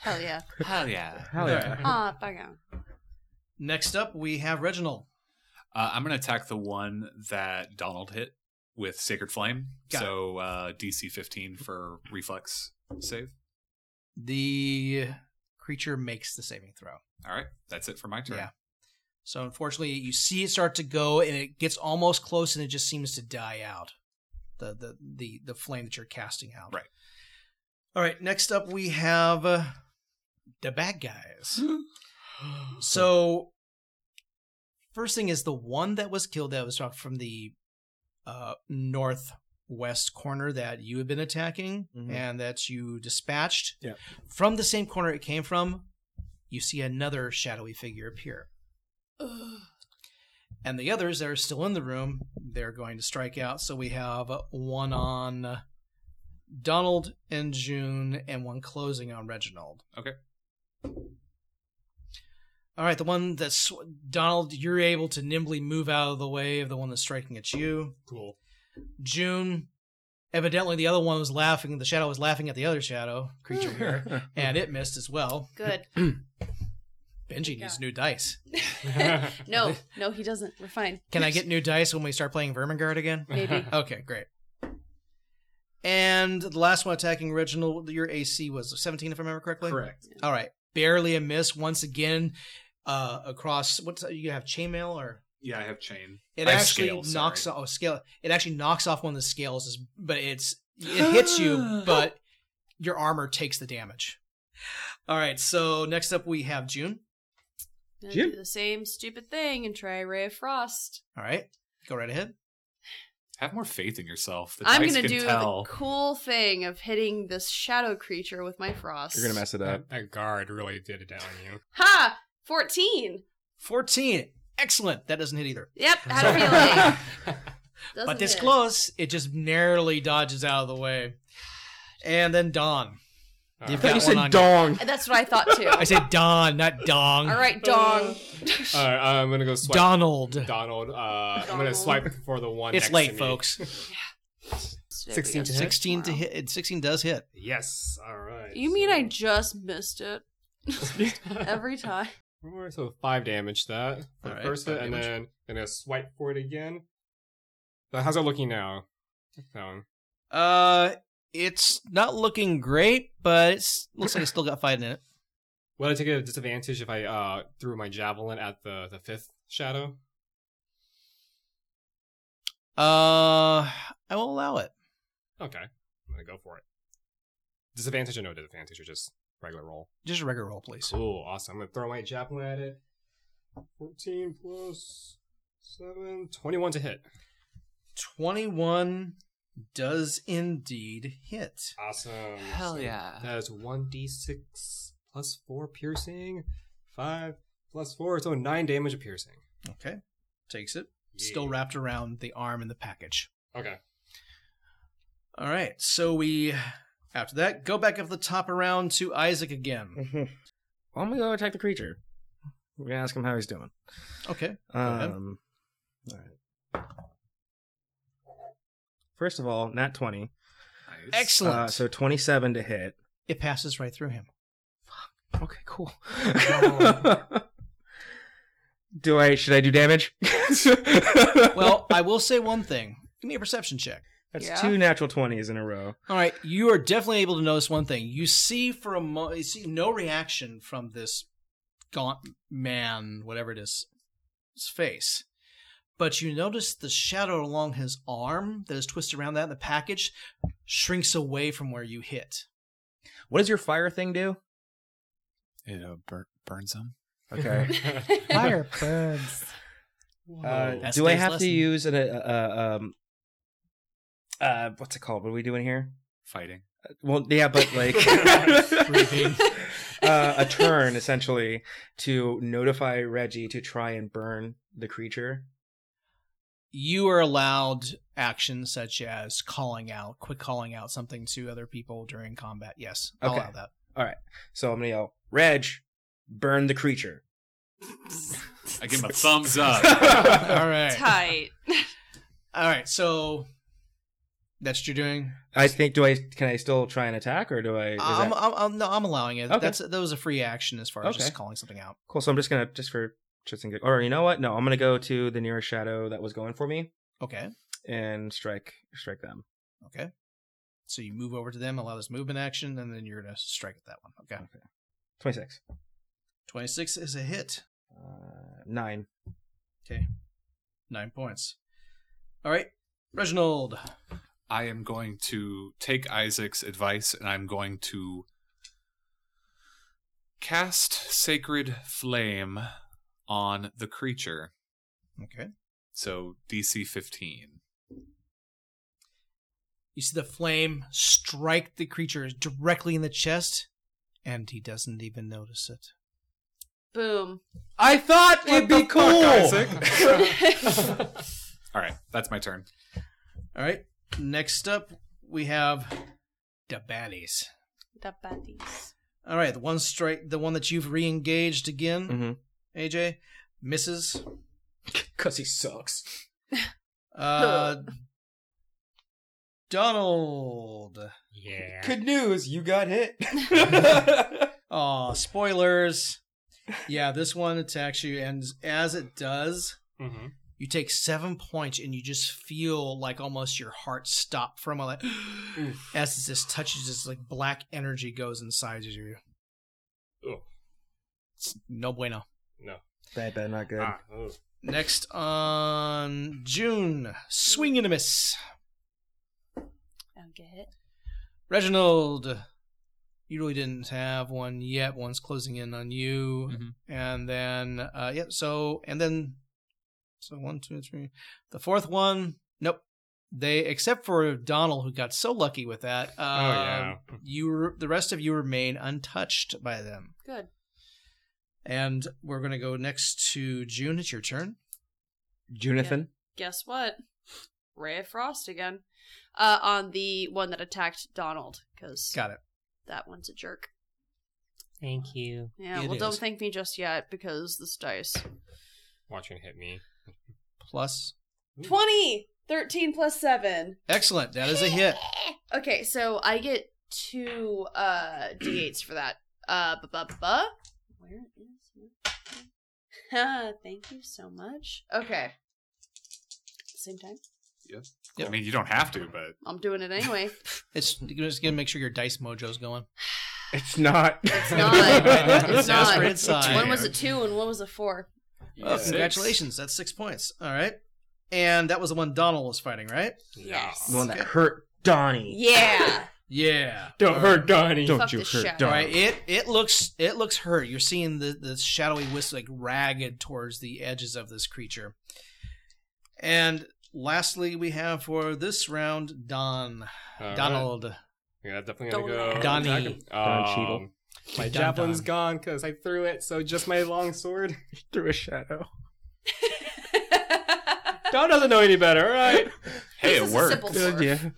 C: Hell yeah.
B: Hell yeah.
D: *laughs*
F: Hell yeah.
C: Ah, bang on.
A: Next up, we have Reginald.
B: Uh, I'm going to attack the one that Donald hit with Sacred Flame.
A: Got it.
B: so uh, DC 15 for reflex save.
A: The creature makes the saving throw.
B: All right. That's it for my turn.
A: Yeah. So unfortunately, you see it start to go, and it gets almost close, and it just seems to die out. The the the the flame that you're casting out.
B: Right.
A: All right. Next up, we have uh, the bad guys. so first thing is the one that was killed that was talked from the uh, northwest corner that you had been attacking
F: Mhm.
A: and that you dispatched.
F: Yeah.
A: From the same corner it came from, you see another shadowy figure appear. And the others that are still in the room, they're going to strike out. So we have one on Donald and June, and one closing on Reginald.
B: Okay.
A: All right, the one that's Donald, you're able to nimbly move out of the way of the one that's striking at you.
D: Cool.
A: June, evidently the other one was laughing. The shadow was laughing at the other shadow *laughs* creature
D: *laughs*
A: here, and it missed as well.
C: Good.
A: Benji
C: Yeah.
A: needs new dice.
D: *laughs*
C: no, no, he doesn't. We're fine.
A: Can I get new dice when we start playing Vermingard again? *laughs*
C: Maybe.
A: Okay, great. And the last one attacking Reginald, your AC was 17, if I remember correctly.
D: Correct.
A: All right, barely a miss once again. Uh, across what's you have chainmail or
B: Yeah, I have chain.
A: it
B: I have
A: actually
B: scale, sorry.
A: knocks off oh, scale. It actually knocks off one of the scales, is- but it's it hits
B: *gasps*
A: you, but your armor takes the damage. All right, so next up we have June.
C: Gonna
F: Jim?
C: do the same stupid thing and try Ray of Frost.
A: All right, go right ahead.
B: Have more faith in yourself. The
C: I'm
B: dice
C: gonna
B: can
C: do
B: tell.
C: the cool thing of hitting this shadow creature with my frost.
F: You're going to mess it up.
D: That, that guard really did it down you.
C: Ha! Fourteen.
A: 14. Excellent. That doesn't hit either.
C: Yep, had a feeling. Doesn't
A: but this
C: it?
A: close, it just narrowly dodges out of the way. And then Dawn.
D: Uh,
A: You've got
F: I you
A: one on
F: said
A: you.
F: dong.
C: That's what I thought too.
A: I said Don, not Dong.
C: All right, *laughs* Dong.
D: all right, I'm gonna go swipe
A: Donald.
D: Donald. Uh, I'm gonna
C: Donald.
D: swipe for the one.
A: It's
D: next to
A: late,
D: me.
A: folks.
C: Sixteen
A: 16 to hit. it- 16 does hit.
D: *laughs* Yes. All right.
C: You mean I just missed it
D: *laughs*
C: every time?
D: Four, so five damage that for the
A: Alright,
D: first
A: five
D: hit, and
A: damage.
D: then I'm gonna swipe for it again. So how's it looking now? So,
A: Uh, it's not looking great, but it's looks like it's still got fight in it.
D: would I take a disadvantage if I uh threw my javelin at the the fifth shadow?
A: Uh, I will allow it.
D: Okay, I'm gonna go for it. Disadvantage or no disadvantage, or just regular roll.
A: Just a regular roll, please.
D: Cool, awesome. I'm gonna throw my javelin at it. 14 plus 7, 21 to hit.
A: 21 does indeed hit.
D: Awesome.
B: Hell
D: So
B: yeah.
D: That is 1d6 plus 4 piercing, 5 plus 4, so 9 damage of piercing.
A: Okay. Takes it. Still
D: Yeah.
A: wrapped around the arm and the package.
D: Okay.
A: All right. So we, after that, go back up the top around to Isaac again. *laughs*
F: Mhm. Well, I'm gonna go attack the creature. We're gonna ask him how he's doing.
A: Okay. ahead.
F: Um, all right. First of all, nat twenty.
B: Nice.
A: Excellent.
F: Uh, so twenty-seven to hit.
A: it passes right through him.
F: Okay, cool. *laughs* do I? Should I do damage?
A: *laughs* Well, I will say one thing. Give me a perception check.
F: *laughs* that's
C: Yeah.
F: two natural twenties in a row.
A: All right, you are definitely able to notice one thing. You see for a mo- you see no reaction from this gaunt man, whatever it is, his face. But you notice the shadow along his arm that is twisted around that in the package shrinks away from where you hit.
F: What does your fire thing do?
B: It uh, bur- burns them.
A: *laughs*
F: Okay.
D: *laughs* Fire
G: birds.
F: Uh,
A: That's
F: do I
A: today's
F: have to
A: Oh, lesson.
F: use an uh, uh, um uh what's it called? What are we doing here?
B: Fighting.
F: Well, yeah, but *laughs* like uh, a turn essentially to notify Reggie to try and burn the creature.
A: You are allowed actions such as calling out, quick calling out something to other people during combat. Yes, I'll
F: Okay.
A: allow that. *laughs*
F: So I'm gonna yell, "Reg, burn the creature."
B: I give him a thumbs up.
F: *laughs*
A: All right.
C: Tight.
A: All right, so that's what you're doing.
F: I think. Do I? Can I still try and attack, or do I? is
A: I'm,
F: that-
A: I'm, I'm, no, I'm allowing it.
F: Okay.
A: That's that was a free action as far as just
F: Okay.
A: calling something out.
F: cool. So I'm just gonna just for just in case. Or you know what? No, I'm gonna go to the nearest shadow that was going for me
A: Okay,
F: and strike strike them.
A: okay. So you move over to them, allow this movement action, and then you're gonna strike at that one. Okay,
F: Twenty six.
A: twenty six is a hit.
F: Uh, nine.
A: Nine points. All right, Reginald.
B: I am going to take Isaac's advice and I'm going to cast Sacred Flame on the creature.
A: Okay.
B: So DC 15.
A: You see the flame strike the creature directly in the chest, and he doesn't even notice it.
C: Boom.
F: I thought it'd be cool.
C: *laughs*
B: All right, that's my turn.
A: All right. Next up, we have Dabatis.
C: The baddies.
A: All right, the one strike, the one that you've re-engaged again.
F: mm-hmm.
A: AJ misses.
F: Cause he sucks.
A: Uh, Donald.
D: yeah. Mm-hmm.
F: Good news, you got hit. *laughs*
D: *laughs*
A: Oh, spoilers. Yeah, this one attacks you, and as it does,
D: Mm-hmm.
A: you take seven points, and you just feel like almost your heart stop from a *gasps* like as it just touches this like black energy goes inside of you.
D: Ugh.
A: It's no bueno.
D: No.
F: that better not good.
D: Ah, ugh.
A: Next on June, swing and a miss.
C: I don't get hit.
A: Reginald, you really didn't have one yet. One's closing in on you,
B: Mhm.
D: Mm-hmm.
A: and then uh, yeah. So and then so one, two, three. The fourth one, nope. They except for Donald, who got so lucky with that. Um,
D: oh, yeah.
A: You re- the rest of you remain untouched by them,
C: Good.
A: and we're gonna go next to June. It's your turn.
F: Junathan.
C: Guess what? Ray of Frost again. Uh, on the one that attacked Donald, because
A: Got it.
C: that one's a jerk.
G: Thank you.
C: Yeah,
A: It
C: well, don't
A: is.
C: thank me just yet because this dice.
D: Watch him hit me.
A: Plus,
C: 20! 13 plus 7.
A: excellent. That is a hit.
C: *laughs* Okay, so I get two
A: *clears throat*
C: uh d8s for that. Uh, ba ba ba. Where is? my- *laughs* Thank you so much. Okay. Same time.
B: I mean, you don't have to, but
C: I'm doing it anyway.
A: It's you're just gonna make sure your dice mojo's going.
F: It's
B: *laughs*
F: not.
C: It's
A: *laughs*
C: not. It's not.
A: Exasperated sigh.
C: One was a two and one was a four.
A: Well,
B: Six.
A: Oh, congratulations. That's six points. All right. And that was the one Donald was fighting, right?
C: Yes.
F: The one that hurt Donnie.
C: Yeah.
A: Yeah.
D: Don't
A: All
D: hurt Donnie.
F: Don't
C: Fuck
F: you
C: this
F: hurt
C: shadow.
A: All
F: Donnie.
A: right. It it looks it looks hurt. You're seeing the the shadowy wisp like ragged towards the edges of this creature. And Lastly, we have for this round Don
D: All right.
A: Donald.
D: Yeah, definitely gonna go.
A: Donald. Donnie.
D: Um,
E: Cheadle.
D: My
A: Don
D: jablin's
A: Don.
D: gone because I threw it, so just my
F: *laughs*
D: long sword.
F: Through a shadow.
D: Don doesn't know any better,
F: *laughs*
D: all right?
B: *laughs* Hey,
C: This
B: it
C: is a
B: worked. *laughs*
C: simple sword.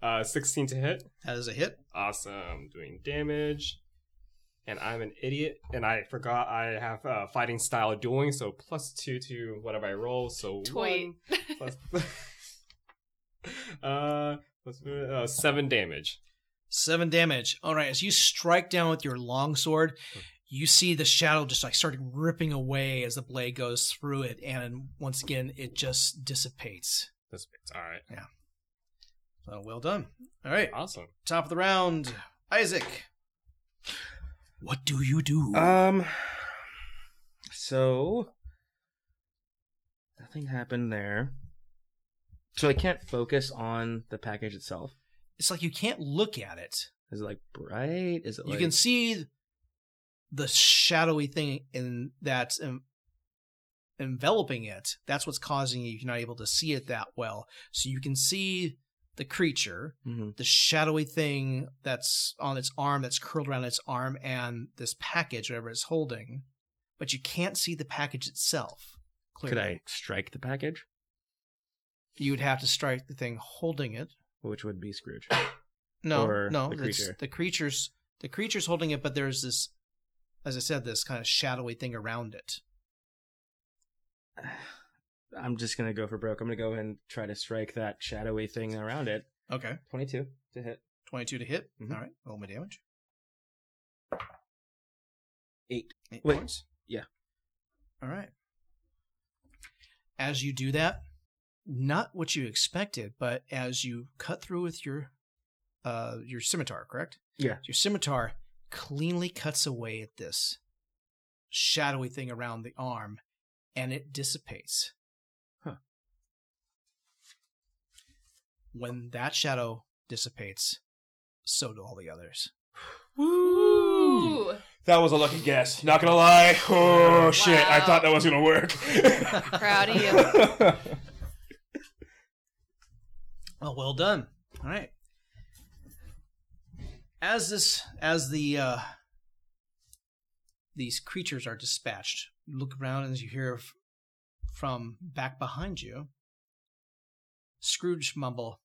D: Uh, 16 to hit.
A: That is a hit.
D: Awesome. Doing damage. And I'm an idiot, and I forgot I have uh, fighting style dueling, so plus two to whatever I roll. So
C: Tweet.
D: one plus *laughs* uh, plus, uh, seven damage.
A: Seven damage. All right, as you strike down with your longsword, you see the shadow just like start ripping away as the blade goes through it, and once again it just dissipates.
D: This bit. All right,
A: So well done. All right,
D: awesome.
A: top of the round, Isaac. What do you do?
E: Uh,
F: Um. So nothing happened there.
E: So I can't focus on the package itself.
A: it's like you can't look at it.
E: Is it like bright? Is it
A: You
E: like
A: can see the shadowy thing in that's en- enveloping it. That's what's causing you. You're not able to see it that well. So you can see the creature,
E: Mhm.
A: the shadowy thing that's on its arm, that's curled around its arm, and this package, whatever it's holding, but you can't see the package itself. Clearly.
E: Could I strike the package?
A: You would have to strike the thing holding it.
E: Which would be Scrooge.
A: No,
E: or
A: no,
E: the
A: it's-
E: creature?
A: the creature's the creature's holding it, but there's this, as I said, this kind of shadowy thing around it.
E: I'm just gonna go for broke. I'm gonna go and try to strike that shadowy thing around it.
A: Okay,
E: Twenty-two to hit.
A: twenty-two to hit.
E: Mhm.
A: All right, roll my damage.
E: Eight.
A: Eight
E: Wait,
A: points.
E: yeah.
A: All right. As you do that, not what you expected, but as you cut through with your, uh, your scimitar, correct?
E: Yeah.
A: Your scimitar cleanly cuts away at this shadowy thing around the arm, and it dissipates.
E: Huh.
A: When that shadow dissipates, so do all the others.
C: Ooh.
F: That was a lucky guess. Not gonna lie. Oh shit! I
C: Wow.
F: thought that was gonna work.
C: Proud of you.
A: *laughs*
F: *laughs* you.
A: Oh, well done. All right. As this, as the uh, these creatures are dispatched, you look around and you hear f- from back behind you. Scrooge mumble,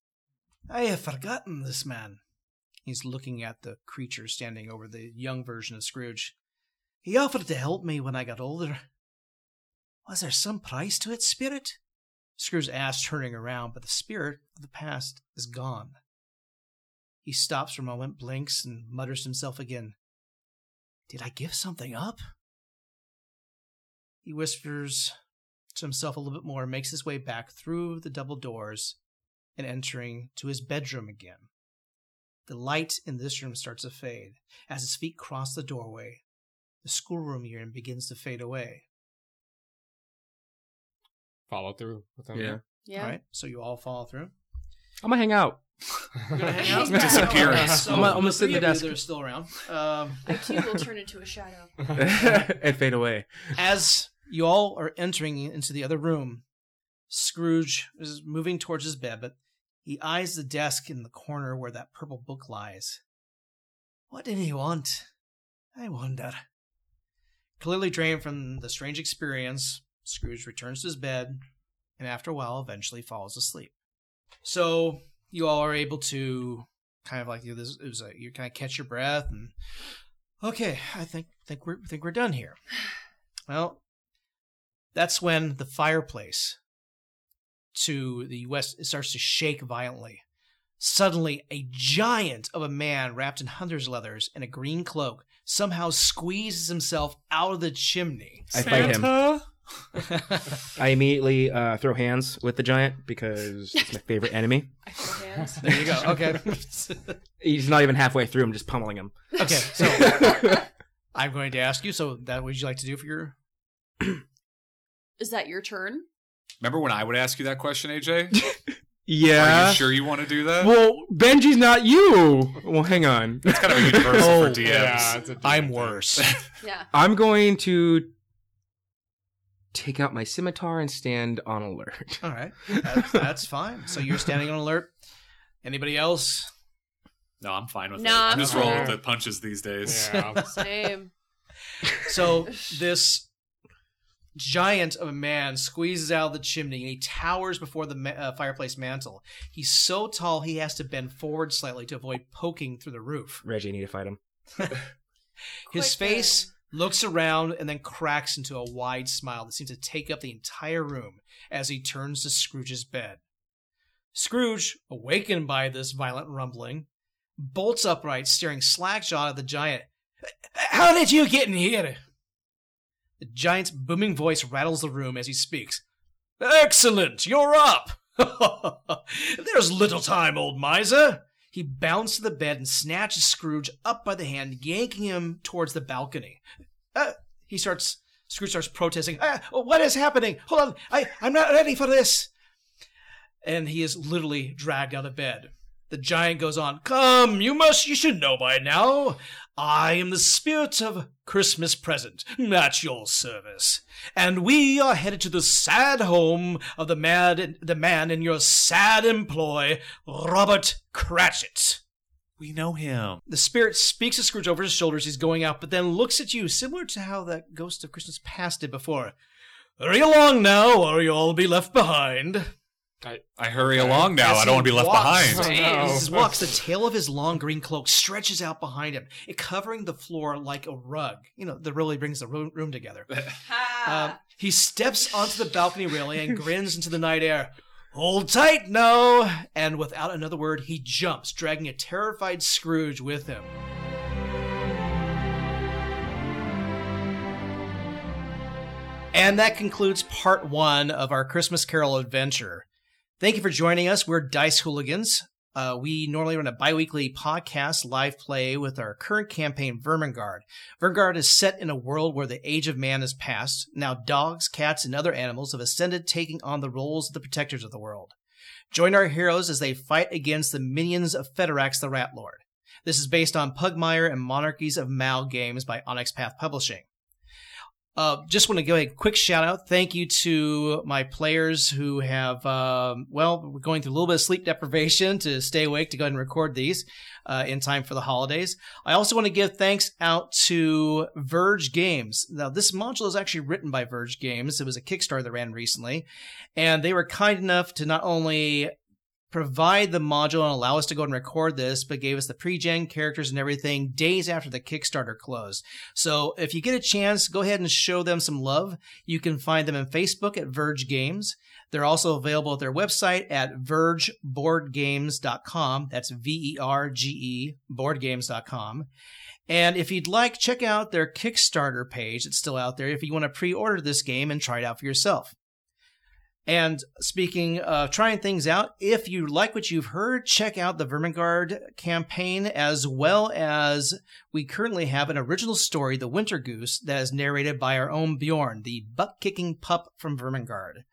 A: "I have forgotten this man." He's looking at the creature standing over the young version of Scrooge. He offered to help me when I got older. Was there some price to its spirit? Scrooge ass turning around, but the spirit of the past is gone. He stops for a moment, blinks, and mutters to himself again. Did I give something up? He whispers to himself a little bit more, makes his way back through the double doors, and entering to his bedroom again. The light in this room starts to fade. As his feet cross the doorway, the schoolroom you're in begins to fade away.
D: Follow through with them.
F: Yeah.
C: Yeah.
A: All right, so you all follow through.
E: I'm gonna hang out.
A: gonna *laughs* hang out?
C: He's disappearing.
A: Okay, so
E: I'm gonna- I'm gonna sit
A: three
E: at the
A: of
E: desk.
A: you that are still around. Um,
C: I too will turn into a shadow.
F: and fade away.
A: as you all are entering into the other room, Scrooge is moving towards his bed, but he eyes the desk in the corner where that purple book lies. What did he want? I wonder. Clearly drained from the strange experience, Scrooge returns to his bed, and after a while, eventually falls asleep. So you all are able to kind of like you know, this. It was like you kind of catch your breath and okay, I think think we're think we're done here. Well, that's when the fireplace to the west it starts to shake violently. Suddenly, a giant of a man wrapped in hunter's leathers and a green cloak somehow squeezes himself out of the chimney.
E: I fight him. I immediately uh, throw hands with the giant because it's my favorite enemy.
C: I throw
A: *laughs*
C: hands.
A: There you go. Okay.
E: He's not even halfway through. I'm just pummeling
B: *laughs*
E: him.
A: okay. So I'm going to ask you. So that would you like to do for your?
C: Is that your turn?
B: Remember when I would ask you that question, AJ? Are
E: Yeah.
B: you sure you want to do that?
E: Well, Benji's not you. Well, hang on.
B: It's kind of a universal
A: Oh,
B: for DMs.
D: Yeah, it's a
A: I'm worse.
C: Yeah.
E: I'm going to take out my scimitar and stand on alert.
A: All right,
E: *laughs*
A: that's, that's fine. So you're standing on alert. Anybody else?
B: No, I'm fine with
C: No,
B: it.
C: I'm
B: just
D: fine.
B: roll the punches these days.
D: Yeah.
C: Same.
A: So this giant of a man squeezes out of the chimney and he towers before the ma- uh, fireplace mantle. He's so tall he has to bend forward slightly to avoid poking through the roof.
E: Reggie, I need to fight him.
A: His
C: Quick
A: face looks around and then cracks into a wide smile that seems to take up the entire room as he turns to Scrooge's bed. Scrooge, awakened by this violent rumbling, bolts upright, staring slack jawed at the giant. How did you get in here? The giant's booming voice rattles the room as he speaks. Excellent, you're up! *laughs* There's little time, old miser! He bounds to the bed and snatches Scrooge up by the hand, yanking him towards the balcony. Uh, he starts. Scrooge starts protesting. Ah, what is happening? Hold on, I, I'm not ready for this. And he is literally dragged out of bed. The giant goes on. Come, you must, you should know by now. I am the spirit of Christmas present at your service, and we are headed to the sad home of the mad, the man in your sad employ, Robert Cratchit.
B: We know him.
A: The spirit speaks to Scrooge over his shoulders. He's going out, but then looks at you, similar to how that ghost of Christmas past did before. Hurry along now, or you'll be left behind.
B: I hurry along now.
A: As
B: I don't
A: he
B: want to be left
A: walks-
B: behind.
D: Oh, no.
A: As he walks, the tail of his long green cloak stretches out behind him, it covering the floor like a rug. You know, that really brings the room, room together.
C: Ah. *laughs*
A: Um, he steps onto the balcony railing and grins into the night air. Hold tight now! And without another word, he jumps, dragging a terrified Scrooge with him. And that concludes part one of our Christmas Carol adventure. Thank you for joining us. We're Dice Hooligans. Uh, we normally run a bi weekly podcast live play with our current campaign, Vermingard. Vermingard is set in a world where the age of man is past. Now, dogs, cats, and other animals have ascended, taking on the roles of the protectors of the world. Join our heroes as they fight against the minions of Federax the Rat Lord. This is based on Pugmire and Monarchies of Mal games by Onyx Path Publishing. Uh, just want to give a quick shout out. Thank you to my players who have, um, well, we're going through a little bit of sleep deprivation to stay awake to go ahead and record these uh, in time for the holidays. I also want to give thanks out to Verge Games. Now, this module is actually written by Verge Games. It was a Kickstarter that ran recently, and they were kind enough to not only provide the module and allow us to go and record this, but gave us the pre-gen characters and everything days after the Kickstarter closed. So if you get a chance, go ahead and show them some love. You can find them on Facebook at Verge Games. They're also available at their website at vergeboardgames.com. That's V E R G E boardgames.com. And if you'd like, check out their Kickstarter page. It's still out there if you want to pre order this game and try it out for yourself. And speaking of trying things out, if you like what you've heard, check out the Vermingard campaign as well as we currently have an original story, The Winter Goose, that is narrated by our own Bjorn, the butt kicking pup from Vermingard.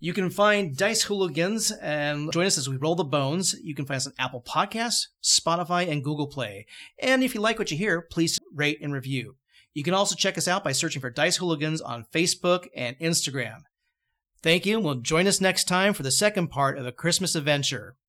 A: You can find Dice Hooligans and join us as we roll the bones. You can find us on Apple Podcasts, Spotify, and Google Play. And if you like what you hear, please rate and review. You can also check us out by searching for Dice Hooligans on Facebook and Instagram. Thank you, and we'll join us next time for the second part of a Christmas adventure.